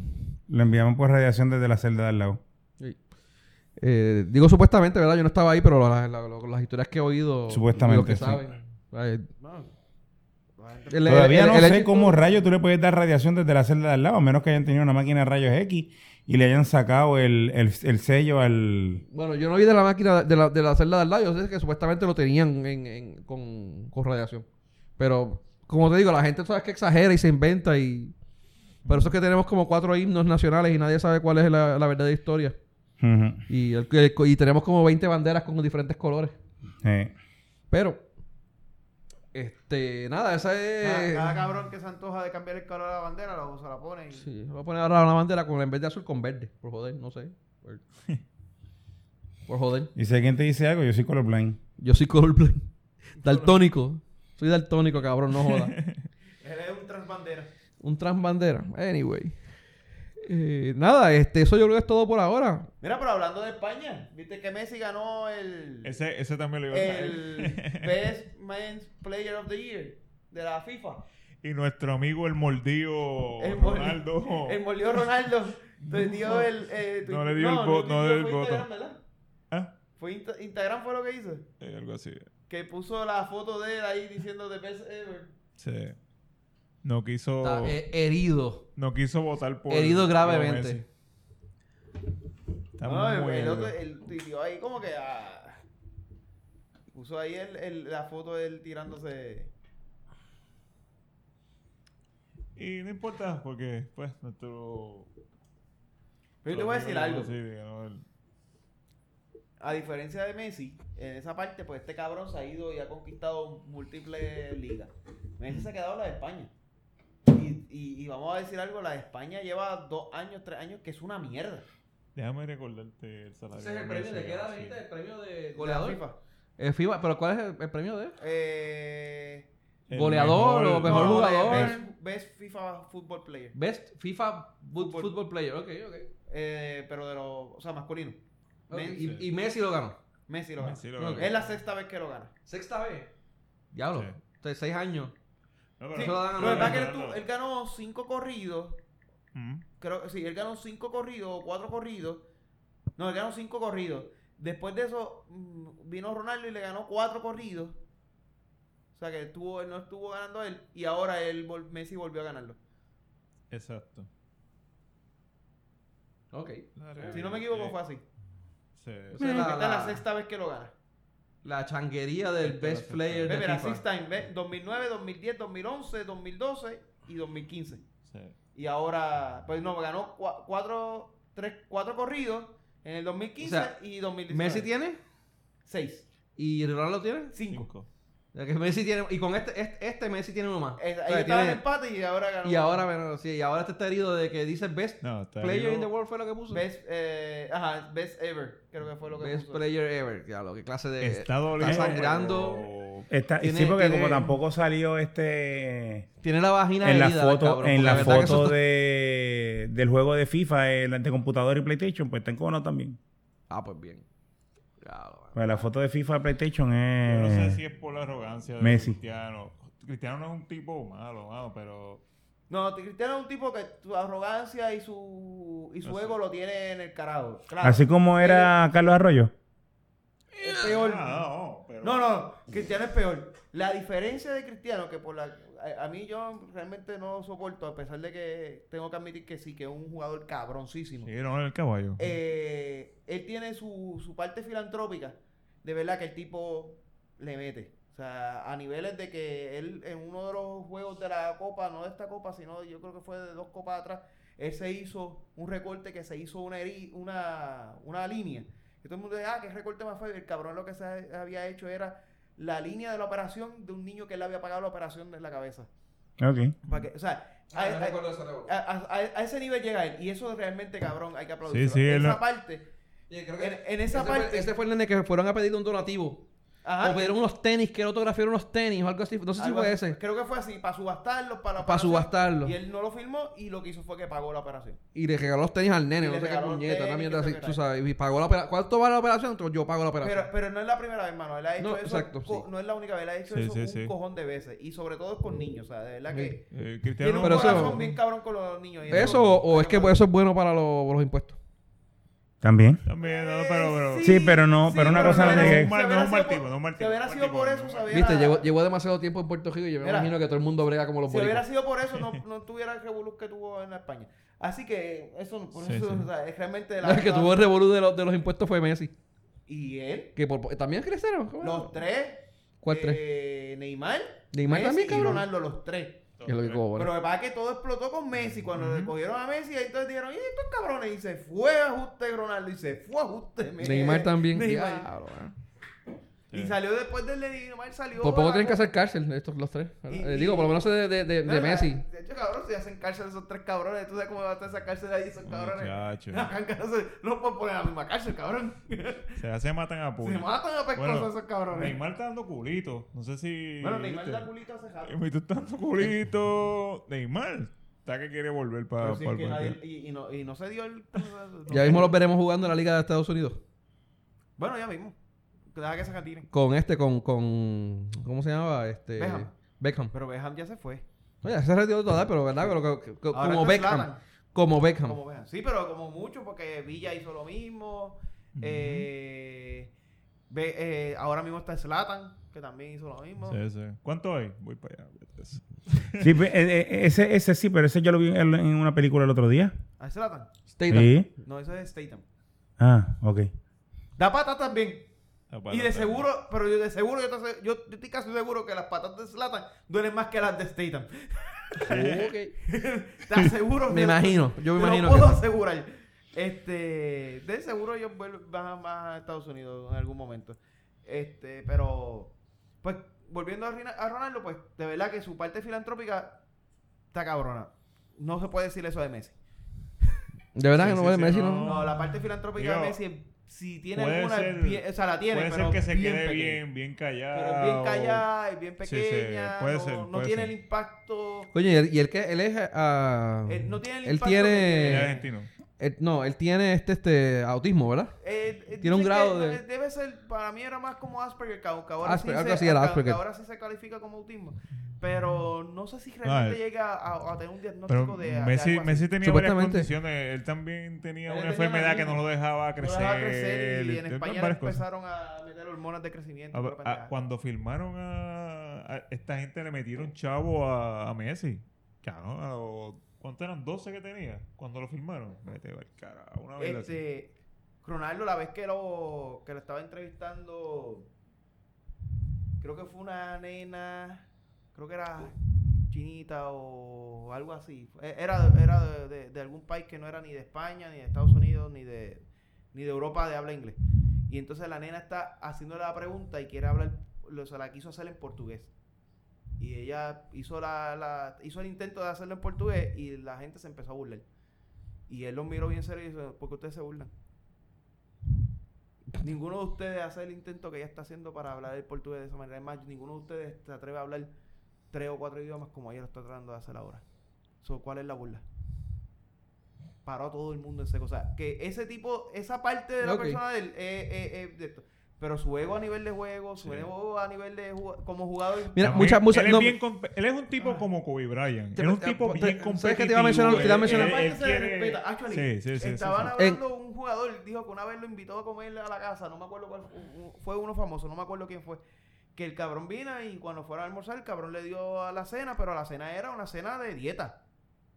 Speaker 4: lo enviaban por radiación desde la celda de al lado.
Speaker 2: Eh, digo supuestamente, ¿verdad? Yo no estaba ahí, pero la- la- lo- las historias que he oído.
Speaker 4: Supuestamente,
Speaker 2: Lo que
Speaker 4: sí.
Speaker 2: saben. Eh,
Speaker 3: No. La gente-
Speaker 2: el-
Speaker 4: Todavía
Speaker 2: el-
Speaker 4: no
Speaker 2: el- el
Speaker 4: sé
Speaker 2: hecho-
Speaker 4: cómo rayos tú le puedes dar radiación desde la celda de al lado, a menos que hayan tenido una máquina de rayos X y le hayan sacado el, el- el sello al...
Speaker 2: Bueno, yo no vi de la máquina de la, de la celda de al lado. Yo sé que supuestamente lo tenían en- en- con, con radiación. Pero, como te digo, la gente sabes que exagera y se inventa y... Por eso es que tenemos como cuatro himnos nacionales y nadie sabe cuál es la, la verdadera historia.
Speaker 4: Ujú.
Speaker 2: Y, el- el- y tenemos como 20 banderas con diferentes colores.
Speaker 4: Eh.
Speaker 2: Pero... Este... Nada, esa
Speaker 3: Cada,
Speaker 2: es...
Speaker 3: Ah, cada cabrón que se antoja de cambiar el color de la bandera, la usa, la pone. Y...
Speaker 2: Sí, voy a poner ahora una bandera con en vez de azul con verde. Por joder, no sé. Por, por joder.
Speaker 4: Y si alguien te dice algo, yo soy colorblind.
Speaker 2: Yo soy colorblind. Daltónico. Soy daltónico, cabrón, no jodas.
Speaker 3: Él es un transbandera.
Speaker 2: Un transbandera. Anyway. Eh, nada, este, eso yo creo que es todo por ahora.
Speaker 3: Mira, pero hablando de España, viste que Messi ganó el,
Speaker 5: Ese, ese también lo iba a traer.
Speaker 3: el Best Men's Player of the Year de la FIFA.
Speaker 5: Y nuestro amigo el mordido
Speaker 3: El mol-
Speaker 5: Ronaldo.
Speaker 3: El molió Ronaldo. Te dio el. eh,
Speaker 5: No le dio el voto, no
Speaker 3: tuiteó,
Speaker 5: le dio el
Speaker 3: fue
Speaker 5: voto.
Speaker 3: Instagram, ¿verdad?
Speaker 5: ¿Ah?
Speaker 3: Fue Insta- Instagram fue lo que hizo.
Speaker 5: Eh, algo así.
Speaker 3: Que puso la foto de él ahí diciendo The Best Ever.
Speaker 5: Sí. No quiso,
Speaker 3: Oh.
Speaker 2: Está eh, herido.
Speaker 5: no quiso votar por.
Speaker 2: herido
Speaker 5: por
Speaker 2: gravemente.
Speaker 5: Messi. Está
Speaker 3: No, el,
Speaker 5: muy
Speaker 3: el
Speaker 5: herido.
Speaker 3: otro, el tuiteó ahí como que. ah, puso ahí el, el- la foto de él tirándose.
Speaker 5: Y no importa, porque, pues, nuestro.
Speaker 3: Pero yo te voy a decir algo.
Speaker 5: Sí, ganó el-
Speaker 3: a diferencia de Messi, en esa parte, pues este cabrón se ha ido y ha conquistado múltiples ligas. Messi se ha quedado en la de España. Y, y- y vamos a decir algo, la de España lleva dos años, tres años, que es una mierda.
Speaker 5: Déjame recordarte el salario.
Speaker 2: Ese es el
Speaker 5: de
Speaker 2: premio
Speaker 5: Messi,
Speaker 2: de qué edad
Speaker 5: así.
Speaker 2: dijiste? el premio de
Speaker 3: La
Speaker 2: goleador.
Speaker 3: FIFA.
Speaker 2: Eh, FIBA, pero ¿cuál es el, el premio de? él?
Speaker 3: Eh,
Speaker 5: El
Speaker 2: Goleador o Mejor
Speaker 3: no, no,
Speaker 2: jugador.
Speaker 3: Best, best FIFA Football Player.
Speaker 2: Best FIFA Bo-
Speaker 3: Fútbol.
Speaker 2: Football Player. Ok, ok.
Speaker 3: Eh, pero de los, o sea, masculino.
Speaker 2: Ok,
Speaker 3: Men-
Speaker 2: Y, y Messi lo ganó.
Speaker 3: Messi lo gana.
Speaker 5: Messi lo ganó.
Speaker 2: Ok.
Speaker 3: Es la sexta vez que lo gana.
Speaker 2: Sexta vez. Diablo.
Speaker 5: Sí.
Speaker 2: Entonces, seis años.
Speaker 5: No, pero-
Speaker 3: Sí,
Speaker 2: Eso lo dan a
Speaker 3: lo que
Speaker 2: Ronaldo.
Speaker 3: pasa es que él, tu- él ganó cinco corridos.
Speaker 5: Mm.
Speaker 3: Creo, sí, él ganó cinco corridos o cuatro corridos. No, él ganó cinco corridos. Después de eso, mm, vino Ronaldo y le ganó cuatro corridos. O sea que estuvo, él no estuvo ganando él. Y ahora él, vol- Messi volvió a ganarlo.
Speaker 5: Exacto.
Speaker 2: Ok.
Speaker 3: Si no me equivoco, fue así.
Speaker 5: Sí.
Speaker 2: O sea, Eh, la,
Speaker 3: Esta es la
Speaker 2: la,
Speaker 3: sexta vez que lo gana.
Speaker 2: la changuería del
Speaker 5: Esta es la
Speaker 2: Best
Speaker 5: sexta.
Speaker 2: Player
Speaker 5: Ve,
Speaker 2: de
Speaker 3: Pepe, la
Speaker 2: FIFA.
Speaker 3: sexta time, ve, 2009, 2010, 2011, 2012 y 2015.
Speaker 5: Sí.
Speaker 3: Y ahora, pues no, ganó cua- cuatro, tres, cuatro corridos en el 2015
Speaker 2: O sea,
Speaker 3: y 2016.
Speaker 2: Messi tiene
Speaker 3: Seis.
Speaker 2: y Ronaldo tiene.
Speaker 3: Cinco.
Speaker 5: Cinco.
Speaker 2: O sea, que Messi tiene y con este, este, este Messi tiene uno más.
Speaker 3: Es-
Speaker 2: O
Speaker 3: Ahí
Speaker 2: sea,
Speaker 3: estaba en
Speaker 2: tiene-
Speaker 3: empate y ahora ganó.
Speaker 2: y ahora bueno, sí, y ahora este está herido de que dice Best
Speaker 5: No, está
Speaker 2: Player
Speaker 5: ahí,
Speaker 2: in the
Speaker 5: ¿no?
Speaker 2: World fue lo que puso.
Speaker 3: Best, eh, ajá, best ever, creo que fue lo que
Speaker 2: Best
Speaker 3: puso.
Speaker 2: Player ever. Diablo, qué clase de
Speaker 5: Está doliendo.
Speaker 2: sangrando.
Speaker 5: pero-
Speaker 4: Está-
Speaker 2: Tiene-
Speaker 4: sí, porque
Speaker 2: tiene-
Speaker 4: como tampoco salió este
Speaker 2: Tiene la vagina
Speaker 4: en la
Speaker 2: herida,
Speaker 4: foto,
Speaker 2: cabrón, porque
Speaker 4: en la
Speaker 2: verdad que eso
Speaker 4: foto
Speaker 2: está-
Speaker 4: de, del juego de FIFA, el de computador y PlayStation, pues está en cono también.
Speaker 2: Ah, pues bien. Diablo,
Speaker 3: Ah,
Speaker 2: mano.
Speaker 4: Pues la foto de FIFA de PlayStation
Speaker 5: Yo
Speaker 4: es.
Speaker 5: no sé si es por la arrogancia de
Speaker 4: Eh, Messi.
Speaker 5: Cristiano. Cristiano no es un tipo malo, malo, pero
Speaker 3: No, Cristiano es un tipo que su arrogancia y su, y su
Speaker 5: No sé.
Speaker 3: ego lo tiene en el carajo. Claro.
Speaker 4: Así como era Carlos Arroyo.
Speaker 3: Es peor.
Speaker 5: Ah, no, pero-
Speaker 3: No, no, Cristiano es peor. La diferencia de Cristiano, que por la. A, a mí yo realmente no soporto, a pesar de que tengo que admitir que sí, que es un jugador cabroncísimo.
Speaker 5: Sí, no, el caballo.
Speaker 3: Eh, él tiene su, su parte filantrópica, de verdad que el tipo le mete. O sea, a niveles de que él en uno de los juegos de la copa, no de esta copa, sino yo creo que fue de dos copas atrás, él se hizo un recorte que se hizo una, heri- una, una línea. Y todo el mundo dice, ah, qué recorte más feo. Y el cabrón lo que se había hecho era la línea de la operación de un niño que le había pagado la operación de la cabeza.
Speaker 4: Ok.
Speaker 3: Pa' que- o sea,
Speaker 2: Ah,
Speaker 3: hay-
Speaker 2: no
Speaker 3: hay-
Speaker 2: recuerdo esa revolución.
Speaker 3: a, a- a- a ese nivel llega él. Y eso realmente, cabrón, hay que aplaudir.
Speaker 5: sí,
Speaker 3: esa
Speaker 5: él-
Speaker 3: parte.
Speaker 2: Oye, creo que
Speaker 3: En, en esa
Speaker 2: ese
Speaker 3: parte.
Speaker 2: Fue, ese fue el nene que fueron a pedirle un donativo.
Speaker 3: ajá,
Speaker 2: o pidieron unos tenis, que él autografiaron unos tenis o algo así. No sé si
Speaker 3: algo
Speaker 2: fue
Speaker 3: así.
Speaker 2: ese.
Speaker 3: Creo que fue así, para subastarlo, para la
Speaker 2: Para
Speaker 3: operación,
Speaker 2: subastarlo.
Speaker 3: Y
Speaker 2: Y,
Speaker 3: él no lo firmó y lo que hizo fue que pagó la operación.
Speaker 2: le regaló los tenis al nene,
Speaker 3: Y
Speaker 2: no
Speaker 3: le
Speaker 2: sé qué
Speaker 3: regaló los
Speaker 2: puñeta,
Speaker 3: tenis,
Speaker 2: una mierda
Speaker 3: qué
Speaker 2: así,
Speaker 3: sé qué
Speaker 2: tú
Speaker 3: rayo.
Speaker 2: sabes. Y pagó la operación. ¿Cuánto vale la operación? Entonces, Yo pago la operación.
Speaker 3: Pero, pero no es la primera vez, mano. Él ha hecho
Speaker 2: No,
Speaker 3: eso.
Speaker 2: exacto,
Speaker 3: co-
Speaker 2: sí.
Speaker 3: No es la única vez. Él ha hecho
Speaker 5: Sí,
Speaker 3: eso
Speaker 5: sí,
Speaker 3: un
Speaker 5: sí.
Speaker 3: cojón de veces. Y sobre todo con niños. O sea, de verdad que.
Speaker 5: Eh,
Speaker 3: Tiene
Speaker 5: Cristiano
Speaker 3: un
Speaker 2: Pero eso-
Speaker 3: corazón bien cabrón con los niños. y
Speaker 2: ¿Eso o, o es que pues, eso es bueno para los, los impuestos?
Speaker 4: También.
Speaker 3: Eh,
Speaker 5: también, no, pero, pero-
Speaker 4: Sí, pero no- pero una cosa
Speaker 5: no
Speaker 3: hubiera-
Speaker 5: tiene que-
Speaker 3: si
Speaker 5: No es un
Speaker 3: hubiera
Speaker 5: mal- no es un mal
Speaker 3: sido por-
Speaker 5: tipo, no es un mal
Speaker 3: Si
Speaker 5: tipo,
Speaker 3: hubiera
Speaker 5: no es un
Speaker 3: sido
Speaker 5: mal
Speaker 3: por
Speaker 5: tipo,
Speaker 3: eso,
Speaker 5: no es un mal
Speaker 3: se
Speaker 2: Viste,
Speaker 3: hubiera-
Speaker 2: llevo, llevo demasiado tiempo en Puerto Rico y yo me
Speaker 3: eh, Mira.
Speaker 2: imagino que todo el mundo brega como los
Speaker 3: Si hubiera
Speaker 2: bolivianos.
Speaker 3: sido por eso, no, no tuviera el revolú que tuvo en la España. Así que eso, por
Speaker 5: Sí,
Speaker 3: eso
Speaker 5: sí.
Speaker 3: o sea, es realmente la.
Speaker 2: El que tuvo el revolú de, los- de los impuestos fue Messi.
Speaker 3: Y él,
Speaker 2: Que por, también crecieron. ¿cómo era?
Speaker 3: los tres.
Speaker 2: Oh. ¿Cuál
Speaker 3: eh,
Speaker 2: tres?
Speaker 3: Neymar.
Speaker 2: Neymar
Speaker 3: Messi
Speaker 2: también,
Speaker 3: Y
Speaker 2: cabrón.
Speaker 3: Ronaldo, los tres.
Speaker 2: Es lo que cobra.
Speaker 3: Pero lo que pasa es que todo explotó con Messi. Cuando le cogieron a Messi, ahí entonces dijeron, y estos cabrones, y se fue ajuste Ronaldo, y se fue ajuste Messi.
Speaker 2: Neymar también.
Speaker 3: eh, Neymar.
Speaker 2: Diablo, man.
Speaker 5: Eh.
Speaker 3: Y salió después del de Neymar, salió...
Speaker 2: Por Pues poco tienen que
Speaker 3: hacer
Speaker 2: hacer cárcel estos los tres.
Speaker 3: Y-
Speaker 2: Eh, digo, por lo menos de, de, de, de Messi.
Speaker 3: De hecho, cabrón, si hacen cárcel esos tres cabrones, tú sabes cómo va a estar esa cárcel ahí, esos cabrones.
Speaker 5: Muchacho.
Speaker 3: Acá en cárcel, no pueden poner la misma cárcel, cabrón. se
Speaker 5: Se hace matan a puño.
Speaker 3: matan a pescosos
Speaker 5: Bueno,
Speaker 3: esos cabrones.
Speaker 5: Neymar está dando culito. No sé si.
Speaker 3: bueno, Neymar
Speaker 5: ¿viste?
Speaker 3: da culito hace rato.
Speaker 5: Neymar está dando culito. Neymar. Está que quiere volver para.
Speaker 3: Pero si es que nadie- y, y no, y no se dio el... no-
Speaker 2: Ah, Ya mismo los veremos jugando en la Liga de Estados Unidos.
Speaker 3: Bueno, ya mismo. Deja que se cantiren.
Speaker 2: Con este, con. con ¿Cómo se llamaba? Este,
Speaker 3: Beckham.
Speaker 2: Beckham.
Speaker 3: Pero Beham ya se fue.
Speaker 2: Oye, se retiró toda, pero ¿verdad? Pero que- que-
Speaker 3: Ahora
Speaker 2: como,
Speaker 3: está
Speaker 2: Beckham,
Speaker 3: Zlatan.
Speaker 2: como Beckham.
Speaker 3: Como Beckham. Sí, pero como mucho, porque Villa hizo lo mismo. eh, Be- eh, ahora mismo está Slatan, que también hizo lo mismo.
Speaker 5: Sí, sí. ¿Cuánto hay? Voy para allá. voy para allá.
Speaker 4: Sí, pe- eh, eh, ese, ese sí, pero ese yo lo vi en, en una película el otro día.
Speaker 3: ¿Ah, es Zlatan?
Speaker 2: Statham.
Speaker 4: Sí.
Speaker 3: No, eso es Statham.
Speaker 4: Ah, ok.
Speaker 3: Da patas también.
Speaker 5: Ah, para
Speaker 3: Y de
Speaker 5: atrás.
Speaker 3: seguro, pero yo de seguro, yo, te- yo, yo estoy casi seguro que las patas de Slatan duelen más que las de Statham.
Speaker 2: Ok.
Speaker 3: Te aseguro.
Speaker 2: Me
Speaker 3: te lo-
Speaker 2: imagino, yo me
Speaker 3: te
Speaker 2: imagino
Speaker 3: Lo puedo
Speaker 2: que sí.
Speaker 3: asegurar. Este, de seguro ellos vuelven- van más a Estados Unidos en algún momento. Este, pero, pues, volviendo a, Rina- a Ronaldo, pues, de verdad que su parte filantrópica está cabrona. No se puede decir eso de Messi.
Speaker 2: De verdad
Speaker 5: Sí,
Speaker 2: que no
Speaker 5: sí,
Speaker 2: vale
Speaker 5: sí,
Speaker 2: Messi,
Speaker 5: no.
Speaker 2: ¿no?
Speaker 3: No, la parte filantrópica
Speaker 5: Digo,
Speaker 3: de Messi, si tiene
Speaker 5: puede
Speaker 3: alguna,
Speaker 5: ser-
Speaker 3: bien- o sea, la tiene,
Speaker 5: Puede
Speaker 3: pero
Speaker 5: ser que se
Speaker 3: bien
Speaker 5: quede
Speaker 3: pequeña.
Speaker 5: bien, bien callado.
Speaker 3: Pero es bien callada, es bien
Speaker 5: Sí, sí,
Speaker 3: pequeña,
Speaker 5: puede
Speaker 3: no,
Speaker 5: ser,
Speaker 3: no
Speaker 5: puede
Speaker 3: tiene
Speaker 5: ser.
Speaker 3: el impacto...
Speaker 2: Coño, y él, y él que él es ah,
Speaker 3: Él no tiene el
Speaker 2: él
Speaker 3: impacto
Speaker 2: tiene,
Speaker 5: Es
Speaker 3: que
Speaker 5: argentino.
Speaker 2: él- no, él tiene este este autismo, ¿verdad?
Speaker 3: Eh, eh,
Speaker 2: Tiene un
Speaker 3: dicen
Speaker 2: grado
Speaker 3: que,
Speaker 2: de-
Speaker 3: eh, Debe ser, para mí era más como Asperger, que que ahora,
Speaker 2: Asperger,
Speaker 3: sí
Speaker 2: algo
Speaker 3: se,
Speaker 2: así era
Speaker 3: que- que
Speaker 2: Asperger.
Speaker 3: ahora sí se califica como autismo. Pero no sé si realmente
Speaker 5: No, eh,
Speaker 3: llega a, a tener un diagnóstico
Speaker 5: Pero
Speaker 3: de. de
Speaker 5: Messi,
Speaker 3: algo así.
Speaker 5: Messi tenía varias
Speaker 2: Supuestamente.
Speaker 5: condiciones. Él también tenía
Speaker 3: Él
Speaker 5: una
Speaker 3: tenía
Speaker 5: enfermedad que no
Speaker 3: autismo.
Speaker 5: lo dejaba
Speaker 3: No lo
Speaker 5: crecer.
Speaker 3: dejaba crecer y en
Speaker 5: Él-
Speaker 3: España le
Speaker 5: varias cosas.
Speaker 3: empezaron a meter hormonas de crecimiento.
Speaker 5: A-
Speaker 3: y pura
Speaker 5: a-
Speaker 3: pendeja.
Speaker 5: cuando firmaron a, a- esta gente le metieron chavo a, a Messi. Claro, a lo- ¿cuánto eran? 12 que tenía cuando lo firmaron. Vete al carajo, una vez así.
Speaker 3: este, Ronaldo, la vez que lo, que lo estaba entrevistando, creo que fue una nena, creo que era chinita o algo así. E- Era, era de, de- de algún país que no era ni de España, ni de Estados Unidos, ni de, ni de Europa de habla inglés. Y entonces la nena está haciéndole la pregunta y quiere hablar, o sea, la quiso hacer en portugués. Y ella hizo, la, la- hizo el intento de hacerlo en portugués y la gente se empezó a burlar. Y él los miró bien serio y dice, ¿por qué ustedes se burlan? Ninguno de ustedes hace el intento que ella está haciendo para hablar el portugués de esa manera. Es más, ninguno de ustedes se atreve a hablar tres o cuatro idiomas como ella lo está tratando de hacer ahora. So, ¿Cuál es la burla? Paró a todo el mundo en seco. O sea, que ese tipo, esa parte de la
Speaker 2: Ok.
Speaker 3: persona de él eh, eh, eh, de esto. Pero su ego a nivel de juego, su
Speaker 5: Sí.
Speaker 3: ego a nivel de ju- como jugador...
Speaker 2: Mira,
Speaker 5: También,
Speaker 2: muchas- muchas-
Speaker 5: él, es
Speaker 2: no-
Speaker 5: bien comp- él es un
Speaker 3: Ah.
Speaker 5: tipo como Kobe Bryant.
Speaker 2: Te-
Speaker 5: Él es un
Speaker 2: te-
Speaker 5: tipo
Speaker 2: te-
Speaker 5: bien
Speaker 2: ¿sabes
Speaker 5: competitivo.
Speaker 2: qué te iba a mencionar? Te iba a
Speaker 5: Él-
Speaker 2: mencionar-
Speaker 5: él-
Speaker 3: Esa parte
Speaker 5: él
Speaker 3: se le
Speaker 5: quiere-
Speaker 3: respeta. Actually,
Speaker 5: Sí, sí, sí, sí,
Speaker 3: estaban
Speaker 5: sí.
Speaker 3: hablando un jugador, dijo que una vez lo invitó a comer a la casa, no me acuerdo cuál fue, un- fue uno famoso, no me acuerdo quién fue. Que el cabrón vino y cuando fueron a almorzar, el cabrón le dio a la cena, pero la cena era una cena de dieta.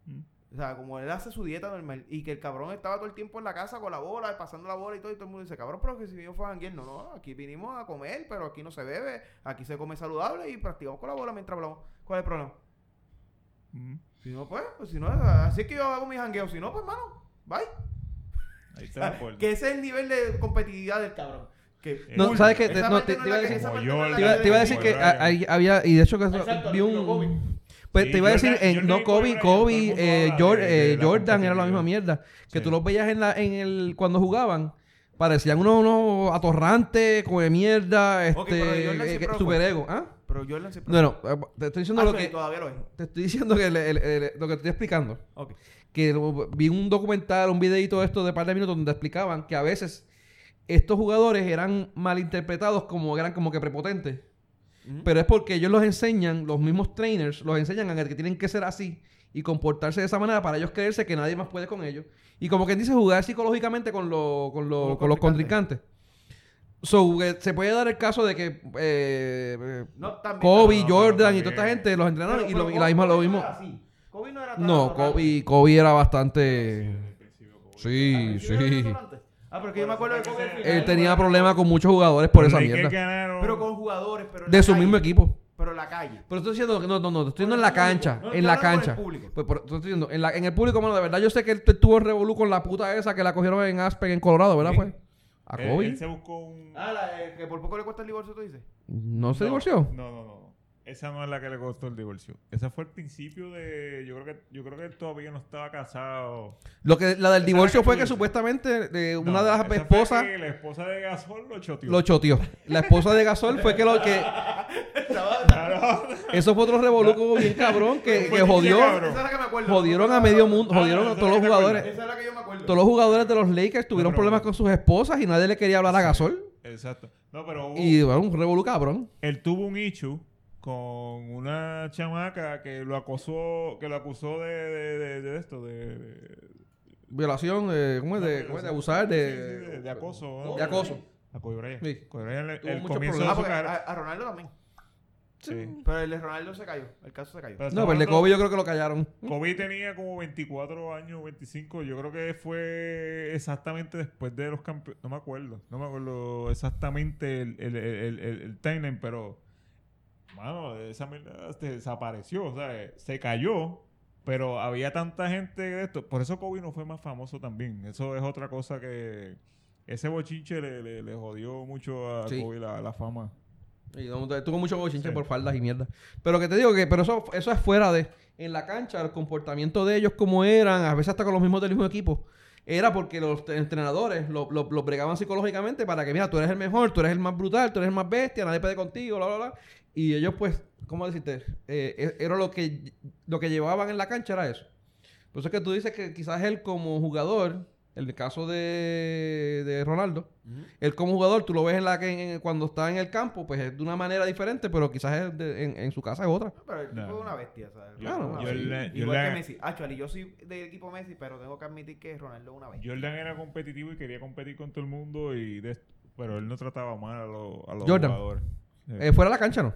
Speaker 5: Mm.
Speaker 3: O sea, como él hace su dieta normal. Y que el cabrón estaba todo el tiempo en la casa con la bola, pasando la bola y todo. Y todo el mundo dice, cabrón, pero que si yo fue a janguear". No, no, aquí vinimos a comer, pero aquí no se bebe. Aquí se come saludable y practicamos con la bola mientras hablamos. ¿Cuál es el problema?
Speaker 5: Mm,
Speaker 3: Si no, pues, pues, si no, así es que yo hago mis jangueos. Si no, pues, mano, bye.
Speaker 5: Ahí está
Speaker 2: Ah,
Speaker 5: la puerta.
Speaker 3: Que ese es el nivel de competitividad del cabrón. Que,
Speaker 5: Eh,
Speaker 2: No,
Speaker 5: Uy,
Speaker 2: ¿sabes qué?
Speaker 3: esa
Speaker 2: Te- no,
Speaker 3: parte
Speaker 2: te-
Speaker 3: no
Speaker 2: te
Speaker 3: es
Speaker 2: iba a
Speaker 3: la que-
Speaker 2: decir-
Speaker 3: esa
Speaker 5: Como
Speaker 3: parte
Speaker 5: yo,
Speaker 3: no es la
Speaker 2: te iba-
Speaker 3: que-
Speaker 2: te iba a decir que
Speaker 5: Kobe
Speaker 2: a-
Speaker 5: Bryant.
Speaker 2: ahí había, y de hecho que eso-
Speaker 3: Exacto,
Speaker 2: vi
Speaker 3: tipo Kobe.
Speaker 2: un... Pues
Speaker 5: Sí,
Speaker 2: te iba a
Speaker 5: Jordan-
Speaker 2: decir, en-
Speaker 5: Jordan y
Speaker 2: no
Speaker 5: Kobe
Speaker 2: Kobe,
Speaker 5: Bryant, todo el
Speaker 2: Kobe,
Speaker 5: mundo
Speaker 2: eh,
Speaker 5: habla
Speaker 2: Jor-
Speaker 5: de- de
Speaker 2: eh,
Speaker 5: la
Speaker 2: Jordan era la misma
Speaker 5: competitividad.
Speaker 2: mierda. Que
Speaker 5: Sí.
Speaker 2: tú los veías en la, en el, cuando jugaban, parecían unos, unos atorrantes, come mierda, este,
Speaker 3: Ok, pero de Jordan
Speaker 2: eh,
Speaker 3: siempre
Speaker 2: que-
Speaker 3: lo fue.
Speaker 2: superego. ¿Ah?
Speaker 3: Pero Jordan siempre...
Speaker 2: No, no, eh, te estoy diciendo
Speaker 3: Ah,
Speaker 2: lo
Speaker 3: sí,
Speaker 2: que,
Speaker 3: todavía lo es.
Speaker 2: te estoy diciendo que el- el- el- lo que te estoy explicando.
Speaker 3: Ok.
Speaker 2: que lo- vi un documental, un videito de esto de par de minutos donde explicaban que a veces estos jugadores eran malinterpretados como eran como que prepotentes.
Speaker 3: Ujú.
Speaker 2: Pero es porque ellos los enseñan, los mismos trainers, los enseñan a que tienen que ser así y comportarse de esa manera para ellos creerse que nadie más puede con ellos. Y como quien dice, jugar psicológicamente con, lo- con, lo-
Speaker 3: Con los
Speaker 2: con los
Speaker 3: contrincantes.
Speaker 2: contrincantes. So, eh, se puede dar el caso de que eh, eh,
Speaker 3: No, también-
Speaker 2: Kobe,
Speaker 5: no, pero
Speaker 2: Jordan y
Speaker 5: también-
Speaker 2: toda esta gente los entrenaron
Speaker 3: Pero-
Speaker 2: y, lo,
Speaker 3: pero
Speaker 2: y la misma lo
Speaker 3: Kobe no
Speaker 2: mismo.
Speaker 3: era así. Kobe no era tan Ah,
Speaker 2: No,
Speaker 3: atorrante.
Speaker 2: Kobe, Kobe era bastante... Sí,
Speaker 3: ¿Era tan
Speaker 2: sí.
Speaker 3: atorrante? Ah, porque yo me acuerdo de Kobe al final.
Speaker 2: Él tenía problemas con muchos jugadores por esa mierda.
Speaker 3: Pero con jugadores, pero en
Speaker 2: De
Speaker 3: la
Speaker 2: su
Speaker 3: calle.
Speaker 2: mismo equipo.
Speaker 3: Pero en la calle.
Speaker 2: Pero estoy diciendo, no, no, no, te estoy diciendo
Speaker 3: Con el
Speaker 2: en la
Speaker 3: público.
Speaker 2: cancha.
Speaker 3: No,
Speaker 2: En
Speaker 3: yo
Speaker 2: la
Speaker 3: hablo con el
Speaker 2: cancha.
Speaker 3: público.
Speaker 2: Pues, por- te estoy diciendo, en, la- en el público, mano, de verdad, yo sé que él tuvo revolú con la puta esa que la cogieron en Aspen, en Colorado, ¿verdad?
Speaker 5: Sí.
Speaker 2: Pues? A
Speaker 5: Él-
Speaker 2: Kobe.
Speaker 5: Él, se buscó un.
Speaker 3: Ah, la, eh, que por poco le cuesta el divorcio, tú dices.
Speaker 2: ¿No se
Speaker 5: No,
Speaker 2: divorció?
Speaker 5: No, no, no. Esa no es la que le costó el divorcio. Esa fue el principio de. Yo creo que, yo creo que él todavía no estaba casado.
Speaker 2: Lo que, la del
Speaker 5: Esa
Speaker 2: divorcio
Speaker 5: era que
Speaker 2: fue
Speaker 5: tú
Speaker 2: que
Speaker 5: dices.
Speaker 2: supuestamente eh, una
Speaker 5: No,
Speaker 2: de
Speaker 5: esa
Speaker 2: las
Speaker 5: fue
Speaker 2: esposas
Speaker 5: que La esposa de Gasol lo choteó.
Speaker 2: lo choteó. La esposa de Gasol fue que lo que.
Speaker 5: Claro.
Speaker 2: Eso fue otro revolú que hubo bien cabrón que, que
Speaker 5: Fue
Speaker 2: jodió.
Speaker 5: bien cabrón.
Speaker 3: Esa es la que me acuerdo.
Speaker 2: Jodieron a medio mundo,
Speaker 5: Ah,
Speaker 2: jodieron
Speaker 5: esa
Speaker 2: a
Speaker 5: es
Speaker 2: todos
Speaker 5: la
Speaker 2: los
Speaker 5: que te
Speaker 2: jugadores.
Speaker 3: Esa es la que yo me acuerdo.
Speaker 2: Todos los jugadores de los Lakers tuvieron
Speaker 5: pero-
Speaker 2: problemas con sus esposas y nadie le quería hablar a Gasol.
Speaker 5: Exacto. No, pero hubo-
Speaker 2: Y bueno, un revolú cabrón.
Speaker 5: él tuvo un issue con una chamaca que lo acosó, que lo acusó de, de, de- de esto, de, de-
Speaker 2: Violación, eh, ¿cómo es? De, ¿cómo es? De abusar,
Speaker 5: Sí, sí,
Speaker 2: de...
Speaker 5: de acoso. ¿no?
Speaker 2: De acoso.
Speaker 5: A Kobe Bryant.
Speaker 2: Sí.
Speaker 5: Kobe Bryant, el-
Speaker 2: Tuvo
Speaker 5: el
Speaker 2: muchos
Speaker 5: comienzo de
Speaker 3: Ah,
Speaker 5: su
Speaker 3: porque a,
Speaker 5: carrera.
Speaker 3: a Ronaldo también.
Speaker 5: Sí.
Speaker 3: Pero el de Ronaldo se cayó. El caso se cayó.
Speaker 5: Pero
Speaker 2: No, pero el de
Speaker 5: estamos
Speaker 2: Kobe yo creo que lo callaron.
Speaker 5: Kobe tenía como 24 años, 25. Yo creo que fue exactamente después de los campeones. No me acuerdo. No me acuerdo exactamente el, el, el, el- el timeline, pero. Mano, esa mierda se desapareció. O sea, se cayó. Pero había tanta gente de esto. Por eso Kobe no fue más famoso también. Eso es otra cosa que. Ese bochinche le, le- le jodió mucho a
Speaker 2: Sí.
Speaker 5: Kobe la, la fama.
Speaker 2: Y no, tuvo mucho bochinche
Speaker 5: Sí.
Speaker 2: por faldas y mierda. Pero que te digo que pero eso, eso es fuera de. En la cancha, el comportamiento de ellos, como eran, a veces hasta con los mismos del mismo equipo, era porque los te- entrenadores los lo, lo bregaban psicológicamente para que, mira, tú eres el mejor, tú eres el más brutal, tú eres el más bestia, nadie puede contigo, bla, bla, bla. Y ellos, pues, ¿cómo decirte? Eh, e- era lo que, lo que llevaban en la cancha, era eso. Por eso es que tú dices que quizás él como jugador, en el caso de, de Ronaldo, él como jugador, tú lo ves en la que en- en- cuando está en el campo, pues es de una manera diferente, pero quizás es de- en, en su casa es otra.
Speaker 3: Pero el tipo
Speaker 5: No.
Speaker 3: es una bestia, ¿sabes?
Speaker 5: Yo-
Speaker 2: Claro,
Speaker 5: yo
Speaker 3: Sí.
Speaker 5: le- yo
Speaker 3: Igual
Speaker 5: le-
Speaker 3: que Messi. Ah, chale, yo soy del equipo Messi, pero tengo que admitir que Ronaldo es una bestia.
Speaker 5: Jordan era competitivo y quería competir con todo el mundo, y de- pero él no trataba mal a, los- a los
Speaker 2: Jordan.
Speaker 5: jugadores. Sí.
Speaker 2: Eh, fuera de la cancha, no.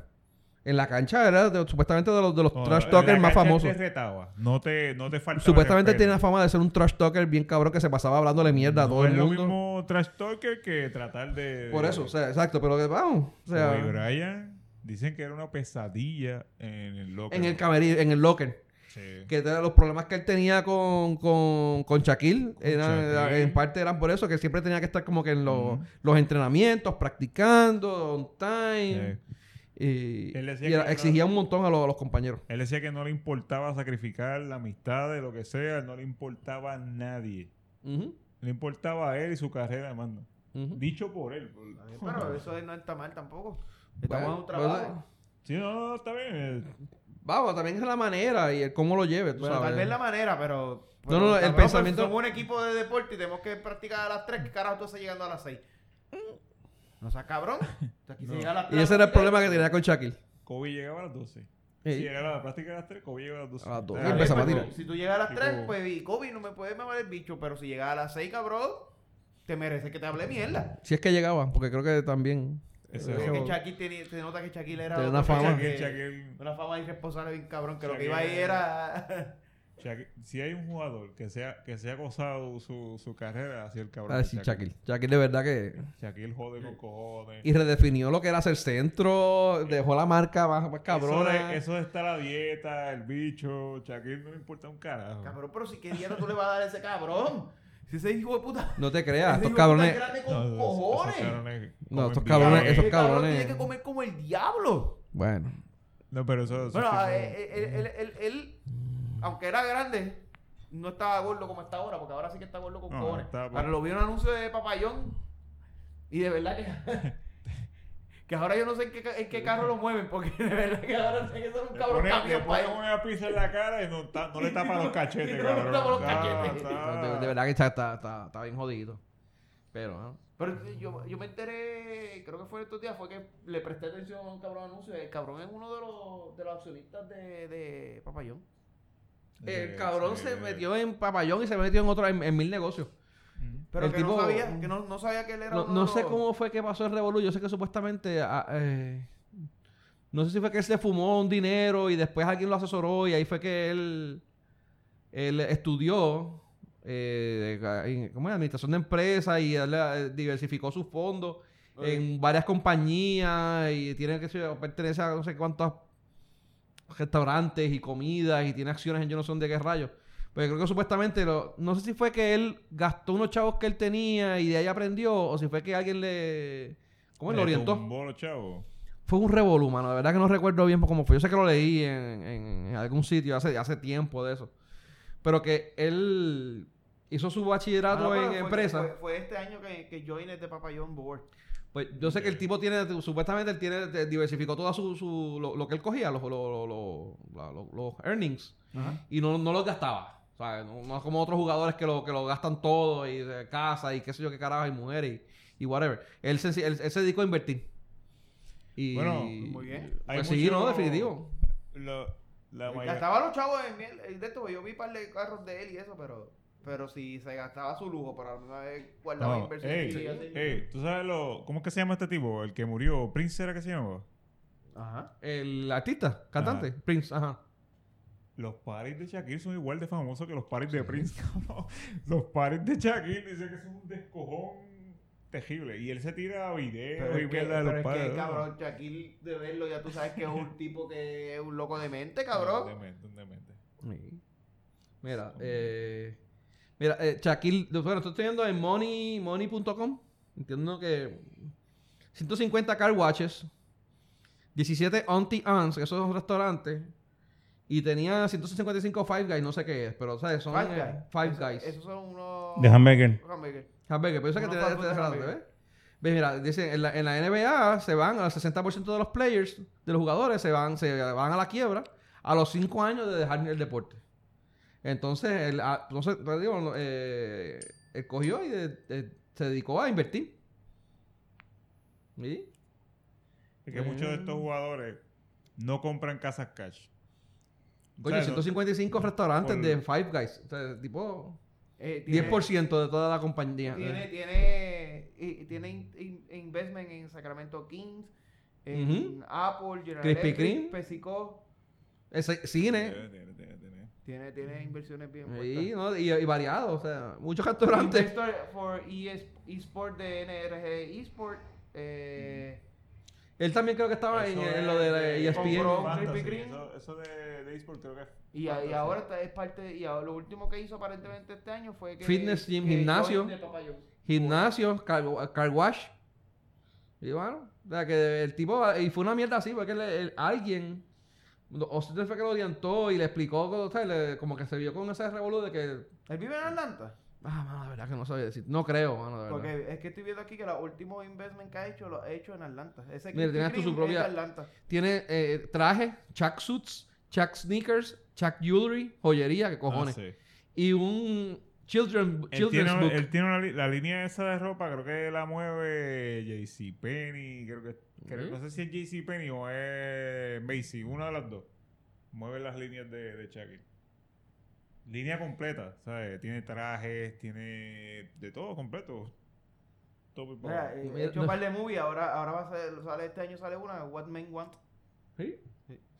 Speaker 2: En la cancha era de- supuestamente de los, de los
Speaker 5: No,
Speaker 2: trash
Speaker 5: en
Speaker 2: talkers
Speaker 5: la
Speaker 2: más
Speaker 5: cancha
Speaker 2: famosos.
Speaker 5: Te retaba. No te, no te faltaba
Speaker 2: Supuestamente
Speaker 5: respeto.
Speaker 2: tiene la fama de ser un trash talker bien cabrón que se pasaba hablándole mierda a todo
Speaker 5: no
Speaker 2: el
Speaker 5: es
Speaker 2: mundo.
Speaker 5: lo mismo trash talker que tratar de.
Speaker 2: Por eso, o sea, exacto, pero que vamos. O sea,
Speaker 5: Kobe Bryant, dicen que era una pesadilla en el locker.
Speaker 2: en el camerino, en el locker.
Speaker 5: Sí.
Speaker 2: Que era los problemas que él tenía con, con, con Shaquille, eran-
Speaker 5: Shaquille.
Speaker 2: eran- en parte eran por eso, que siempre tenía que estar como que en los,
Speaker 5: Ujú.
Speaker 2: los entrenamientos, practicando, on time.
Speaker 5: Sí.
Speaker 2: Y,
Speaker 5: Él decía
Speaker 2: y
Speaker 5: que
Speaker 2: era-
Speaker 5: no-
Speaker 2: exigía un montón a, los- a los compañeros.
Speaker 5: Él decía que no le importaba sacrificar la amistad de lo que sea, no le importaba a nadie.
Speaker 2: Ujú,
Speaker 5: Le importaba a él y su carrera, hermano.
Speaker 2: ujú.
Speaker 5: Dicho por él. por-
Speaker 3: Pero eso no está mal tampoco. Estamos
Speaker 2: Bueno,
Speaker 3: en un trabajo.
Speaker 2: pues,
Speaker 5: Sí, no, no, está bien. eh,
Speaker 2: vamos, también es la manera y el cómo lo lleve, tú
Speaker 3: Bueno,
Speaker 2: sabes.
Speaker 3: tal vez la manera, pero.
Speaker 2: No, no,
Speaker 3: pero,
Speaker 2: no, el
Speaker 3: cabrón,
Speaker 2: pensamiento-
Speaker 3: pues, Somos un equipo de deporte y tenemos que practicar a las 3. ¿Qué carajo tú estás llegando a las 6? No seas cabrón. O sea, aquí se llega a las
Speaker 2: Mm. Y
Speaker 3: tres,
Speaker 2: ese era el
Speaker 3: ¿sí?
Speaker 2: problema que tenía con Shaquille.
Speaker 5: Kobe llegaba a las 12.
Speaker 2: Sí.
Speaker 5: Si llegaba a la práctica a las 3, Kobe llegaba a las 12.
Speaker 2: A las 12.
Speaker 3: Está
Speaker 5: Era-
Speaker 3: bien,
Speaker 2: empezaba a
Speaker 3: pero pues,
Speaker 2: tirar.
Speaker 3: Si tú llegas a las
Speaker 5: Sí,
Speaker 3: 3,
Speaker 5: como-
Speaker 3: pues y Kobe no me puede mamar el bicho, pero si llegas a las 6, cabrón, te mereces que te hable mierda.
Speaker 2: Si es que llegaba, porque creo que también. eh,
Speaker 5: Ese-
Speaker 3: Es
Speaker 5: Pero-
Speaker 3: que Shaquille tenía- se nota que Shaquille era
Speaker 2: Tenía una
Speaker 3: otro
Speaker 2: fama.
Speaker 5: Shaquille-
Speaker 3: que-
Speaker 5: Shaquille-
Speaker 3: una fama irresponsable bien cabrón, que lo que
Speaker 5: Shaquille-
Speaker 3: iba ahí era
Speaker 5: Shaquille- si hay un jugador que sea que se ha gozado su, su carrera hacia el cabrón.
Speaker 2: Ah,
Speaker 5: de
Speaker 2: sí, Shaquille. Shaquille de verdad que.
Speaker 5: Shaquille jode con cojones.
Speaker 2: Y redefinió lo que era ser centro, dejó la marca más, más
Speaker 5: Eso
Speaker 2: cabrona.
Speaker 5: de, eso de estar a dieta, el bicho, Shaquille no le importa un carajo.
Speaker 3: cabrón, pero si qué dieta tú le vas a dar a ese cabrón. Si ese hijo de puta.
Speaker 2: No te
Speaker 3: ese
Speaker 2: creas,
Speaker 3: hijo de
Speaker 2: estos
Speaker 3: puta es
Speaker 2: cabrones.
Speaker 3: grande con
Speaker 5: No, esos- esos
Speaker 3: cojones.
Speaker 5: cabrones
Speaker 2: No, estos
Speaker 5: comen
Speaker 2: cabrones-
Speaker 5: bien.
Speaker 2: esos
Speaker 3: Ese cabrón
Speaker 2: cabrones-
Speaker 3: tiene que comer como el diablo.
Speaker 2: Bueno,
Speaker 5: No, pero eso. eso
Speaker 3: Bueno,
Speaker 5: sí no-
Speaker 3: eh, eh, él, él- él- él, aunque era grande, no estaba gordo como está ahora, porque ahora sí que está gordo con
Speaker 5: No,
Speaker 3: cojones.
Speaker 5: está- pues.
Speaker 3: Pero lo vi en un anuncio de Papayón y de verdad que. que ahora yo no sé en qué, ca- en qué carro lo mueven, porque de verdad que ahora sé que son un
Speaker 5: Le
Speaker 3: cabrón
Speaker 5: pone, le
Speaker 3: camión
Speaker 5: pone
Speaker 3: para él.
Speaker 5: una pizza en la cara y no, ta- no le tapa los cachetes,
Speaker 3: No le
Speaker 5: cabrón.
Speaker 3: tapa los
Speaker 5: Ah,
Speaker 3: cachetes.
Speaker 5: está-
Speaker 2: de, de verdad que está, está, está- está bien jodido. Pero, ah, ¿no?
Speaker 3: Pero eh, yo, yo me enteré, creo que fue estos días, fue que le presté atención a un cabrón anuncio. El cabrón es uno de los, de los accionistas de, de Papayón.
Speaker 2: El
Speaker 5: Sí,
Speaker 2: cabrón
Speaker 5: sí.
Speaker 2: se metió en papayón y se metió en otro, en- en mil negocios.
Speaker 5: Ujú.
Speaker 3: Pero
Speaker 2: El
Speaker 3: que
Speaker 2: tipo-
Speaker 3: no sabía, que no, no sabía que él era
Speaker 2: No,
Speaker 3: uno
Speaker 2: no
Speaker 3: de
Speaker 2: sé
Speaker 3: los-
Speaker 2: cómo fue que pasó el revolú. Yo sé que supuestamente... ah, eh, no sé si fue que él se fumó un dinero y después alguien lo asesoró y ahí fue que él... Él estudió... eh, eh, ¿Cómo es? Administración de empresas y él, eh, diversificó sus fondos en varias compañías y tiene que ser... Pertenece a no sé cuántos restaurantes y comidas y tiene acciones en yo no sé dónde qué rayos. Pero creo que supuestamente, lo- no sé si fue que él gastó unos chavos que él tenía y de ahí aprendió, o si fue que alguien le. ¿Cómo es? lo
Speaker 5: Le
Speaker 2: orientó?
Speaker 5: tumbó los chavos.
Speaker 2: Fue un revolú, mano. De verdad que no recuerdo bien cómo fue. Yo sé que lo leí en, en- en algún sitio hace, hace tiempo de eso. Pero que él hizo su
Speaker 3: Ah, no,
Speaker 2: bachillerato
Speaker 3: pero
Speaker 2: en
Speaker 3: fue-
Speaker 2: empresa.
Speaker 3: Fue, fue este año que, que joined de Papayón Board.
Speaker 2: Pues yo sé que el tipo tiene, supuestamente él tiene, te- diversificó todo su, su- lo, lo que él cogía, los, lo- lo- lo- la- lo- los earnings, y no, no los gastaba. O sea, no, no es como otros jugadores que lo, que lo gastan todo, y eh, casa, y qué sé yo, qué carajo, y mujeres, y, y whatever. Él se, él- él se dedicó a invertir. Y,
Speaker 5: Bueno,
Speaker 3: muy bien.
Speaker 2: Pues
Speaker 5: Hay
Speaker 2: sí,
Speaker 5: mucho-
Speaker 2: no, definitivo.
Speaker 5: Lo- la mayor-
Speaker 3: Gastaba los chavos en miel, en de esto, yo vi un par de carros de él y eso, pero pero si se gastaba su lujo, pero a la misma vez guardaba
Speaker 5: No,
Speaker 3: inversión.
Speaker 5: ey,
Speaker 3: y así.
Speaker 5: ey, ¿tú sabes lo, cómo es que se llama este tipo? El que murió, Prince era que se llamaba.
Speaker 3: Ajá.
Speaker 2: El artista, cantante, Prince, ajá.
Speaker 5: Los paris de Shaquille son igual de famosos que los paris de Prince. cabrón. los paris de Shaquille dicen que son un descojón terrible. Y él se tira a videos
Speaker 3: Pero
Speaker 5: y
Speaker 3: es que, pero
Speaker 5: mierda de los
Speaker 3: es que,
Speaker 5: paris. ¿no?
Speaker 3: cabrón, Shaquille, de verlo ya tú sabes que es un tipo que es un loco de mente,
Speaker 5: Un
Speaker 3: cabrón.
Speaker 5: demente, un demente.
Speaker 2: Sí. Mira, eh, mira, eh, Shaquille, bueno, estoy viendo en money, money.com. Entiendo que 150 car watches, 17 auntie Ans, que son restaurantes, y tenía 155 Five Guys, no sé qué es, pero ¿sabes? son
Speaker 3: Five
Speaker 2: eh,
Speaker 3: Guys.
Speaker 2: Five
Speaker 3: Eso-
Speaker 2: Guys.
Speaker 3: Esos son unos...
Speaker 4: De hamburger.
Speaker 3: hamburger.
Speaker 2: Hamburger, pero eso que
Speaker 3: Uno
Speaker 2: te
Speaker 3: fast
Speaker 2: da
Speaker 3: food de hamburger.
Speaker 2: ¿ves? Ves, mira, dice, en la, en la NBA se van, al 60% de los players, de los jugadores, se van, se van a la quiebra a los 5 años de dejar el deporte. Entonces, él, ah, entonces te digo, no, eh, él cogió y de- de- se dedicó a invertir. ¿Sí?
Speaker 5: Es que muchos de estos jugadores no compran casas cash.
Speaker 2: Coño,
Speaker 5: O sea, no-
Speaker 2: 155 restaurantes
Speaker 5: por-
Speaker 2: de Five Guys. O sea, tipo,
Speaker 3: Eh, tiene-
Speaker 2: 10% de toda la compañía. Eh,
Speaker 3: Tiene, tiene, y- y tiene in- in- investment en Sacramento Kings, en Apple, General
Speaker 2: Krispy
Speaker 3: Electric,
Speaker 2: Kreme.
Speaker 3: PepsiCo.
Speaker 2: Ese- cine.
Speaker 5: Tiene, tiene, tiene, tiene.
Speaker 3: Tiene, tiene inversiones bien
Speaker 2: Sí,
Speaker 3: fuertes.
Speaker 2: ¿no? y, y variado. O sea, muchos restaurantes.
Speaker 3: Investor for ES eSport de NRG eSport. Eh,
Speaker 2: Él también creo que estaba en,
Speaker 5: Eso
Speaker 2: en
Speaker 5: es
Speaker 2: lo de E la
Speaker 5: de-
Speaker 3: Compró-
Speaker 2: ESPN.
Speaker 5: eh, Fantasy,
Speaker 3: Krispy Kreme.
Speaker 5: Eso, eso de, de eSport creo que es
Speaker 3: y, a- y
Speaker 5: fantasy.
Speaker 3: ahora está- es parte. Y ahora lo último que hizo aparentemente este año fue que.
Speaker 2: Fitness, gym,
Speaker 3: que
Speaker 2: gimnasio.
Speaker 3: joined de Papa John's.
Speaker 2: Gimnasios, car, car wash. Y bueno, o sea, que el tipo. Y fue una mierda así, porque él- él- alguien. O sea, fue que lo orientó y le explicó, o sea, le- como que se vio con ese revolú de que.
Speaker 3: Él vive en Atlanta.
Speaker 2: Ah, mano, de verdad que no sabía decir. No creo, mano, de verdad.
Speaker 3: Porque es que estoy viendo aquí que los últimos investment que ha hecho lo ha hecho en Atlanta. Ese
Speaker 2: Mira,
Speaker 3: Krispy
Speaker 2: tienes tú su
Speaker 3: Kreme
Speaker 2: propia-
Speaker 3: es de Atlanta.
Speaker 2: Tiene eh, trajes, Chuck suits, Chuck sneakers, Chuck jewelry, joyería, que cojones.
Speaker 5: Ah, sí.
Speaker 2: Y un children,
Speaker 5: Él
Speaker 2: children's
Speaker 5: tiene,
Speaker 2: book.
Speaker 5: él tiene una li- la línea esa de ropa, creo que la mueve JCPenney, creo que, creo-
Speaker 2: Ujú.
Speaker 5: no sé si es JCPenney o es Macy, una de las dos. Mueve las líneas de, de Shaquille. Línea completa, ¿sabes? Tiene trajes, tiene de todo completo. Todo por
Speaker 3: Mira,
Speaker 5: favor.
Speaker 3: eh,
Speaker 2: Mira,
Speaker 3: he hecho
Speaker 2: no.
Speaker 3: un par de movies, ahora, ahora va a ser- sale este año sale una, What Men Want,
Speaker 2: Sí.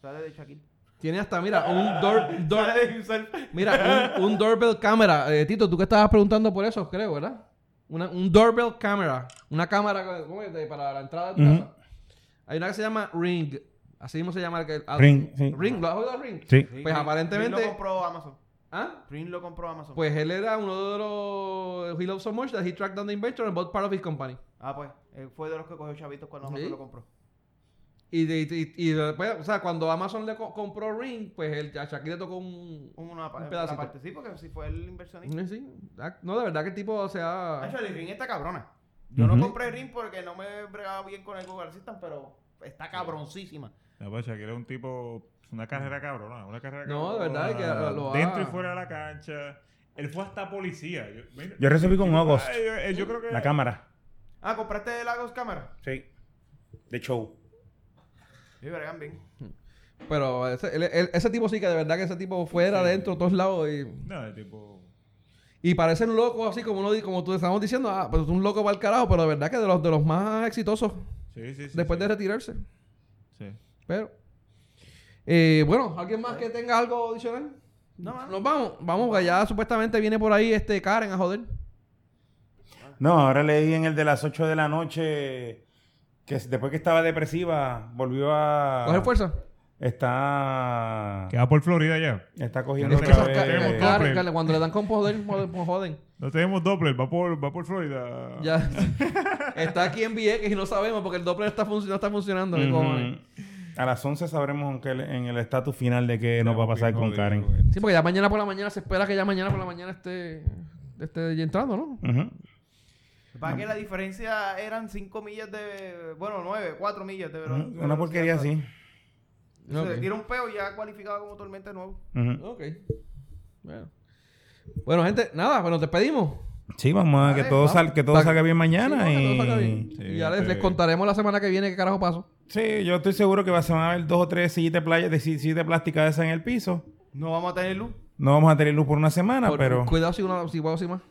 Speaker 3: sale de Shaquille.
Speaker 2: Tiene hasta, mira, un door, door-
Speaker 3: Sale de himself.
Speaker 2: Mira, un, un doorbell camera. Eh, Tito, tú que estabas preguntando por eso, creo, ¿verdad? Una- un doorbell camera. Una cámara ¿cómo es? De- para la entrada de tu
Speaker 4: Ujú.
Speaker 2: casa. Hay una que se llama Ring. Así mismo se llama el que... ah,
Speaker 4: Ring, sí.
Speaker 2: Ring, ¿lo has oído Ring?
Speaker 4: Sí.
Speaker 2: Pues
Speaker 3: Prin- Prin-
Speaker 2: aparentemente-
Speaker 3: Prin lo compró Amazon.
Speaker 2: ¿Ah?
Speaker 3: Prin lo compró Amazon.
Speaker 2: Pues él era uno de los... He loved so much that he tracked down the inventor and bought part of his company.
Speaker 3: ah, pues, él fue de los que cogió chavitos cuando Amazon
Speaker 2: Sí.
Speaker 3: lo compró.
Speaker 2: Y, de- y- y después, o sea, cuando Amazon le co- compró Ring, pues él, a Shaquille le tocó un...
Speaker 3: Una, pa-
Speaker 2: Un
Speaker 3: la
Speaker 2: pedacito.
Speaker 3: parte, sí, porque si fue el inversionista.
Speaker 2: Sí, sí. Ah, No, de verdad que el tipo, o sea...
Speaker 3: Actually, el Ring está cabrona. Yo
Speaker 4: Ujú.
Speaker 3: no compré Ring porque no me bregaba bien con el Google Assistant, pero está cabroncísima.
Speaker 5: No, pues Shaquille es un tipo, una carrera cabrona, una carrera
Speaker 2: No, de
Speaker 5: cabrona,
Speaker 2: verdad que lo- lo
Speaker 5: Dentro
Speaker 2: ha-
Speaker 5: y fuera de la cancha. Él fue hasta policía. Yo, mira,
Speaker 4: Yo recibí con August
Speaker 5: ah, yo- eh, yo creo que...
Speaker 4: la cámara.
Speaker 3: Ah, ¿compraste Lagos Cámara?
Speaker 4: Sí. De show.
Speaker 3: Sí, bregan bien.
Speaker 2: Pero ese, el- el- ese tipo sí que de verdad que ese tipo fuera,
Speaker 5: Sí.
Speaker 2: adentro, todos lados y...
Speaker 5: No, el tipo...
Speaker 2: Y parecen locos, así como uno, di- como tú estamos diciendo, ah, pues es un loco para el carajo, pero de verdad que de los, de los más exitosos
Speaker 5: Sí, sí, sí.
Speaker 2: después
Speaker 5: sí.
Speaker 2: de retirarse.
Speaker 5: Sí.
Speaker 2: Pero, eh, bueno, ¿alguien más que tenga algo adicional?
Speaker 3: No, mano.
Speaker 2: Nos vamos, vamos, que ya supuestamente viene por ahí este Karen a joder.
Speaker 4: No, ahora leí en el de las 8 de la noche que después que estaba depresiva, volvió
Speaker 5: Ah.
Speaker 4: a.
Speaker 2: Coger fuerza.
Speaker 4: Está.
Speaker 5: Que va Ah. por Florida ya.
Speaker 4: Está
Speaker 5: No
Speaker 4: cogiendo
Speaker 2: Es
Speaker 5: te-
Speaker 2: que esas
Speaker 4: otra
Speaker 5: no
Speaker 2: ca-
Speaker 5: tenemos
Speaker 4: vez.
Speaker 5: todo.
Speaker 2: Karen,
Speaker 5: Doppler.
Speaker 2: Karen, cuando le dan con joder, joder, pues joden.
Speaker 5: No tenemos Doppler, va por, va por Florida.
Speaker 2: Ya. está aquí en Vieques y no sabemos porque el Doppler está func- no está funcionando. ¿qué cojones?
Speaker 4: Ujú. A las 11 sabremos en, qué- en el estatus final de qué nos va a pasar con Karen.
Speaker 2: Sí, porque ya mañana por la mañana se espera que ya mañana por la mañana esté, esté ya entrando, ¿no?
Speaker 4: Ujú.
Speaker 3: Para que la diferencia eran 5 millas de. Bueno, 9, 4 millas de
Speaker 4: Ujú.
Speaker 3: velocidad.
Speaker 4: Una porquería así.
Speaker 3: Se
Speaker 2: Ok.
Speaker 3: tira un peo y ya cualificado como tormenta de nuevo.
Speaker 4: Ujú.
Speaker 2: Ok. Bueno. Bueno, gente, nada, pues bueno, te pedimos.
Speaker 4: Sí, vamos a que
Speaker 3: Dale,
Speaker 4: todo,
Speaker 2: vamos.
Speaker 4: sal, que todo
Speaker 2: Pa-
Speaker 4: salga bien mañana. y...
Speaker 5: Sí,
Speaker 2: y ya les,
Speaker 5: este-
Speaker 2: les contaremos la semana que viene qué carajo pasó.
Speaker 4: Sí, yo estoy seguro que va- se van a ver dos o tres sillitas de playa, de sill- sillitas plásticas de esas en el piso.
Speaker 3: No vamos a tener luz.
Speaker 4: No vamos a tener luz por una semana,
Speaker 2: Por-
Speaker 4: Ah, pero.
Speaker 2: Cuidado si una, si, cuidado si más.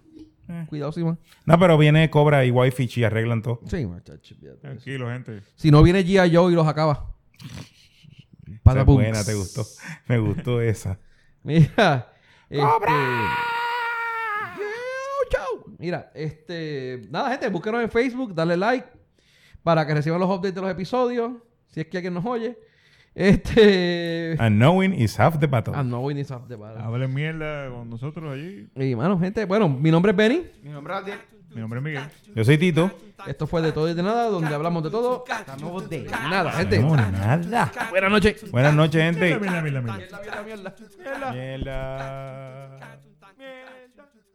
Speaker 4: Eh.
Speaker 2: Cuidado si más.
Speaker 4: No, pero viene Cobra y Wi-Fi y arreglan todo.
Speaker 2: Sí, muchacho, fíjate eso.
Speaker 5: Tranquilo, gente.
Speaker 2: Si no viene G.I. Joe y los acaba.
Speaker 4: Esa es
Speaker 2: Patapum.
Speaker 4: buena, te gustó. Me gustó esa.
Speaker 2: Mira. ¡Cobra! Mira, este. Nada, gente, búsquenos en Facebook, dale like para que reciban los updates de los episodios. Si es que alguien nos oye. Este.
Speaker 4: And knowing is half the battle.
Speaker 2: Ah, no, Winnie Soft de Bala.
Speaker 5: Hablen mierda con nosotros allí.
Speaker 2: Y mano, gente, bueno, mi nombre es Benny.
Speaker 3: Mi nombre es Abdiel.
Speaker 5: Mi nombre es Miguel.
Speaker 4: Yo soy Tito.
Speaker 2: Esto fue de todo y de nada, donde hablamos de todo.
Speaker 3: Hablamos de
Speaker 2: Nada, gente.
Speaker 4: No, nada.
Speaker 2: Buenas noches.
Speaker 4: Buenas noches, gente.
Speaker 5: Mierda, mierda, mierda.
Speaker 4: Mierda.
Speaker 1: Mierda.